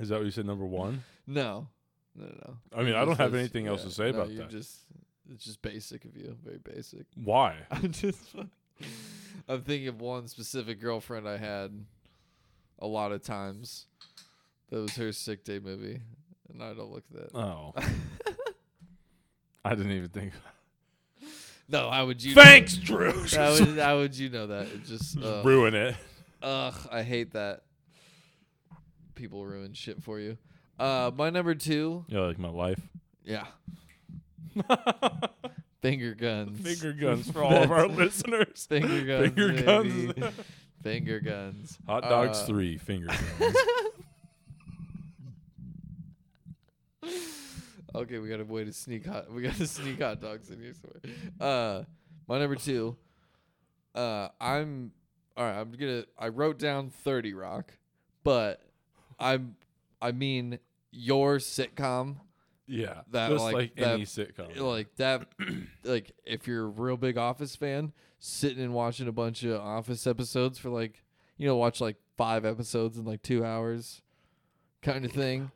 [SPEAKER 1] Is that what you said? Number one.
[SPEAKER 2] No. No. No. no.
[SPEAKER 1] I mean,
[SPEAKER 2] It
[SPEAKER 1] I don't
[SPEAKER 2] just
[SPEAKER 1] have
[SPEAKER 2] is-
[SPEAKER 1] anything else
[SPEAKER 2] yeah,
[SPEAKER 1] to say
[SPEAKER 2] no,
[SPEAKER 1] about
[SPEAKER 2] you
[SPEAKER 1] that.
[SPEAKER 2] Just it's just basic of you. Very basic.
[SPEAKER 1] Why?
[SPEAKER 2] I'm just. I'm thinking of one specific girlfriend I had a lot of times. That was her sick day movie, and I don't look at that.
[SPEAKER 1] Oh, I didn't even think.
[SPEAKER 2] No, how would you?
[SPEAKER 1] Thanks, Drew.
[SPEAKER 2] Know, how, would, how would you know that? It just ugh,
[SPEAKER 1] Ruin it.
[SPEAKER 2] ugh, I hate that. People ruin shit for you. Uh, my number two.
[SPEAKER 1] Yeah, like my life.
[SPEAKER 2] Yeah. Finger guns.
[SPEAKER 1] Finger guns for all of our listeners.
[SPEAKER 2] Finger guns.
[SPEAKER 1] Finger
[SPEAKER 2] baby.
[SPEAKER 1] guns.
[SPEAKER 2] Finger guns.
[SPEAKER 1] Hot dogs
[SPEAKER 2] Uh,
[SPEAKER 1] three. Finger guns.
[SPEAKER 2] Okay, we got a way to sneak hot. We got to sneak hot dogs in here somewhere. Uh, my number two. Uh, I'm all right. I'm gonna. I wrote down Thirty Rock, but I'm. I mean your sitcom
[SPEAKER 1] yeah,
[SPEAKER 2] That,
[SPEAKER 1] just
[SPEAKER 2] like,
[SPEAKER 1] like,
[SPEAKER 2] that-
[SPEAKER 1] any sitcom.
[SPEAKER 2] like that. like if you're a real big Office fan, sitting and watching a bunch of Office episodes for like you know watch like five episodes in like two hours, kind of thing.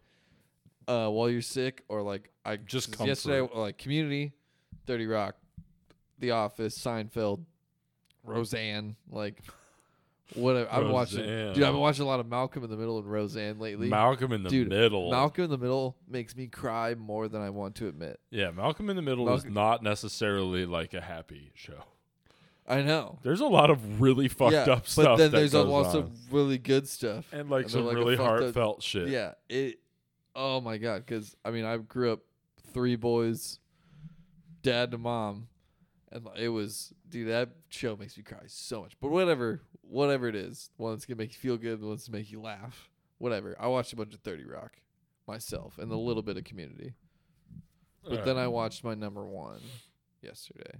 [SPEAKER 2] Uh, while you're sick or like I
[SPEAKER 1] Just
[SPEAKER 2] because yesterday,
[SPEAKER 1] comfort.
[SPEAKER 2] like Community, Dirty Rock, The Office, Seinfeld, Roseanne, like whatever. I've been watching,
[SPEAKER 1] Roseanne.
[SPEAKER 2] dude. I've been watching a lot of Malcolm in the Middle and Roseanne lately.
[SPEAKER 1] Malcolm in the
[SPEAKER 2] Dude,
[SPEAKER 1] middle.
[SPEAKER 2] Malcolm in the Middle makes me cry more than I want to admit.
[SPEAKER 1] yeah, Malcolm in the Middle
[SPEAKER 2] Malcolm-
[SPEAKER 1] is not necessarily like a happy show.
[SPEAKER 2] I know.
[SPEAKER 1] There's a lot of really fucked
[SPEAKER 2] yeah,
[SPEAKER 1] up stuff.
[SPEAKER 2] But then
[SPEAKER 1] that
[SPEAKER 2] there's
[SPEAKER 1] goes
[SPEAKER 2] also
[SPEAKER 1] on.
[SPEAKER 2] really good stuff.
[SPEAKER 1] and like
[SPEAKER 2] and they're
[SPEAKER 1] some
[SPEAKER 2] like a
[SPEAKER 1] really
[SPEAKER 2] fucked up-
[SPEAKER 1] heartfelt shit.
[SPEAKER 2] Yeah. It. Oh my god. Because I mean, I grew up three boys, dad to mom, and like, it was dude. That show makes me cry so much. But whatever, whatever it is, one that's gonna make you feel good, one that's gonna make you laugh, whatever. I watched a bunch of Thirty Rock myself and a little bit of Community, but
[SPEAKER 1] Alright.
[SPEAKER 2] then I watched my number one yesterday,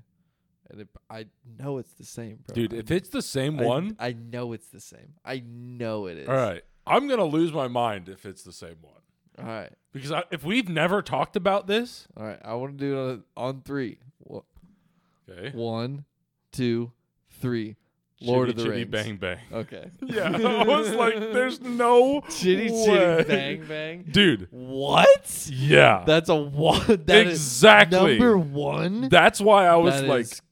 [SPEAKER 2] and it, I know it's the same, bro.
[SPEAKER 1] dude,
[SPEAKER 2] I
[SPEAKER 1] if it's the same
[SPEAKER 2] I-
[SPEAKER 1] one,
[SPEAKER 2] I know it's the same. I know it is.
[SPEAKER 1] all right, I'm gonna lose my mind if it's the same one
[SPEAKER 2] All right.
[SPEAKER 1] because I, if we've never talked about this,
[SPEAKER 2] All right. I want to do it on, on three. Wo-
[SPEAKER 1] okay,
[SPEAKER 2] One, two, three. Lord
[SPEAKER 1] Chitty
[SPEAKER 2] of the
[SPEAKER 1] Chitty
[SPEAKER 2] Rings.
[SPEAKER 1] Bang Bang.
[SPEAKER 2] Okay.
[SPEAKER 1] yeah, I was like, there's no
[SPEAKER 2] Chitty
[SPEAKER 1] way.
[SPEAKER 2] chitty bang bang.
[SPEAKER 1] dude.
[SPEAKER 2] What?
[SPEAKER 1] Yeah,
[SPEAKER 2] That's a one. That is
[SPEAKER 1] exactly.
[SPEAKER 2] number one.
[SPEAKER 1] that's why I was
[SPEAKER 2] That
[SPEAKER 1] like,
[SPEAKER 2] is-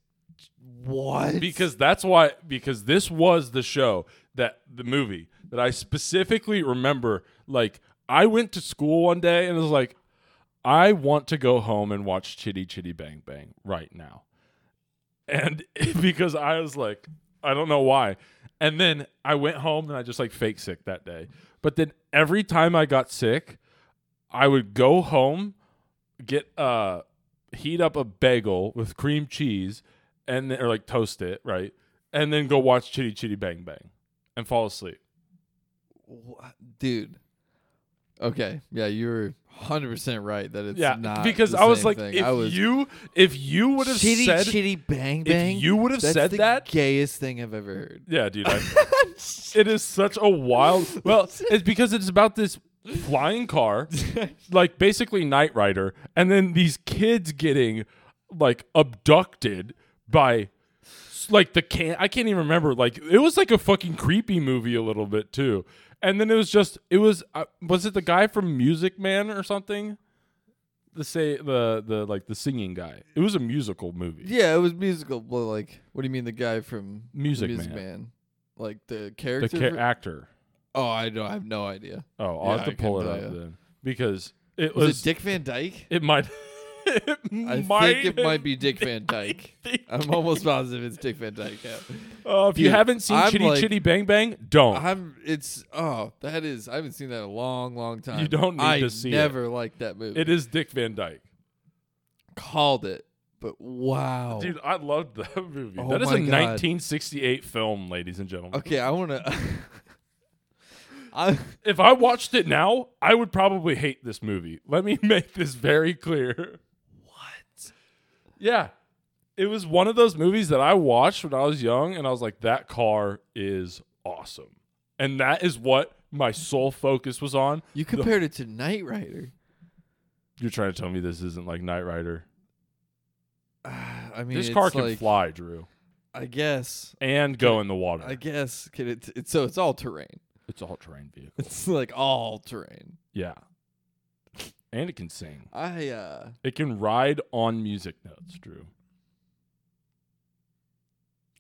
[SPEAKER 2] what?
[SPEAKER 1] because that's why because this was the show that the movie that I specifically remember like I went to school one day and was like I want to go home and watch Chitty Chitty Bang Bang right now. And because I was like I don't know why. And then I went home and I just like fake sick that day. But then every time I got sick, I would go home, get uh heat up a bagel with cream cheese and then, or like toast it, right? And then go watch Chitty Chitty Bang Bang and fall asleep.
[SPEAKER 2] Wha- dude. Okay. Yeah, you're 100 percent right that it's
[SPEAKER 1] yeah,
[SPEAKER 2] not
[SPEAKER 1] because
[SPEAKER 2] the
[SPEAKER 1] I was
[SPEAKER 2] same
[SPEAKER 1] like,
[SPEAKER 2] thing.
[SPEAKER 1] if
[SPEAKER 2] I was
[SPEAKER 1] you if you would have
[SPEAKER 2] chitty
[SPEAKER 1] said,
[SPEAKER 2] chitty bang
[SPEAKER 1] if
[SPEAKER 2] bang.
[SPEAKER 1] you would have
[SPEAKER 2] That's
[SPEAKER 1] said
[SPEAKER 2] the
[SPEAKER 1] that,
[SPEAKER 2] gayest thing I've ever heard.
[SPEAKER 1] yeah, dude, I, it is such a wild. Well, it's because it's about this flying car, like basically Knight Rider, and then these kids getting like abducted by. s- Like the can I can't even remember. Like it was like a fucking creepy movie a little bit too, and then it was just it was uh, was it the guy from Music Man or something? The say the the like the singing guy. It was a musical movie.
[SPEAKER 2] Yeah, it was musical. Well, like, what do you mean the guy from
[SPEAKER 1] Music
[SPEAKER 2] Music
[SPEAKER 1] Man.
[SPEAKER 2] Man? Like the
[SPEAKER 1] The
[SPEAKER 2] character?
[SPEAKER 1] ca-
[SPEAKER 2] for-
[SPEAKER 1] actor.
[SPEAKER 2] oh, I don't. I have no idea.
[SPEAKER 1] Oh, I'll
[SPEAKER 2] Yeah,
[SPEAKER 1] have
[SPEAKER 2] I
[SPEAKER 1] to
[SPEAKER 2] can
[SPEAKER 1] pull it
[SPEAKER 2] tell
[SPEAKER 1] up
[SPEAKER 2] ya.
[SPEAKER 1] then because it
[SPEAKER 2] Was,
[SPEAKER 1] was
[SPEAKER 2] it Dick Van Dyke?
[SPEAKER 1] It might.
[SPEAKER 3] it
[SPEAKER 2] I
[SPEAKER 3] might
[SPEAKER 2] think it
[SPEAKER 3] have-
[SPEAKER 2] might be Dick Van Dyke.
[SPEAKER 3] think-
[SPEAKER 2] I'm almost positive it's Dick Van Dyke. Yeah.
[SPEAKER 1] Uh, if you
[SPEAKER 2] Dude,
[SPEAKER 1] haven't seen
[SPEAKER 2] I'm
[SPEAKER 1] Chitty
[SPEAKER 2] like-
[SPEAKER 1] Chitty Bang Bang, don't.
[SPEAKER 2] I'm. It's oh, that is. I haven't seen that in a long, long time.
[SPEAKER 1] You don't need
[SPEAKER 2] I
[SPEAKER 1] to see it.
[SPEAKER 2] Never liked that movie.
[SPEAKER 1] it is Dick Van Dyke.
[SPEAKER 2] called it, but wow.
[SPEAKER 1] Dude, I loved that movie.
[SPEAKER 2] Oh
[SPEAKER 1] that is a
[SPEAKER 2] my God.
[SPEAKER 1] 1968 film, ladies and gentlemen.
[SPEAKER 2] Okay, I want to. I
[SPEAKER 1] If I watched it now, I would probably hate this movie. Let me make this very clear. What? Yeah. It was one of those movies that I watched when I was young, and I was like, that car is awesome. And that is what my sole focus was on.
[SPEAKER 2] you compared it to Knight Rider.
[SPEAKER 1] You're trying to tell me this isn't like Knight Rider.
[SPEAKER 2] I mean,
[SPEAKER 1] This
[SPEAKER 2] it's
[SPEAKER 1] car can
[SPEAKER 2] like,
[SPEAKER 1] fly, Drew,
[SPEAKER 2] I guess.
[SPEAKER 1] and go in the water.
[SPEAKER 2] I guess. Can it, it's so it's all terrain.
[SPEAKER 1] it's a all terrain vehicle.
[SPEAKER 2] It's like all terrain.
[SPEAKER 1] Yeah. And it can sing.
[SPEAKER 2] I uh
[SPEAKER 1] It can ride on music notes, Drew.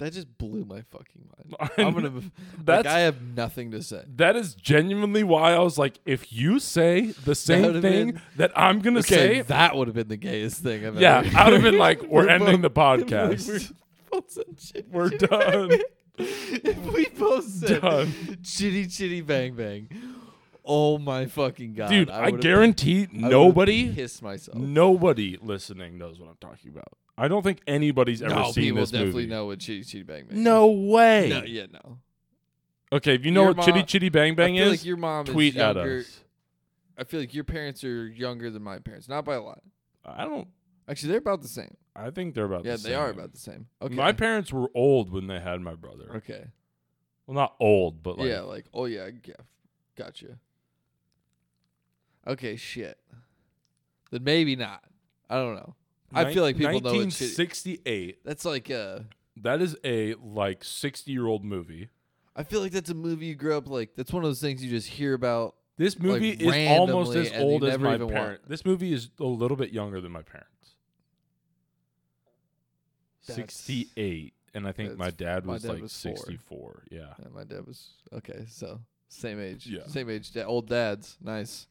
[SPEAKER 2] that just blew my fucking mind. I'm gonna. like,
[SPEAKER 1] That's-
[SPEAKER 2] I have nothing to say.
[SPEAKER 1] That is genuinely why I was like, if you say the same
[SPEAKER 2] would've
[SPEAKER 1] thing
[SPEAKER 2] been-
[SPEAKER 1] that I'm gonna
[SPEAKER 2] Okay,
[SPEAKER 1] say,
[SPEAKER 2] that would have been the gayest thing I've
[SPEAKER 1] yeah,
[SPEAKER 2] ever.
[SPEAKER 1] I would have been like, we're ending the
[SPEAKER 2] If, like,
[SPEAKER 1] podcast.
[SPEAKER 2] we both said chitty
[SPEAKER 1] We're
[SPEAKER 2] chitty
[SPEAKER 1] done.
[SPEAKER 2] bang bang. If we both said
[SPEAKER 1] Done.
[SPEAKER 2] chitty chitty bang bang, oh my fucking god,
[SPEAKER 1] Dude, I,
[SPEAKER 2] would've-
[SPEAKER 1] guarantee
[SPEAKER 2] I would've
[SPEAKER 1] nobody,
[SPEAKER 2] pissed myself.
[SPEAKER 1] nobody listening knows what I'm talking about. I don't think anybody's ever
[SPEAKER 2] no,
[SPEAKER 1] seen
[SPEAKER 2] people
[SPEAKER 1] this
[SPEAKER 2] definitely
[SPEAKER 1] movie.
[SPEAKER 2] know what chitty chitty bang bang.
[SPEAKER 1] No way.
[SPEAKER 2] is. no, yeah, no.
[SPEAKER 1] Okay, if you know
[SPEAKER 2] Your
[SPEAKER 1] what Chitty
[SPEAKER 2] mom-
[SPEAKER 1] Chitty Bang Bang
[SPEAKER 2] I feel
[SPEAKER 1] is,
[SPEAKER 2] like your mom
[SPEAKER 1] tweet
[SPEAKER 2] is younger.
[SPEAKER 1] at us.
[SPEAKER 2] I feel like your parents are younger than my parents, not by a lot.
[SPEAKER 1] I don't.
[SPEAKER 2] Actually, they're about the same.
[SPEAKER 1] I think they're about.
[SPEAKER 2] yeah,
[SPEAKER 1] the
[SPEAKER 2] they are
[SPEAKER 1] same.
[SPEAKER 2] about the same. Okay.
[SPEAKER 1] My parents were old when they had my brother.
[SPEAKER 2] Okay.
[SPEAKER 1] Well, not old, but like
[SPEAKER 2] yeah, like oh yeah, yeah, gotcha. Okay, shit. Then maybe not. I don't know. I feel like people know what shitty-
[SPEAKER 1] 1968.
[SPEAKER 2] That's like uh,
[SPEAKER 1] That is a like 60 year old movie.
[SPEAKER 2] I feel like that's a movie you grew up like. That's one of those things you just hear about.
[SPEAKER 1] This
[SPEAKER 2] Like,
[SPEAKER 1] movie is almost
[SPEAKER 2] randomly,
[SPEAKER 1] as
[SPEAKER 2] and you
[SPEAKER 1] old as
[SPEAKER 2] never
[SPEAKER 1] my
[SPEAKER 2] even
[SPEAKER 1] parents.
[SPEAKER 2] want-
[SPEAKER 1] This movie is a little bit younger than my parents.
[SPEAKER 2] That's-
[SPEAKER 1] 68, and I think
[SPEAKER 2] that's-
[SPEAKER 1] my dad
[SPEAKER 2] my
[SPEAKER 1] was
[SPEAKER 2] dad
[SPEAKER 1] like
[SPEAKER 2] was four.
[SPEAKER 1] 64. Yeah.
[SPEAKER 2] Yeah, my dad was okay, so same age.
[SPEAKER 1] Yeah.
[SPEAKER 2] Same age. Da- old dads. Nice.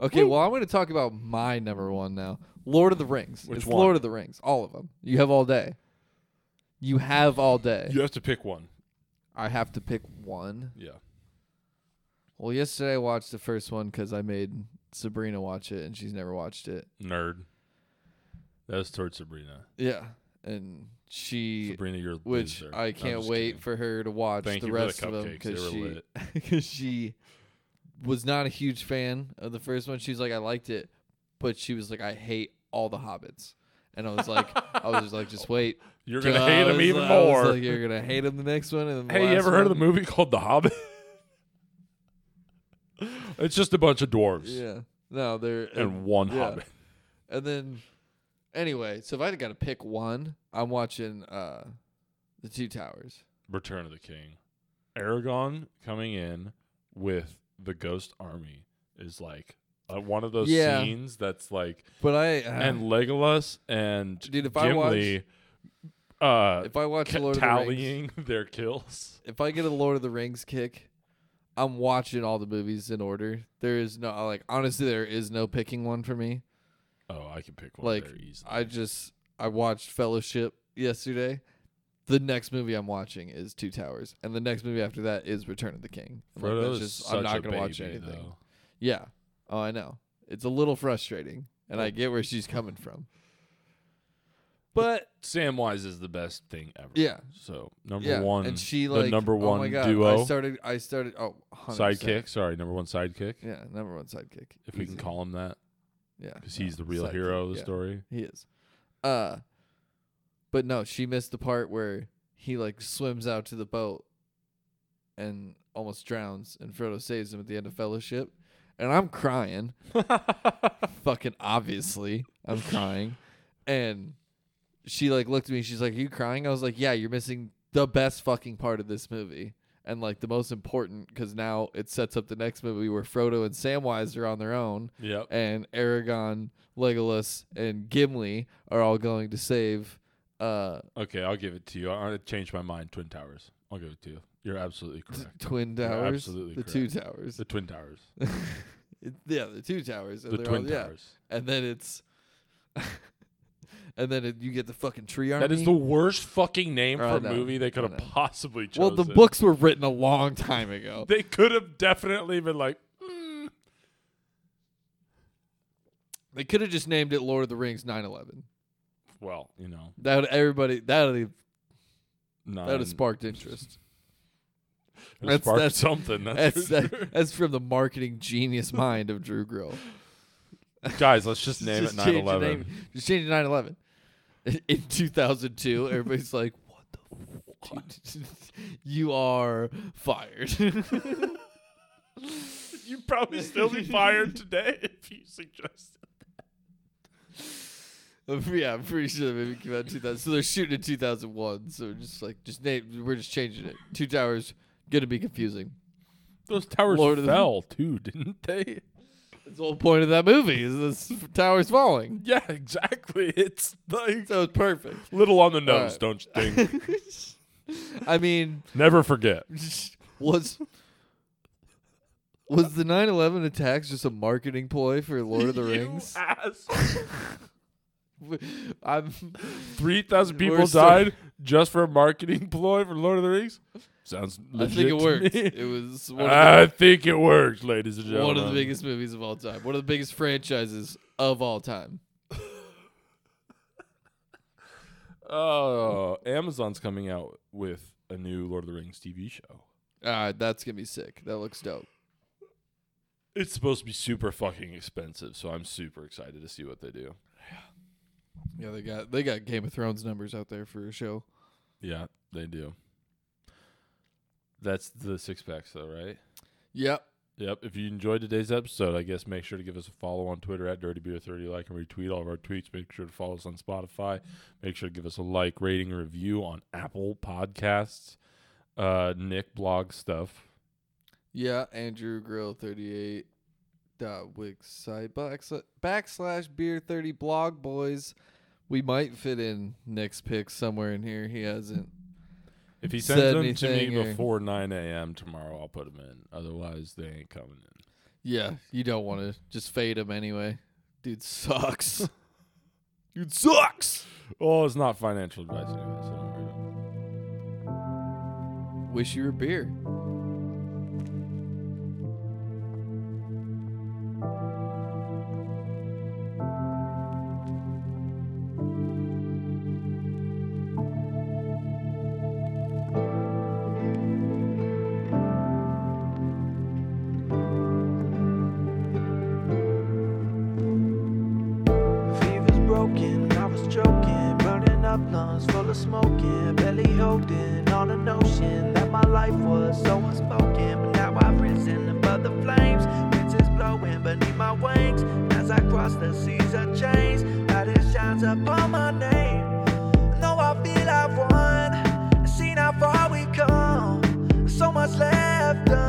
[SPEAKER 2] Okay, well, I'm going to talk about my number one now. Lord of the Rings.
[SPEAKER 1] Which
[SPEAKER 2] it's
[SPEAKER 1] one?
[SPEAKER 2] Lord of the Rings. All of them. You have all day. You have all day.
[SPEAKER 1] You have to pick one.
[SPEAKER 2] I have to pick one.
[SPEAKER 1] Yeah.
[SPEAKER 2] Well, yesterday I watched the first one because I made Sabrina watch it, and she's never watched it.
[SPEAKER 1] Nerd. That was towards Sabrina.
[SPEAKER 2] Yeah, and she,
[SPEAKER 1] Sabrina, you're a
[SPEAKER 2] which
[SPEAKER 1] loser.
[SPEAKER 2] I
[SPEAKER 1] I'm
[SPEAKER 2] can't
[SPEAKER 1] just
[SPEAKER 2] wait
[SPEAKER 1] kidding.
[SPEAKER 2] for her to watch
[SPEAKER 1] Thank
[SPEAKER 2] the
[SPEAKER 1] you for the
[SPEAKER 2] rest of them
[SPEAKER 1] cupcakes. They were
[SPEAKER 2] she,
[SPEAKER 1] lit.
[SPEAKER 2] because she was not a huge fan of the first one. She's like, I liked it, but she was like, I hate all the hobbits. And I was like, I was just like, just wait.
[SPEAKER 1] You're gonna
[SPEAKER 2] I
[SPEAKER 1] hate him
[SPEAKER 2] was
[SPEAKER 1] even
[SPEAKER 2] like- I was
[SPEAKER 1] more.
[SPEAKER 2] like, you're gonna hate him the next one. And then the
[SPEAKER 1] Hey, you
[SPEAKER 2] last
[SPEAKER 1] ever heard of the
[SPEAKER 2] one."
[SPEAKER 1] movie called The Hobbit? it's just a bunch of dwarves
[SPEAKER 2] Yeah. No, they're
[SPEAKER 1] and one
[SPEAKER 2] yeah.
[SPEAKER 1] hobbit.
[SPEAKER 2] And then, anyway, so if I got to pick one, I'm watching uh, the Two Towers.
[SPEAKER 1] Return of the King. Aragon coming in with the ghost army is like uh, one of those
[SPEAKER 2] Yeah.
[SPEAKER 1] scenes that's like
[SPEAKER 2] But I uh,
[SPEAKER 1] and Legolas and
[SPEAKER 2] Dude, if I watch-
[SPEAKER 1] Gimli uh
[SPEAKER 2] if I watch
[SPEAKER 1] ca-
[SPEAKER 2] Lord of the Rings,
[SPEAKER 1] tallying their kills.
[SPEAKER 2] if I get a Lord of the Rings kick, I'm watching all the movies in order. There is no like honestly, there is no picking one for me.
[SPEAKER 1] Oh, I can pick one
[SPEAKER 2] Like
[SPEAKER 1] there easily.
[SPEAKER 2] I just I watched Fellowship yesterday. The next movie I'm watching is Two Towers, and the next movie after that is Return of the King. Like,
[SPEAKER 1] Frodo
[SPEAKER 2] that's
[SPEAKER 1] is
[SPEAKER 2] just-
[SPEAKER 1] such
[SPEAKER 2] I'm not
[SPEAKER 1] a
[SPEAKER 2] gonna watch
[SPEAKER 1] baby,
[SPEAKER 2] anything.
[SPEAKER 1] though.
[SPEAKER 2] Yeah. Oh, I know. It's a little frustrating, and I get where she's coming from. But
[SPEAKER 1] Samwise is the best thing ever.
[SPEAKER 2] yeah,
[SPEAKER 1] So number
[SPEAKER 2] yeah.
[SPEAKER 1] one,
[SPEAKER 2] and she like
[SPEAKER 1] the number
[SPEAKER 2] oh
[SPEAKER 1] one
[SPEAKER 2] my God,
[SPEAKER 1] duo
[SPEAKER 2] I started. I started. Oh, 100%.
[SPEAKER 1] sidekick. Sorry, number one sidekick.
[SPEAKER 2] Yeah, number one sidekick.
[SPEAKER 1] If we can
[SPEAKER 2] Easy.
[SPEAKER 1] call him that,
[SPEAKER 2] yeah,
[SPEAKER 1] because
[SPEAKER 2] no,
[SPEAKER 1] he's the real
[SPEAKER 2] sidekick,
[SPEAKER 1] hero of the
[SPEAKER 2] yeah.
[SPEAKER 1] story.
[SPEAKER 2] He is. Uh, but no, she missed the part where he like swims out to the boat and almost drowns, and Frodo saves him at the end of Fellowship, and I'm crying. fucking obviously I'm crying. And she like looked at me, she's like, Are you crying? I was like, Yeah, you're missing the best fucking part of this movie. And like the most important, because now it sets up the next movie where Frodo and Samwise are on their own,
[SPEAKER 1] yep.
[SPEAKER 2] and Aragon, Legolas, and Gimli are all going to save. Uh,
[SPEAKER 1] Okay, I'll give it to you. I, I changed my mind. Twin Towers. I'll give it to you. You're absolutely
[SPEAKER 2] the
[SPEAKER 1] correct.
[SPEAKER 2] Twin
[SPEAKER 1] You're
[SPEAKER 2] Towers,
[SPEAKER 1] absolutely
[SPEAKER 2] the
[SPEAKER 1] correct.
[SPEAKER 2] Two Towers,
[SPEAKER 1] The Twin Towers.
[SPEAKER 2] yeah, the Two Towers, and
[SPEAKER 1] The
[SPEAKER 2] they're
[SPEAKER 1] Twin
[SPEAKER 2] all, yeah.
[SPEAKER 1] Towers.
[SPEAKER 2] and then it's and then it, you get the fucking tree army.
[SPEAKER 1] That is the worst fucking name
[SPEAKER 2] I
[SPEAKER 1] for a
[SPEAKER 2] know,
[SPEAKER 1] movie they could
[SPEAKER 2] I
[SPEAKER 1] have
[SPEAKER 2] know.
[SPEAKER 1] possibly chosen.
[SPEAKER 2] well, the books were written a long time ago.
[SPEAKER 1] They could have definitely been like, mm,
[SPEAKER 2] They could have just named it Lord of the Rings 9/11.
[SPEAKER 1] well, you know,
[SPEAKER 2] That would everybody that would have
[SPEAKER 1] nine,
[SPEAKER 2] that would have sparked interest.
[SPEAKER 1] it
[SPEAKER 2] that's-
[SPEAKER 1] sparked
[SPEAKER 2] that's-
[SPEAKER 1] something. That's,
[SPEAKER 2] That's
[SPEAKER 1] for
[SPEAKER 2] that, that's from the marketing genius mind of Drew Grill.
[SPEAKER 1] sure. guys. Let's just name
[SPEAKER 2] Just
[SPEAKER 1] it
[SPEAKER 2] change the
[SPEAKER 1] 9/11.
[SPEAKER 2] name- Just change it 9/11. In- In 2002, everybody's like, "What the? Fuck? you are fired."
[SPEAKER 1] You'd probably still be fired today if you suggested.
[SPEAKER 2] yeah, I'm pretty sure the movie came out in 2000. So they're shooting in 2001. So just like, just name. We're just changing it. Two towers. Gonna be confusing.
[SPEAKER 1] Those towers
[SPEAKER 2] Lord of the-
[SPEAKER 1] fell too, didn't they?
[SPEAKER 2] That's the whole point of that movie is this towers falling.
[SPEAKER 1] Yeah, exactly. It's like
[SPEAKER 2] So it's perfect.
[SPEAKER 1] little on the nose, don't
[SPEAKER 2] Alright.
[SPEAKER 1] you think?
[SPEAKER 2] I mean,
[SPEAKER 1] Never forget.
[SPEAKER 2] was was the 9/11 attacks just a marketing ploy for Lord of the
[SPEAKER 1] You
[SPEAKER 2] Rings?
[SPEAKER 1] ass.
[SPEAKER 2] W- I'm
[SPEAKER 1] Three thousand people
[SPEAKER 2] We're so-
[SPEAKER 1] died just for a marketing ploy for Lord of the Rings. Sounds
[SPEAKER 2] I
[SPEAKER 1] legit.
[SPEAKER 2] think it
[SPEAKER 1] to
[SPEAKER 2] worked.
[SPEAKER 1] me.
[SPEAKER 2] It was one
[SPEAKER 1] I
[SPEAKER 2] of,
[SPEAKER 1] think it worked, ladies and
[SPEAKER 2] the, one
[SPEAKER 1] gentlemen.
[SPEAKER 2] of the biggest movies of all time. One of the biggest franchises of all time.
[SPEAKER 1] Oh, Amazon's coming out with a new Lord of the Rings TV show.
[SPEAKER 2] All right, Ah, that's gonna be sick. That looks dope.
[SPEAKER 1] It's supposed to be super fucking expensive, so I'm super excited to see what they do.
[SPEAKER 2] Yeah, they got they got Game of Thrones numbers out there for a show.
[SPEAKER 1] Yeah, they do. That's the six packs, though, right?
[SPEAKER 2] Yep.
[SPEAKER 1] Yep. If you enjoyed today's episode, I guess make sure to give us a follow on Twitter at Dirty Beer 30 like and retweet all of our tweets. Make sure to follow us on Spotify. Make sure to give us a like, rating, and review on Apple Podcasts. Uh, Nick blog stuff.
[SPEAKER 2] Yeah, Andrew Grill thirty eight dot wix site backsla- backslash beer thirty blog boys. We might fit in Nick's pick somewhere in here. He hasn't.
[SPEAKER 1] If he
[SPEAKER 2] Said
[SPEAKER 1] sends them to
[SPEAKER 2] anything
[SPEAKER 1] me
[SPEAKER 2] or-
[SPEAKER 1] before 9 a.m. tomorrow, I'll put them in. Otherwise, they ain't coming in.
[SPEAKER 2] Yeah, you don't want to just fade him anyway. Dude sucks. Dude sucks.
[SPEAKER 1] Oh, it's not financial advice anyway, so don't worry about it.
[SPEAKER 2] Wish you were beer.
[SPEAKER 4] Fever's broken, I was joking, burning up lungs full of smoking, belly holding on a notion that my life was so unspoken. But now I've risen above the flames, winds is blowing beneath my wings. As I cross the seas of change, light it shines upon my name. No, I feel I've won, seen how far we come, so much left. Done.